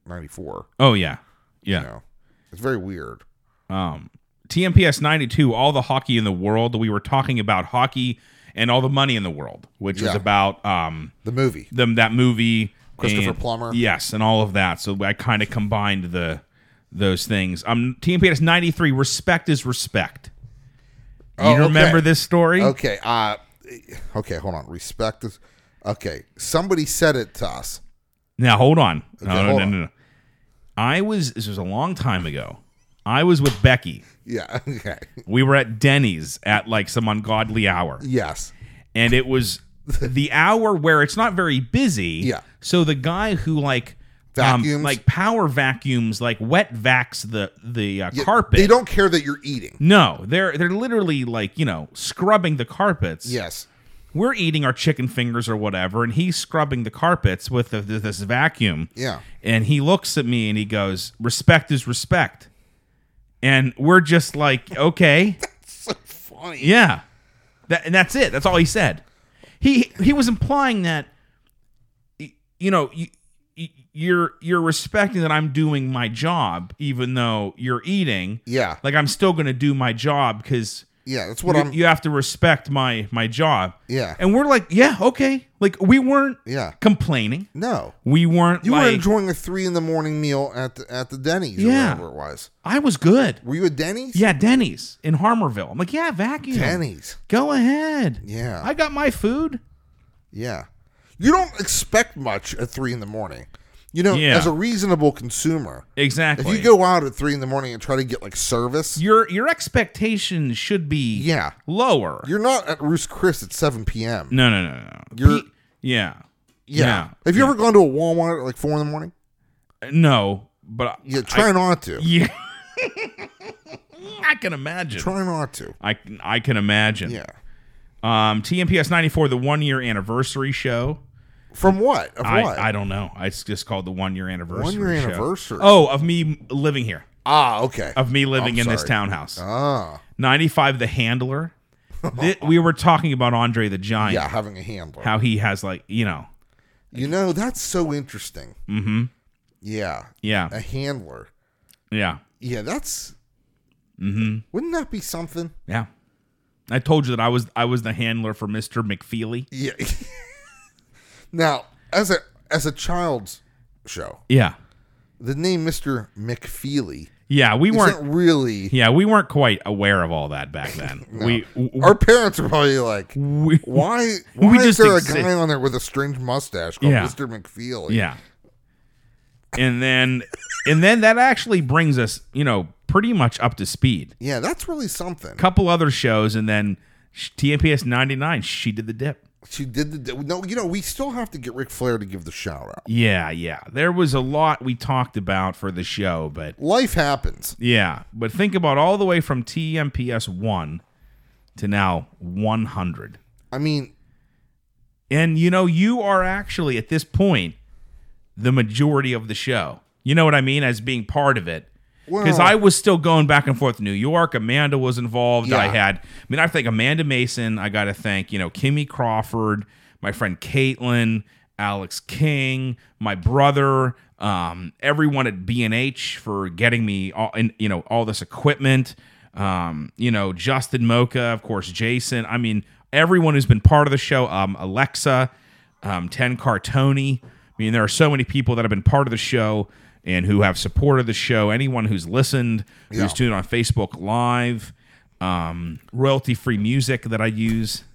B: 1994.
A: Oh yeah, yeah.
B: You know, it's very weird.
A: um, TMPS 92, all the hockey in the world. We were talking about hockey and all the money in the world, which was
B: Yeah.
A: about um,
B: The movie,
A: them that movie.
B: Christopher
A: and-
B: Plummer.
A: Yes, and all of that. So I kind of combined the those things. Um, TMPS 93, respect is respect. You
B: Oh, okay.
A: remember this story?
B: Okay, uh, okay, hold on. Respect this. Okay, somebody said it to us.
A: Now hold on. No,
B: Okay,
A: no,
B: hold
A: no, no, no. I was this was a long time ago. I was with Becky.
B: Yeah. Okay.
A: We were at Denny's at like some ungodly hour.
B: Yes.
A: and it was the hour where it's not very busy.
B: Yeah.
A: So the guy who like um,
B: Vacuums.
A: like power vacuums, like wet vacs the the uh,
B: Yeah,
A: carpet.
B: They don't care that you're eating.
A: No, they're they're literally like you know scrubbing the carpets.
B: Yes.
A: We're eating our chicken fingers or whatever, and he's scrubbing the carpets with the, this vacuum.
B: Yeah.
A: And he looks at me and he goes, "Respect is respect." And we're just like, okay.
B: So funny.
A: Yeah. That, and that's it. That's all he said. He he was implying that y- you know, you, y- you're you're respecting that I'm doing my job even though you're eating.
B: Yeah.
A: Like I'm still going to do my job cuz
B: Yeah. That's what
A: you,
B: I'm.
A: you have to respect my my job.
B: yeah.
A: And we're like, yeah, okay. Like we weren't
B: Yeah.
A: complaining.
B: No.
A: We weren't
B: You were
A: like
B: enjoying a three in the morning meal at the, at the Denny's
A: Yeah.
B: or whatever it was.
A: I was good.
B: Were you at Denny's?
A: Yeah, Denny's in Harmerville. I'm like, yeah, vacuum.
B: Denny's.
A: Go ahead.
B: Yeah.
A: I got my food.
B: yeah. You don't expect much at three in the morning. You know,
A: Yeah.
B: as a reasonable consumer, if
A: Exactly.
B: you go out at three in the morning and try to get like service,
A: your your expectations should be
B: Yeah.
A: lower.
B: you're not at Roost Chris at seven p.m.
A: no, no, no, no.
B: You're-
A: Pe- yeah.
B: yeah. Have you ever gone to a Walmart at like four in the morning?
A: ever? No, but
B: Yeah, try not to.
A: yeah. I can imagine.
B: Try not to.
A: I can- I can imagine.
B: Yeah.
A: Um, TMPS ninety four, the one year anniversary show.
B: From what? Of what?
A: I, I don't know. It's just called the one year anniversary.
B: One-year
A: show.
B: anniversary.
A: Oh, of me living here,
B: ah, okay.
A: of me living
B: I'm
A: in this
B: sorry.
A: townhouse.
B: ah,
A: ninety five, the handler. Thi- we were talking about Andre the Giant.
B: yeah, having a handler.
A: How he has like you know.
B: you know, that's so interesting.
A: Mm-hmm.
B: Yeah,
A: Yeah.
B: a handler.
A: Yeah.
B: Yeah, that's.
A: Mm-hmm.
B: Wouldn't that be something?
A: Yeah. I told you that I was I was the handler for Mr. McFeely.
B: Yeah. now, as a as a child's show,
A: Yeah.
B: the name Mister McFeely
A: Yeah, we
B: isn't
A: weren't
B: really.
A: yeah, we weren't quite aware of all that back then. We w-
B: Our parents are probably like,
A: we,
B: why? Why is
A: just
B: there a
A: exist.
B: guy on there with a strange mustache called
A: Yeah.
B: Mister McFeely?
A: Yeah. And then and then that actually brings us, you know, pretty much up to speed.
B: Yeah, that's really something.
A: Couple other shows and then sh- TMPS 99, she did the dip.
B: She did the no. You know, we still have to get Ric Flair to give the shout out.
A: Yeah, yeah. There was a lot we talked about for the show, but
B: Life happens.
A: yeah, but think about all the way from TMPS 1 to now 100.
B: I mean,
A: And you know, you are actually at this point the majority of the show. You know what I mean? As being part of it. Because
B: Well-
A: I was still going back and forth to New York. Amanda was involved. I
B: Yeah.
A: had, I mean, I thank Amanda Mason. I got to thank, you know, Kimmy Crawford, my friend Caitlin, Alex King, my brother, um, everyone at BNH for getting me all, and, you know, all this equipment. Um, you know, Justin Mocha, of course, Jason. I mean, everyone who's been part of the show, um, Alexa, um, Ten Cartoni. I mean, there are so many people that have been part of the show and who have supported the show. Anyone who's listened,
B: Yeah.
A: who's tuned on Facebook Live, um, royalty free music that I use.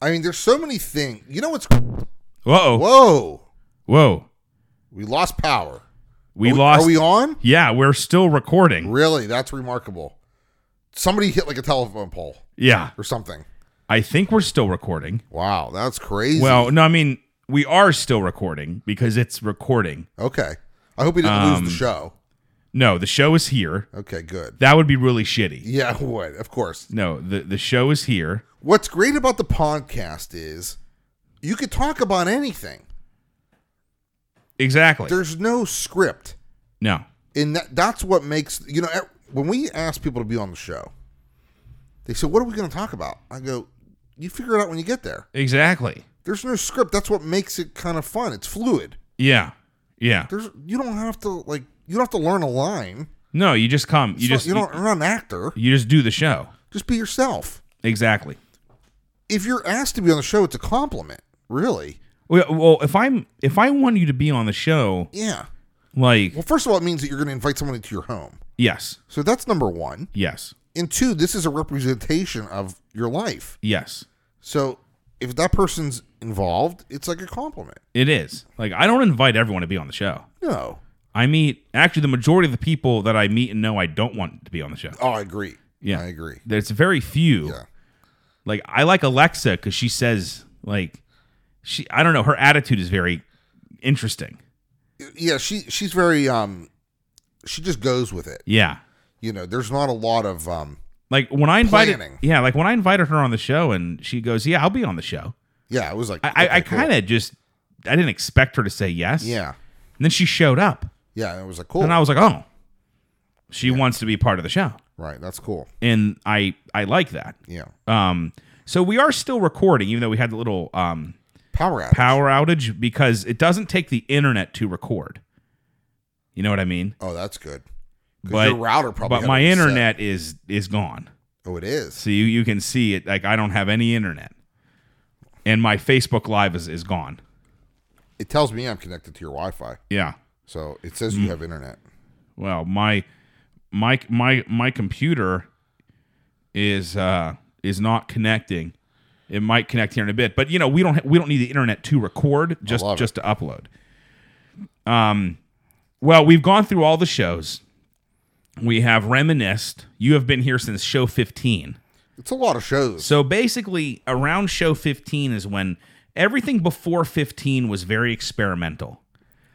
B: I mean, there's so many things. You know what's?
A: Whoa,
B: Whoa,
A: whoa,
B: we lost power.
A: we
B: Are we-
A: lost.
B: Are we on?
A: yeah, we're still recording.
B: Really? That's remarkable. Somebody hit like a telephone pole
A: Yeah,
B: or something.
A: I think we're still recording.
B: Wow, that's crazy.
A: Well, no, I mean we are still recording because it's recording.
B: okay. I hope we didn't
A: um,
B: lose the show.
A: No, the show is here.
B: Okay, good.
A: That would be really shitty.
B: Yeah, what? Of course.
A: No, the the show is here.
B: What's great about the podcast is you could talk about anything.
A: Exactly.
B: There's no script.
A: No.
B: and that, that's what makes you know e- when we ask people to be on the show they say what are we going to talk about i go you figure it out when you get there
A: Exactly.
B: there's no script that's what makes it kind of fun it's fluid
A: Yeah. Yeah.
B: there's you don't have to like you don't have to learn a line
A: No, you just come. You
B: It's not-
A: just
B: you
A: you,
B: don't, you're not an actor
A: you just do the show.
B: just be yourself
A: Exactly.
B: if you're asked to be on the show it's a compliment really
A: Well, well, if I'm if I want you to be on the show,
B: yeah
A: like
B: well first of all it means that you're going to invite someone into your home
A: yes,
B: so that's number one
A: yes,
B: and two this is a representation of your life
A: yes,
B: So if that person's involved, it's like a compliment.
A: it is. Like I don't invite everyone to be on the show.
B: No.
A: I meet actually the majority of the people that I meet and know I don't want to be on the show.
B: Oh, I agree.
A: Yeah.
B: I agree.
A: There's very few.
B: Yeah.
A: Like I like Alexa because she says like she I don't know her attitude is very interesting.
B: Yeah, she she's very um she just goes with it.
A: Yeah.
B: You know, there's not a lot of um
A: Like when I invited,
B: Planning.
A: yeah, like when I invited her on the show, and she goes, "Yeah, I'll be on the show."
B: yeah, it was like
A: I, I, I
B: okay, cool.
A: kind of just, I didn't expect her to say yes.
B: Yeah.
A: And then she showed up,
B: Yeah, it was like cool.
A: and I was like, "Oh, she wants to be part of the show,"
B: right, that's cool.
A: and I, I like that.
B: Yeah.
A: Um, so we are still recording, even though we had the little um
B: Power app.
A: power outage because it doesn't take the internet to record. You know what I mean?
B: oh, that's good. 'Cause
A: But-
B: your router probably
A: but
B: had
A: my
B: it set.
A: internet is is gone.
B: Oh, it is.
A: So you, you can see it. Like I don't have any internet, and my Facebook Live is is gone.
B: It tells me I'm connected to your Wi-Fi.
A: Yeah.
B: So it says
A: Mm.
B: you have internet.
A: Well, my my my my computer is uh is not connecting. It might connect here in a bit, but you know we don't ha- we don't need the internet to record just
B: love it.
A: just to upload. Um, well, we've gone through all the shows. We have reminisced. You have been here since show 15.
B: It's a lot of shows.
A: So basically, around show 15 is when everything before 15 was very experimental.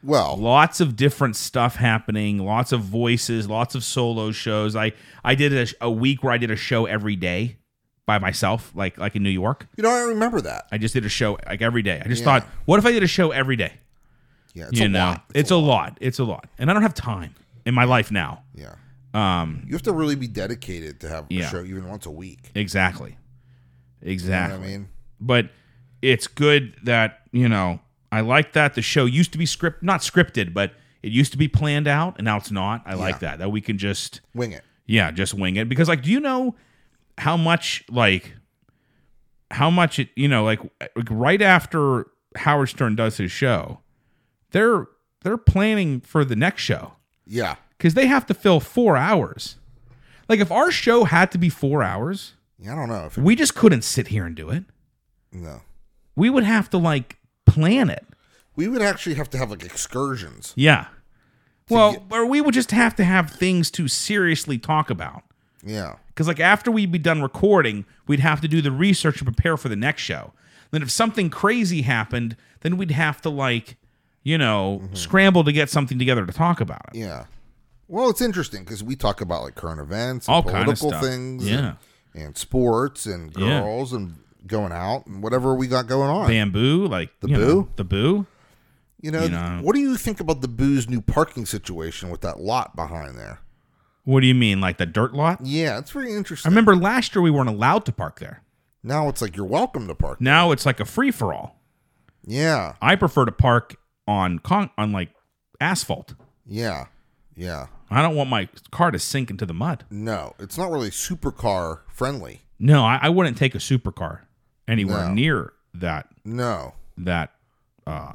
B: Well,
A: Lots of different stuff happening, lots of voices, lots of solo shows. I I did a, a week where I did a show every day by myself, like like in New York.
B: you know, I remember that.
A: I just did a show like every day. I just
B: Yeah.
A: thought, what if I did a show every day?
B: Yeah, it's
A: you
B: a
A: know,
B: lot.
A: it's, a, lot. It's a lot, and I don't have time in my life now.
B: Yeah.
A: Um,
B: You have to really be dedicated to have
A: Yeah.
B: a show even once a week.
A: exactly,
B: You know
A: exactly.
B: what I mean?
A: But it's good that you know I like that the show used to be script, not scripted, but it used to be planned out, and now it's not. I like that that we can just
B: Wing it.
A: yeah just wing it because like do you know how much like how much it you know like, like right after Howard Stern does his show, they're they're planning for the next show.
B: Yeah.
A: because they have to fill four hours. Like if our show had to be four hours,
B: Yeah, I don't know if it,
A: we just couldn't sit here and do it.
B: no.
A: We would have to like plan it.
B: We would actually have to have like excursions.
A: Yeah. Well, or we would just have to have things to seriously talk about.
B: Yeah.
A: Because like after we'd be done recording, we'd have to do the research and prepare for the next show. Then if something crazy happened, then we'd have to like, you know,
B: Mm-hmm.
A: scramble to get something together to talk about it.
B: Yeah. Well, it's interesting because we talk about like current events, and
A: All kind of
B: political
A: stuff.
B: things,
A: Yeah.
B: and, and sports, and
A: Yeah.
B: girls, and going out, and whatever we got going on.
A: Bamboo, like
B: The
A: you know,
B: boo?
A: the boo.
B: You know,
A: You know.
B: what do you think about the Boo's new parking situation with that lot behind there?
A: What do you mean, like the dirt lot?
B: Yeah, it's very
A: I
B: interesting.
A: remember last year we weren't allowed to park there.
B: now it's like you're welcome to park.
A: Now it's like a free for all.
B: Yeah,
A: I prefer to park on con- on like asphalt.
B: yeah, yeah.
A: I don't want my car to sink into the mud.
B: No, it's not really supercar friendly.
A: No, I, I wouldn't take a supercar anywhere
B: No.
A: near that
B: No,
A: that uh,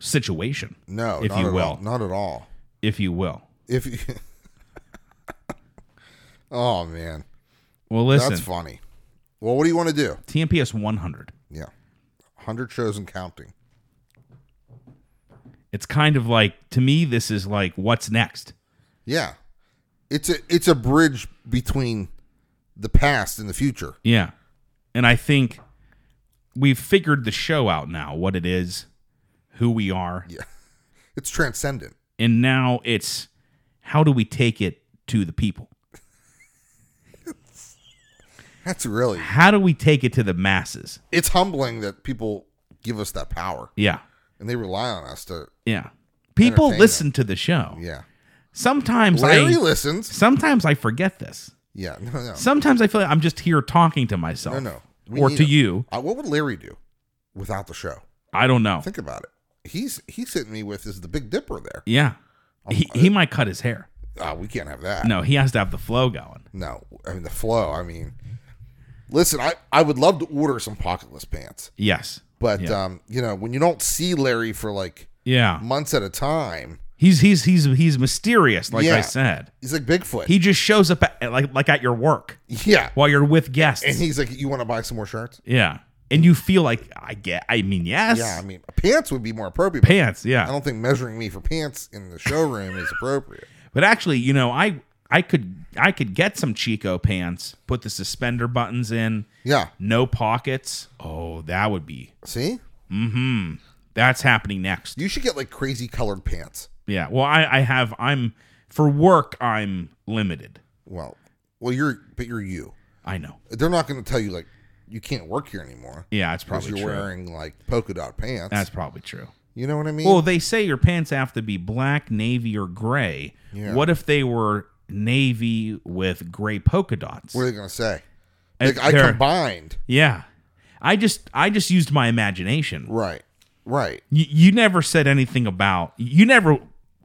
A: situation,
B: no,
A: If
B: not
A: you
B: at all.
A: will.
B: not at all.
A: if you will.
B: If you, oh man,
A: Well, listen,
B: that's funny. Well, what do you want to do?
A: TMPS 100.
B: Yeah, hundred shows and counting.
A: It's kind of like to me, this is like what's next.
B: Yeah, it's a it's a bridge between the past and the future.
A: Yeah. And I think we've figured the show out now, what it is, who we are.
B: It's transcendent.
A: And now it's how do we take it to the people?
B: That's really
A: How do we take it to the masses?
B: it's humbling that people give us that power
A: Yeah.
B: and they rely on us to.
A: Yeah. People
B: Entertain
A: listen to the show.
B: Yeah,
A: Sometimes
B: Larry
A: I
B: listens.
A: sometimes I forget this.
B: Yeah, no, no,
A: Sometimes I feel like I'm just here talking to
B: no,
A: myself.
B: no. We
A: Or
B: need
A: to
B: him.
A: you.
B: Uh, what would Larry do without the show?
A: I don't know.
B: Think about it. He's he's hitting me with is the Big Dipper there.
A: Yeah. He, he might cut his hair.
B: Ah, we can't have that.
A: No, he has to have the flow going.
B: no. I mean the flow. I mean, listen, I I would love to order some pocketless pants,
A: Yes.
B: but
A: Yeah.
B: um, you know, when you don't see Larry for like
A: Yeah.
B: months at a time,
A: He's he's he's he's mysterious, like I
B: Yeah.
A: said.
B: he's like Bigfoot.
A: He just shows up at, like like at your work
B: yeah,
A: while you're with guests.
B: and he's like, you want to buy some more shirts?
A: yeah, and you feel like I get. I mean, yes.
B: Yeah, I mean, pants would be more appropriate. but
A: pants.
B: I
A: Yeah,
B: don't think measuring me for pants in the showroom is appropriate.
A: but actually, you know, I I could I could get some Chico pants. Put the suspender buttons in.
B: Yeah,
A: No pockets. Oh, that would be.
B: see,
A: Mm-hmm. That's happening next.
B: you should get like crazy colored pants.
A: Yeah. Well, I I have. I'm for work. I'm limited.
B: Well, well, you're but you're you.
A: I know.
B: They're not going to tell you like you can't work here anymore
A: Yeah, it's
B: because
A: probably
B: you're
A: true.
B: wearing like polka dot pants.
A: That's probably true.
B: you know what I mean?
A: Well, they say your pants have to be black, navy, or gray.
B: Yeah.
A: What if they were navy with gray polka dots?
B: what are they going to say?
A: Uh,
B: Like, I
A: they're-
B: combined.
A: yeah, I just I just used my imagination.
B: Right, right.
A: You, you never said anything about you never.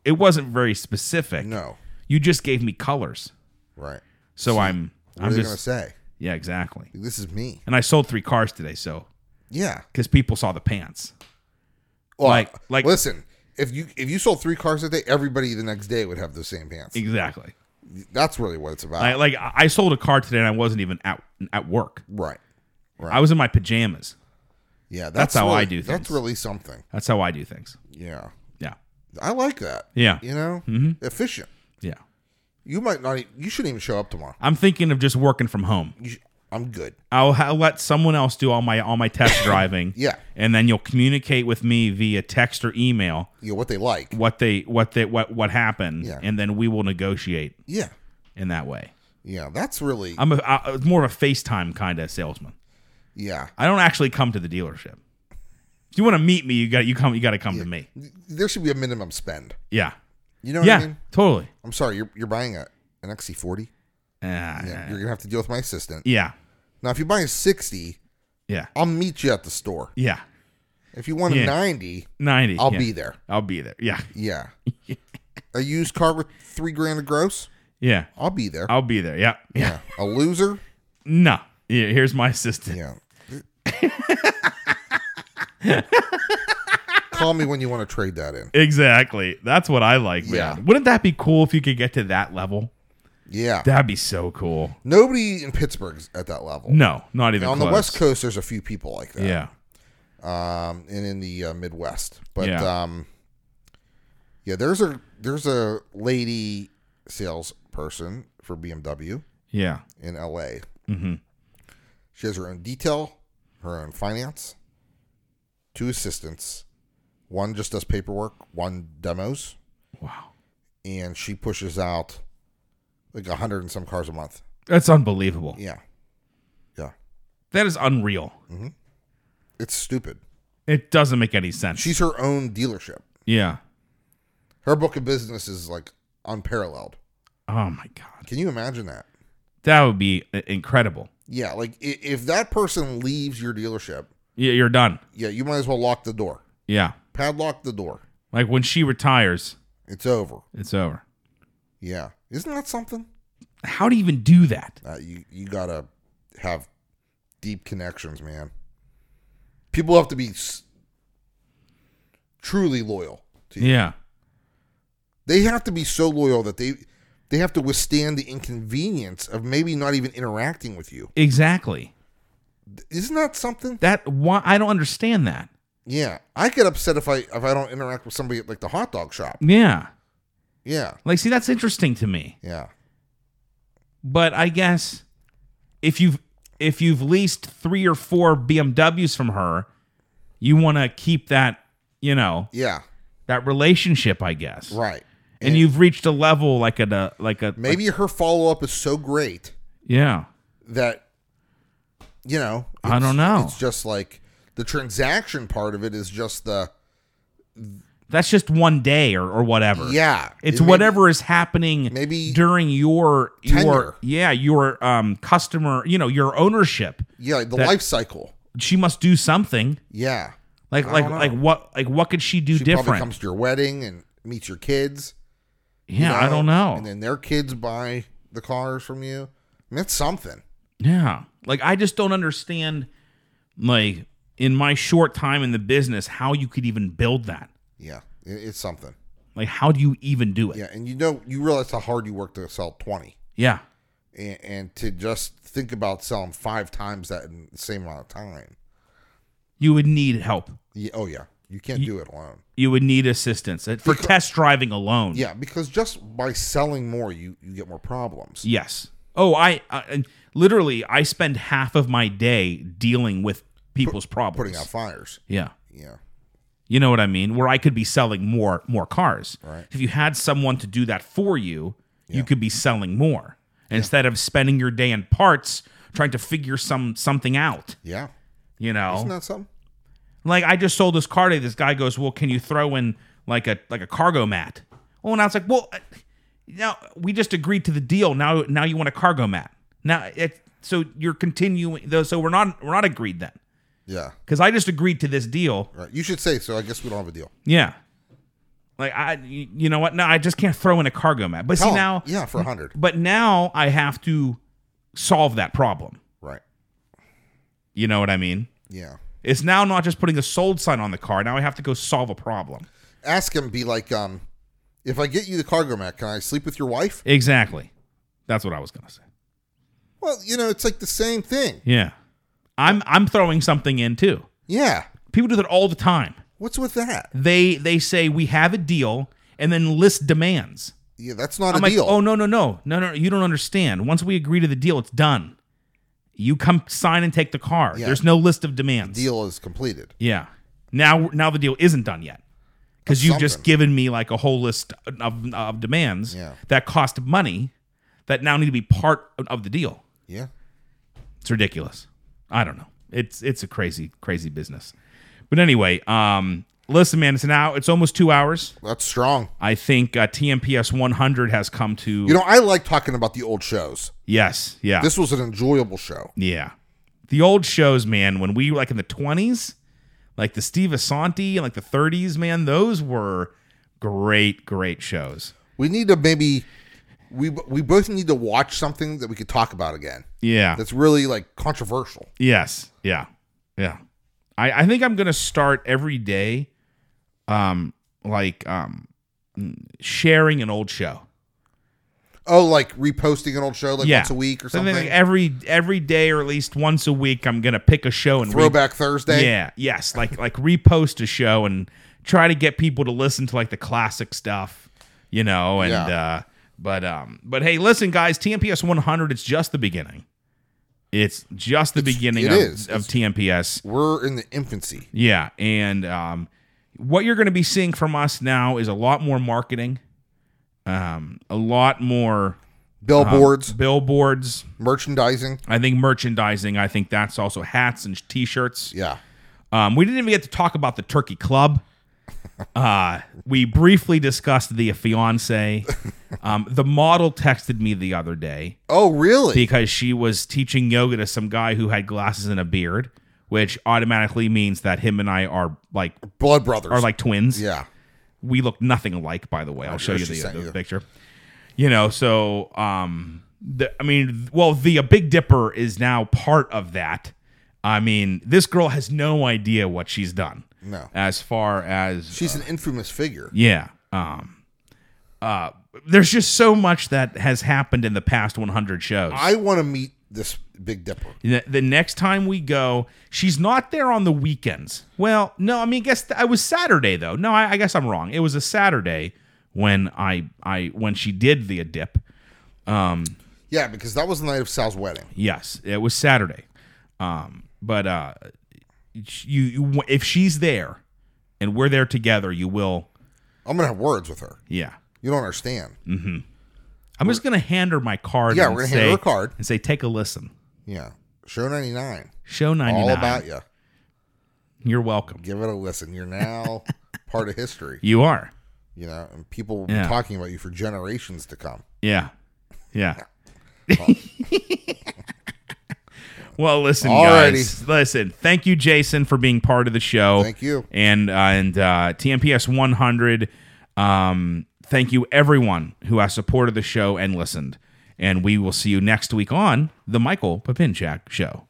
A: It wasn't very specific.
B: No,
A: you just gave me colors.
B: right.
A: So I'm
B: What
A: I'm
B: are they
A: just
B: going to say?
A: yeah exactly.
B: Like, this is me.
A: And I sold three cars today, so
B: Yeah.
A: because people saw the pants.
B: Well,
A: Like- like-
B: listen. If you if you sold three cars a day, everybody the next day would have those same pants.
A: Exactly.
B: That's really what it's about.
A: I, like I I sold a car today, and I wasn't even at at work.
B: right.
A: I was in my pajamas.
B: Yeah. That's,
A: how I
B: really-
A: do
B: That's
A: things.
B: really something.
A: That's how I do things.
B: Yeah.
A: Yeah.
B: I like that.
A: Yeah. Mm-hmm.
B: You know, efficient.
A: Yeah.
B: You might not. e- You shouldn't even show up tomorrow.
A: I'm thinking of just working from home.
B: You sh- I'm good.
A: I'll, ha let someone else do all my all my test driving.
B: Yeah.
A: and then you'll communicate with me via text or email
B: You know what they like.
A: what they what they what what happened.
B: Yeah.
A: and then we will negotiate
B: Yeah.
A: in that way.
B: Yeah. That's really.
A: I'm a, I, it's more of a FaceTime kind of salesman.
B: yeah.
A: I don't actually come to the dealership. If you want to meet me, you got you come you got to come to me.
B: There should be a minimum spend.
A: Yeah,
B: You know what
A: yeah,
B: I mean?
A: totally.
B: I'm sorry. You're you're buying a an XC40.
A: Yeah,
B: Yeah.
A: yeah,
B: You're gonna have to deal with my assistant.
A: Ah, yeah,
B: Now, if you buy a 60,
A: yeah,
B: I'll meet you at the store.
A: yeah.
B: If you want a
A: Yeah.
B: 90,
A: 90
B: I'll
A: yeah.
B: be there.
A: I'll be there. Yeah,
B: Yeah. a used car with three grand of gross,
A: yeah.
B: I'll be there.
A: I'll be there. Yeah, yeah.
B: yeah. A loser,
A: No, yeah. Here's my assistant.
B: yeah. Call me when you want to trade that in.
A: Exactly. That's what I like, man.
B: Yeah.
A: Wouldn't that be cool if you could get to that level?
B: Yeah.
A: That'd be so cool.
B: Nobody in Pittsburgh's at that level.
A: No, not even
B: Now, on
A: close.
B: the West Coast, there's a few people like that.
A: Yeah.
B: um, and in the uh, Midwest. But
A: Yeah.
B: yeah. um, yeah, there's a there's a lady salesperson for BMW
A: Yeah.
B: in LA.
A: hmm
B: She has her own detail, her own finance, two assistants. One just does paperwork, one demos,
A: Wow.
B: and she pushes out like a hundred and some cars a month.
A: That's unbelievable.
B: Yeah, yeah,
A: That is unreal.
B: it's stupid.
A: It doesn't make any sense.
B: She's her own dealership.
A: yeah.
B: Her book of business is like unparalleled.
A: Oh my god.
B: Can you imagine that?
A: That would be i- incredible.
B: Yeah, like i- if that person leaves your dealership,
A: Yeah, you're done.
B: yeah, you might as well lock the door,
A: Yeah.
B: padlock the door.
A: Like when she retires,
B: It's over.
A: it's over.
B: Yeah, isn't that something?
A: How do you even do that?
B: Uh, you you gotta have deep connections, man. People have to be s- truly loyal to you.
A: Yeah.
B: They have to be so loyal that they they have to withstand the inconvenience of maybe not even interacting with you.
A: Exactly.
B: Isn't that something?
A: That why I don't understand that.
B: Yeah, I get upset if I if I don't interact with somebody at like the hot dog shop.
A: Yeah.
B: Yeah,
A: Like see that's interesting to me.
B: yeah.
A: but I guess if you've if you've leased three or four BMWs from her, you want to keep that you know
B: Yeah,
A: that relationship, I guess.
B: right.
A: And you've reached a level like a uh, like a like-
B: Maybe her follow up is so great
A: yeah
B: that you know.
A: I
B: it's-
A: don't know.
B: It's just like the transaction part of it is just the
A: that's just one day or or whatever.
B: yeah.
A: It's
B: It may-
A: whatever is happening
B: maybe-
A: during your
B: Tenure.
A: your yeah your um customer you know your ownership.
B: Yeah, the
A: that-
B: life cycle.
A: She must do something
B: Yeah,
A: like
B: I
A: like
B: don't know.
A: like what like what could she do
B: she probably
A: different?
B: comes to your wedding and meets your kids. you
A: yeah, I don't know.
B: And then their kids buy the cars from you. I mean, it's something.
A: Yeah. Like I just don't understand like in my short time in the business how you could even build that.
B: Yeah, it- it's something.
A: Like how do you even do it?
B: Yeah, and you know, you realize how hard you work to sell twenty,
A: Yeah.
B: and, and to just think about selling five times that in the same amount of time.
A: You would need help.
B: Yeah, oh yeah, you can't do it alone.
A: You would need assistance uh, for test driving alone.
B: Yeah, because just by selling more, you you get more problems.
A: Yes. Oh, I, I and literally I spend half of my day dealing with people's problems.
B: Putting out fires.
A: yeah.
B: Yeah,
A: You know what I mean? Where I could be selling more more cars.
B: Right.
A: If you had someone to do that for you, you could be selling more instead of spending your day in parts trying to figure some something out.
B: yeah.
A: You know,
B: Isn't that something?
A: like I just sold this car today. This guy goes, "Well, can you throw in like a like a cargo mat?" Oh, and I was like, "Well, uh, now we just agreed to the deal. Now now you want a cargo mat. Now it so you're continuing though. So we're not we're not agreed then
B: Yeah,
A: because I just agreed to this deal.
B: right. You should say so. I guess we don't have a deal.
A: Yeah." Like I, you you know what? No, I just can't throw in a cargo mat. But
B: Tell
A: see
B: 'em.
A: now,
B: yeah, for a hundred.
A: but now I have to solve that problem.
B: Right.
A: You know what I mean?
B: Yeah.
A: It's now not just putting a sold sign on the car. Now I have to go solve a problem.
B: Ask him. Be like, um, if I get you the cargo mat, can I sleep with your wife?
A: Exactly. That's what I was gonna say.
B: Well, you know, it's like the same thing.
A: Yeah. I'm I'm throwing something in too.
B: Yeah.
A: People do that all the time.
B: What's with that?
A: They they say we have a deal and then list demands.
B: Yeah, that's not
A: I'm
B: a
A: like,
B: deal.
A: oh no, no, no, no, no, you don't understand. Once we agree to the deal, it's done. You come sign and take the car.
B: Yeah.
A: There's no list of demands.
B: Deal is completed.
A: Yeah. Now now the deal isn't done yet. Because you've just
B: Something.
A: given me like a whole list of, of demands
B: Yeah.
A: that cost money that now need to be part of- of the deal.
B: Yeah.
A: It's ridiculous. I don't know. It's it's a crazy crazy business. But anyway, um, listen, man, it's an hour. It's almost two hours.
B: That's strong.
A: I think uh, TMPS 100 has come to.
B: You know, I like talking about the old shows.
A: yes, yeah,
B: This was an enjoyable show.
A: yeah. The old shows, man. When we were like in the 20s, like the Steve Asante and like the 30s, man, those were great, great shows.
B: We need to maybe we we both need to watch something that we could talk about again.
A: Yeah.
B: That's really like controversial.
A: Yes. Yeah. Yeah. I, I think I'm gonna start every day, um, like um, sharing an old show.
B: Oh, like reposting an old show like
A: yeah,
B: once a week or
A: Something
B: something.
A: like every every day, or at least once a week, I'm gonna pick a show and re-
B: Throwback Thursday.
A: Yeah. Yes. Like like repost a show and try to get people to listen to like the classic stuff, you know. And
B: Yeah.
A: uh, but um, but hey, listen, guys, TMPS 100. It's just the beginning. It's just the beginning
B: it
A: of,
B: is.
A: of
B: It's-
A: TMPS.
B: We're in the infancy.
A: Yeah, and um, what you're going to be seeing from us now is a lot more marketing, um, a lot more
B: Billboards,
A: billboards.
B: merchandising.
A: I think merchandising. I think that's also hats and t-shirts.
B: Yeah.
A: Um, we didn't even get to talk about the Turkey Club. Uh, we briefly discussed the fiance. Um, the model texted me the other day
B: Oh, really?
A: because she was teaching yoga to some guy who had glasses and a beard, which automatically means that him and I are like
B: Blood Brothers.
A: are like twins.
B: yeah.
A: we look nothing alike by the way i'll show
B: yeah,
A: you
B: she
A: the,
B: sent
A: the
B: you.
A: picture you know so um the, i mean well the big dipper is now part of that i mean this girl has no idea what she's done
B: No.
A: as far as
B: She's an infamous figure.
A: uh, yeah um uh there's just so much that has happened in the past 100 shows
B: I want to meet this Big Dipper.
A: the the next time we go, she's not there on the weekends. Well, no, I mean, I guess th- I was Saturday though. No, I, I guess I'm wrong. It was a Saturday when I I when she did the dip.
B: Yeah, because that was the night of Sal's wedding.
A: Yes, it was Saturday. Um, but uh, you, you if she's there and we're there together, you will.
B: I'm gonna have words with her.
A: Yeah,
B: You don't understand.
A: Mm. I'm just gonna hand her my card.
B: Yeah,
A: and
B: we're gonna
A: say,
B: hand her a card.
A: and say, take a listen.
B: Yeah. Show 99.
A: Show ninety
B: All
A: nine.
B: about you.
A: You're welcome.
B: Give it a listen. You're now part of history.
A: You are.
B: You know, and people will be
A: Yeah.
B: talking about you for generations to come.
A: Yeah. Yeah. well, listen,
B: Alrighty.
A: guys. Listen, thank you, Jason, for being part of the show.
B: Thank you.
A: And uh, and uh, TMPS 100. Um, thank you, everyone who has supported the show and listened. And we will see you next week on the Michael Papinchak Show.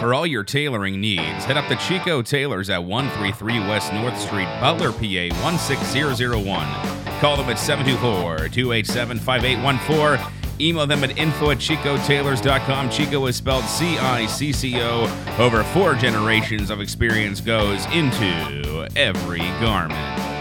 G: For all your tailoring needs, head up to Chico Tailors at 133 West North Street, Butler, PA 16001. Call them at 724 287 5814. Email them at info at chicotailors.com. Chico is spelled C I C C O. Over four generations of experience goes into every garment.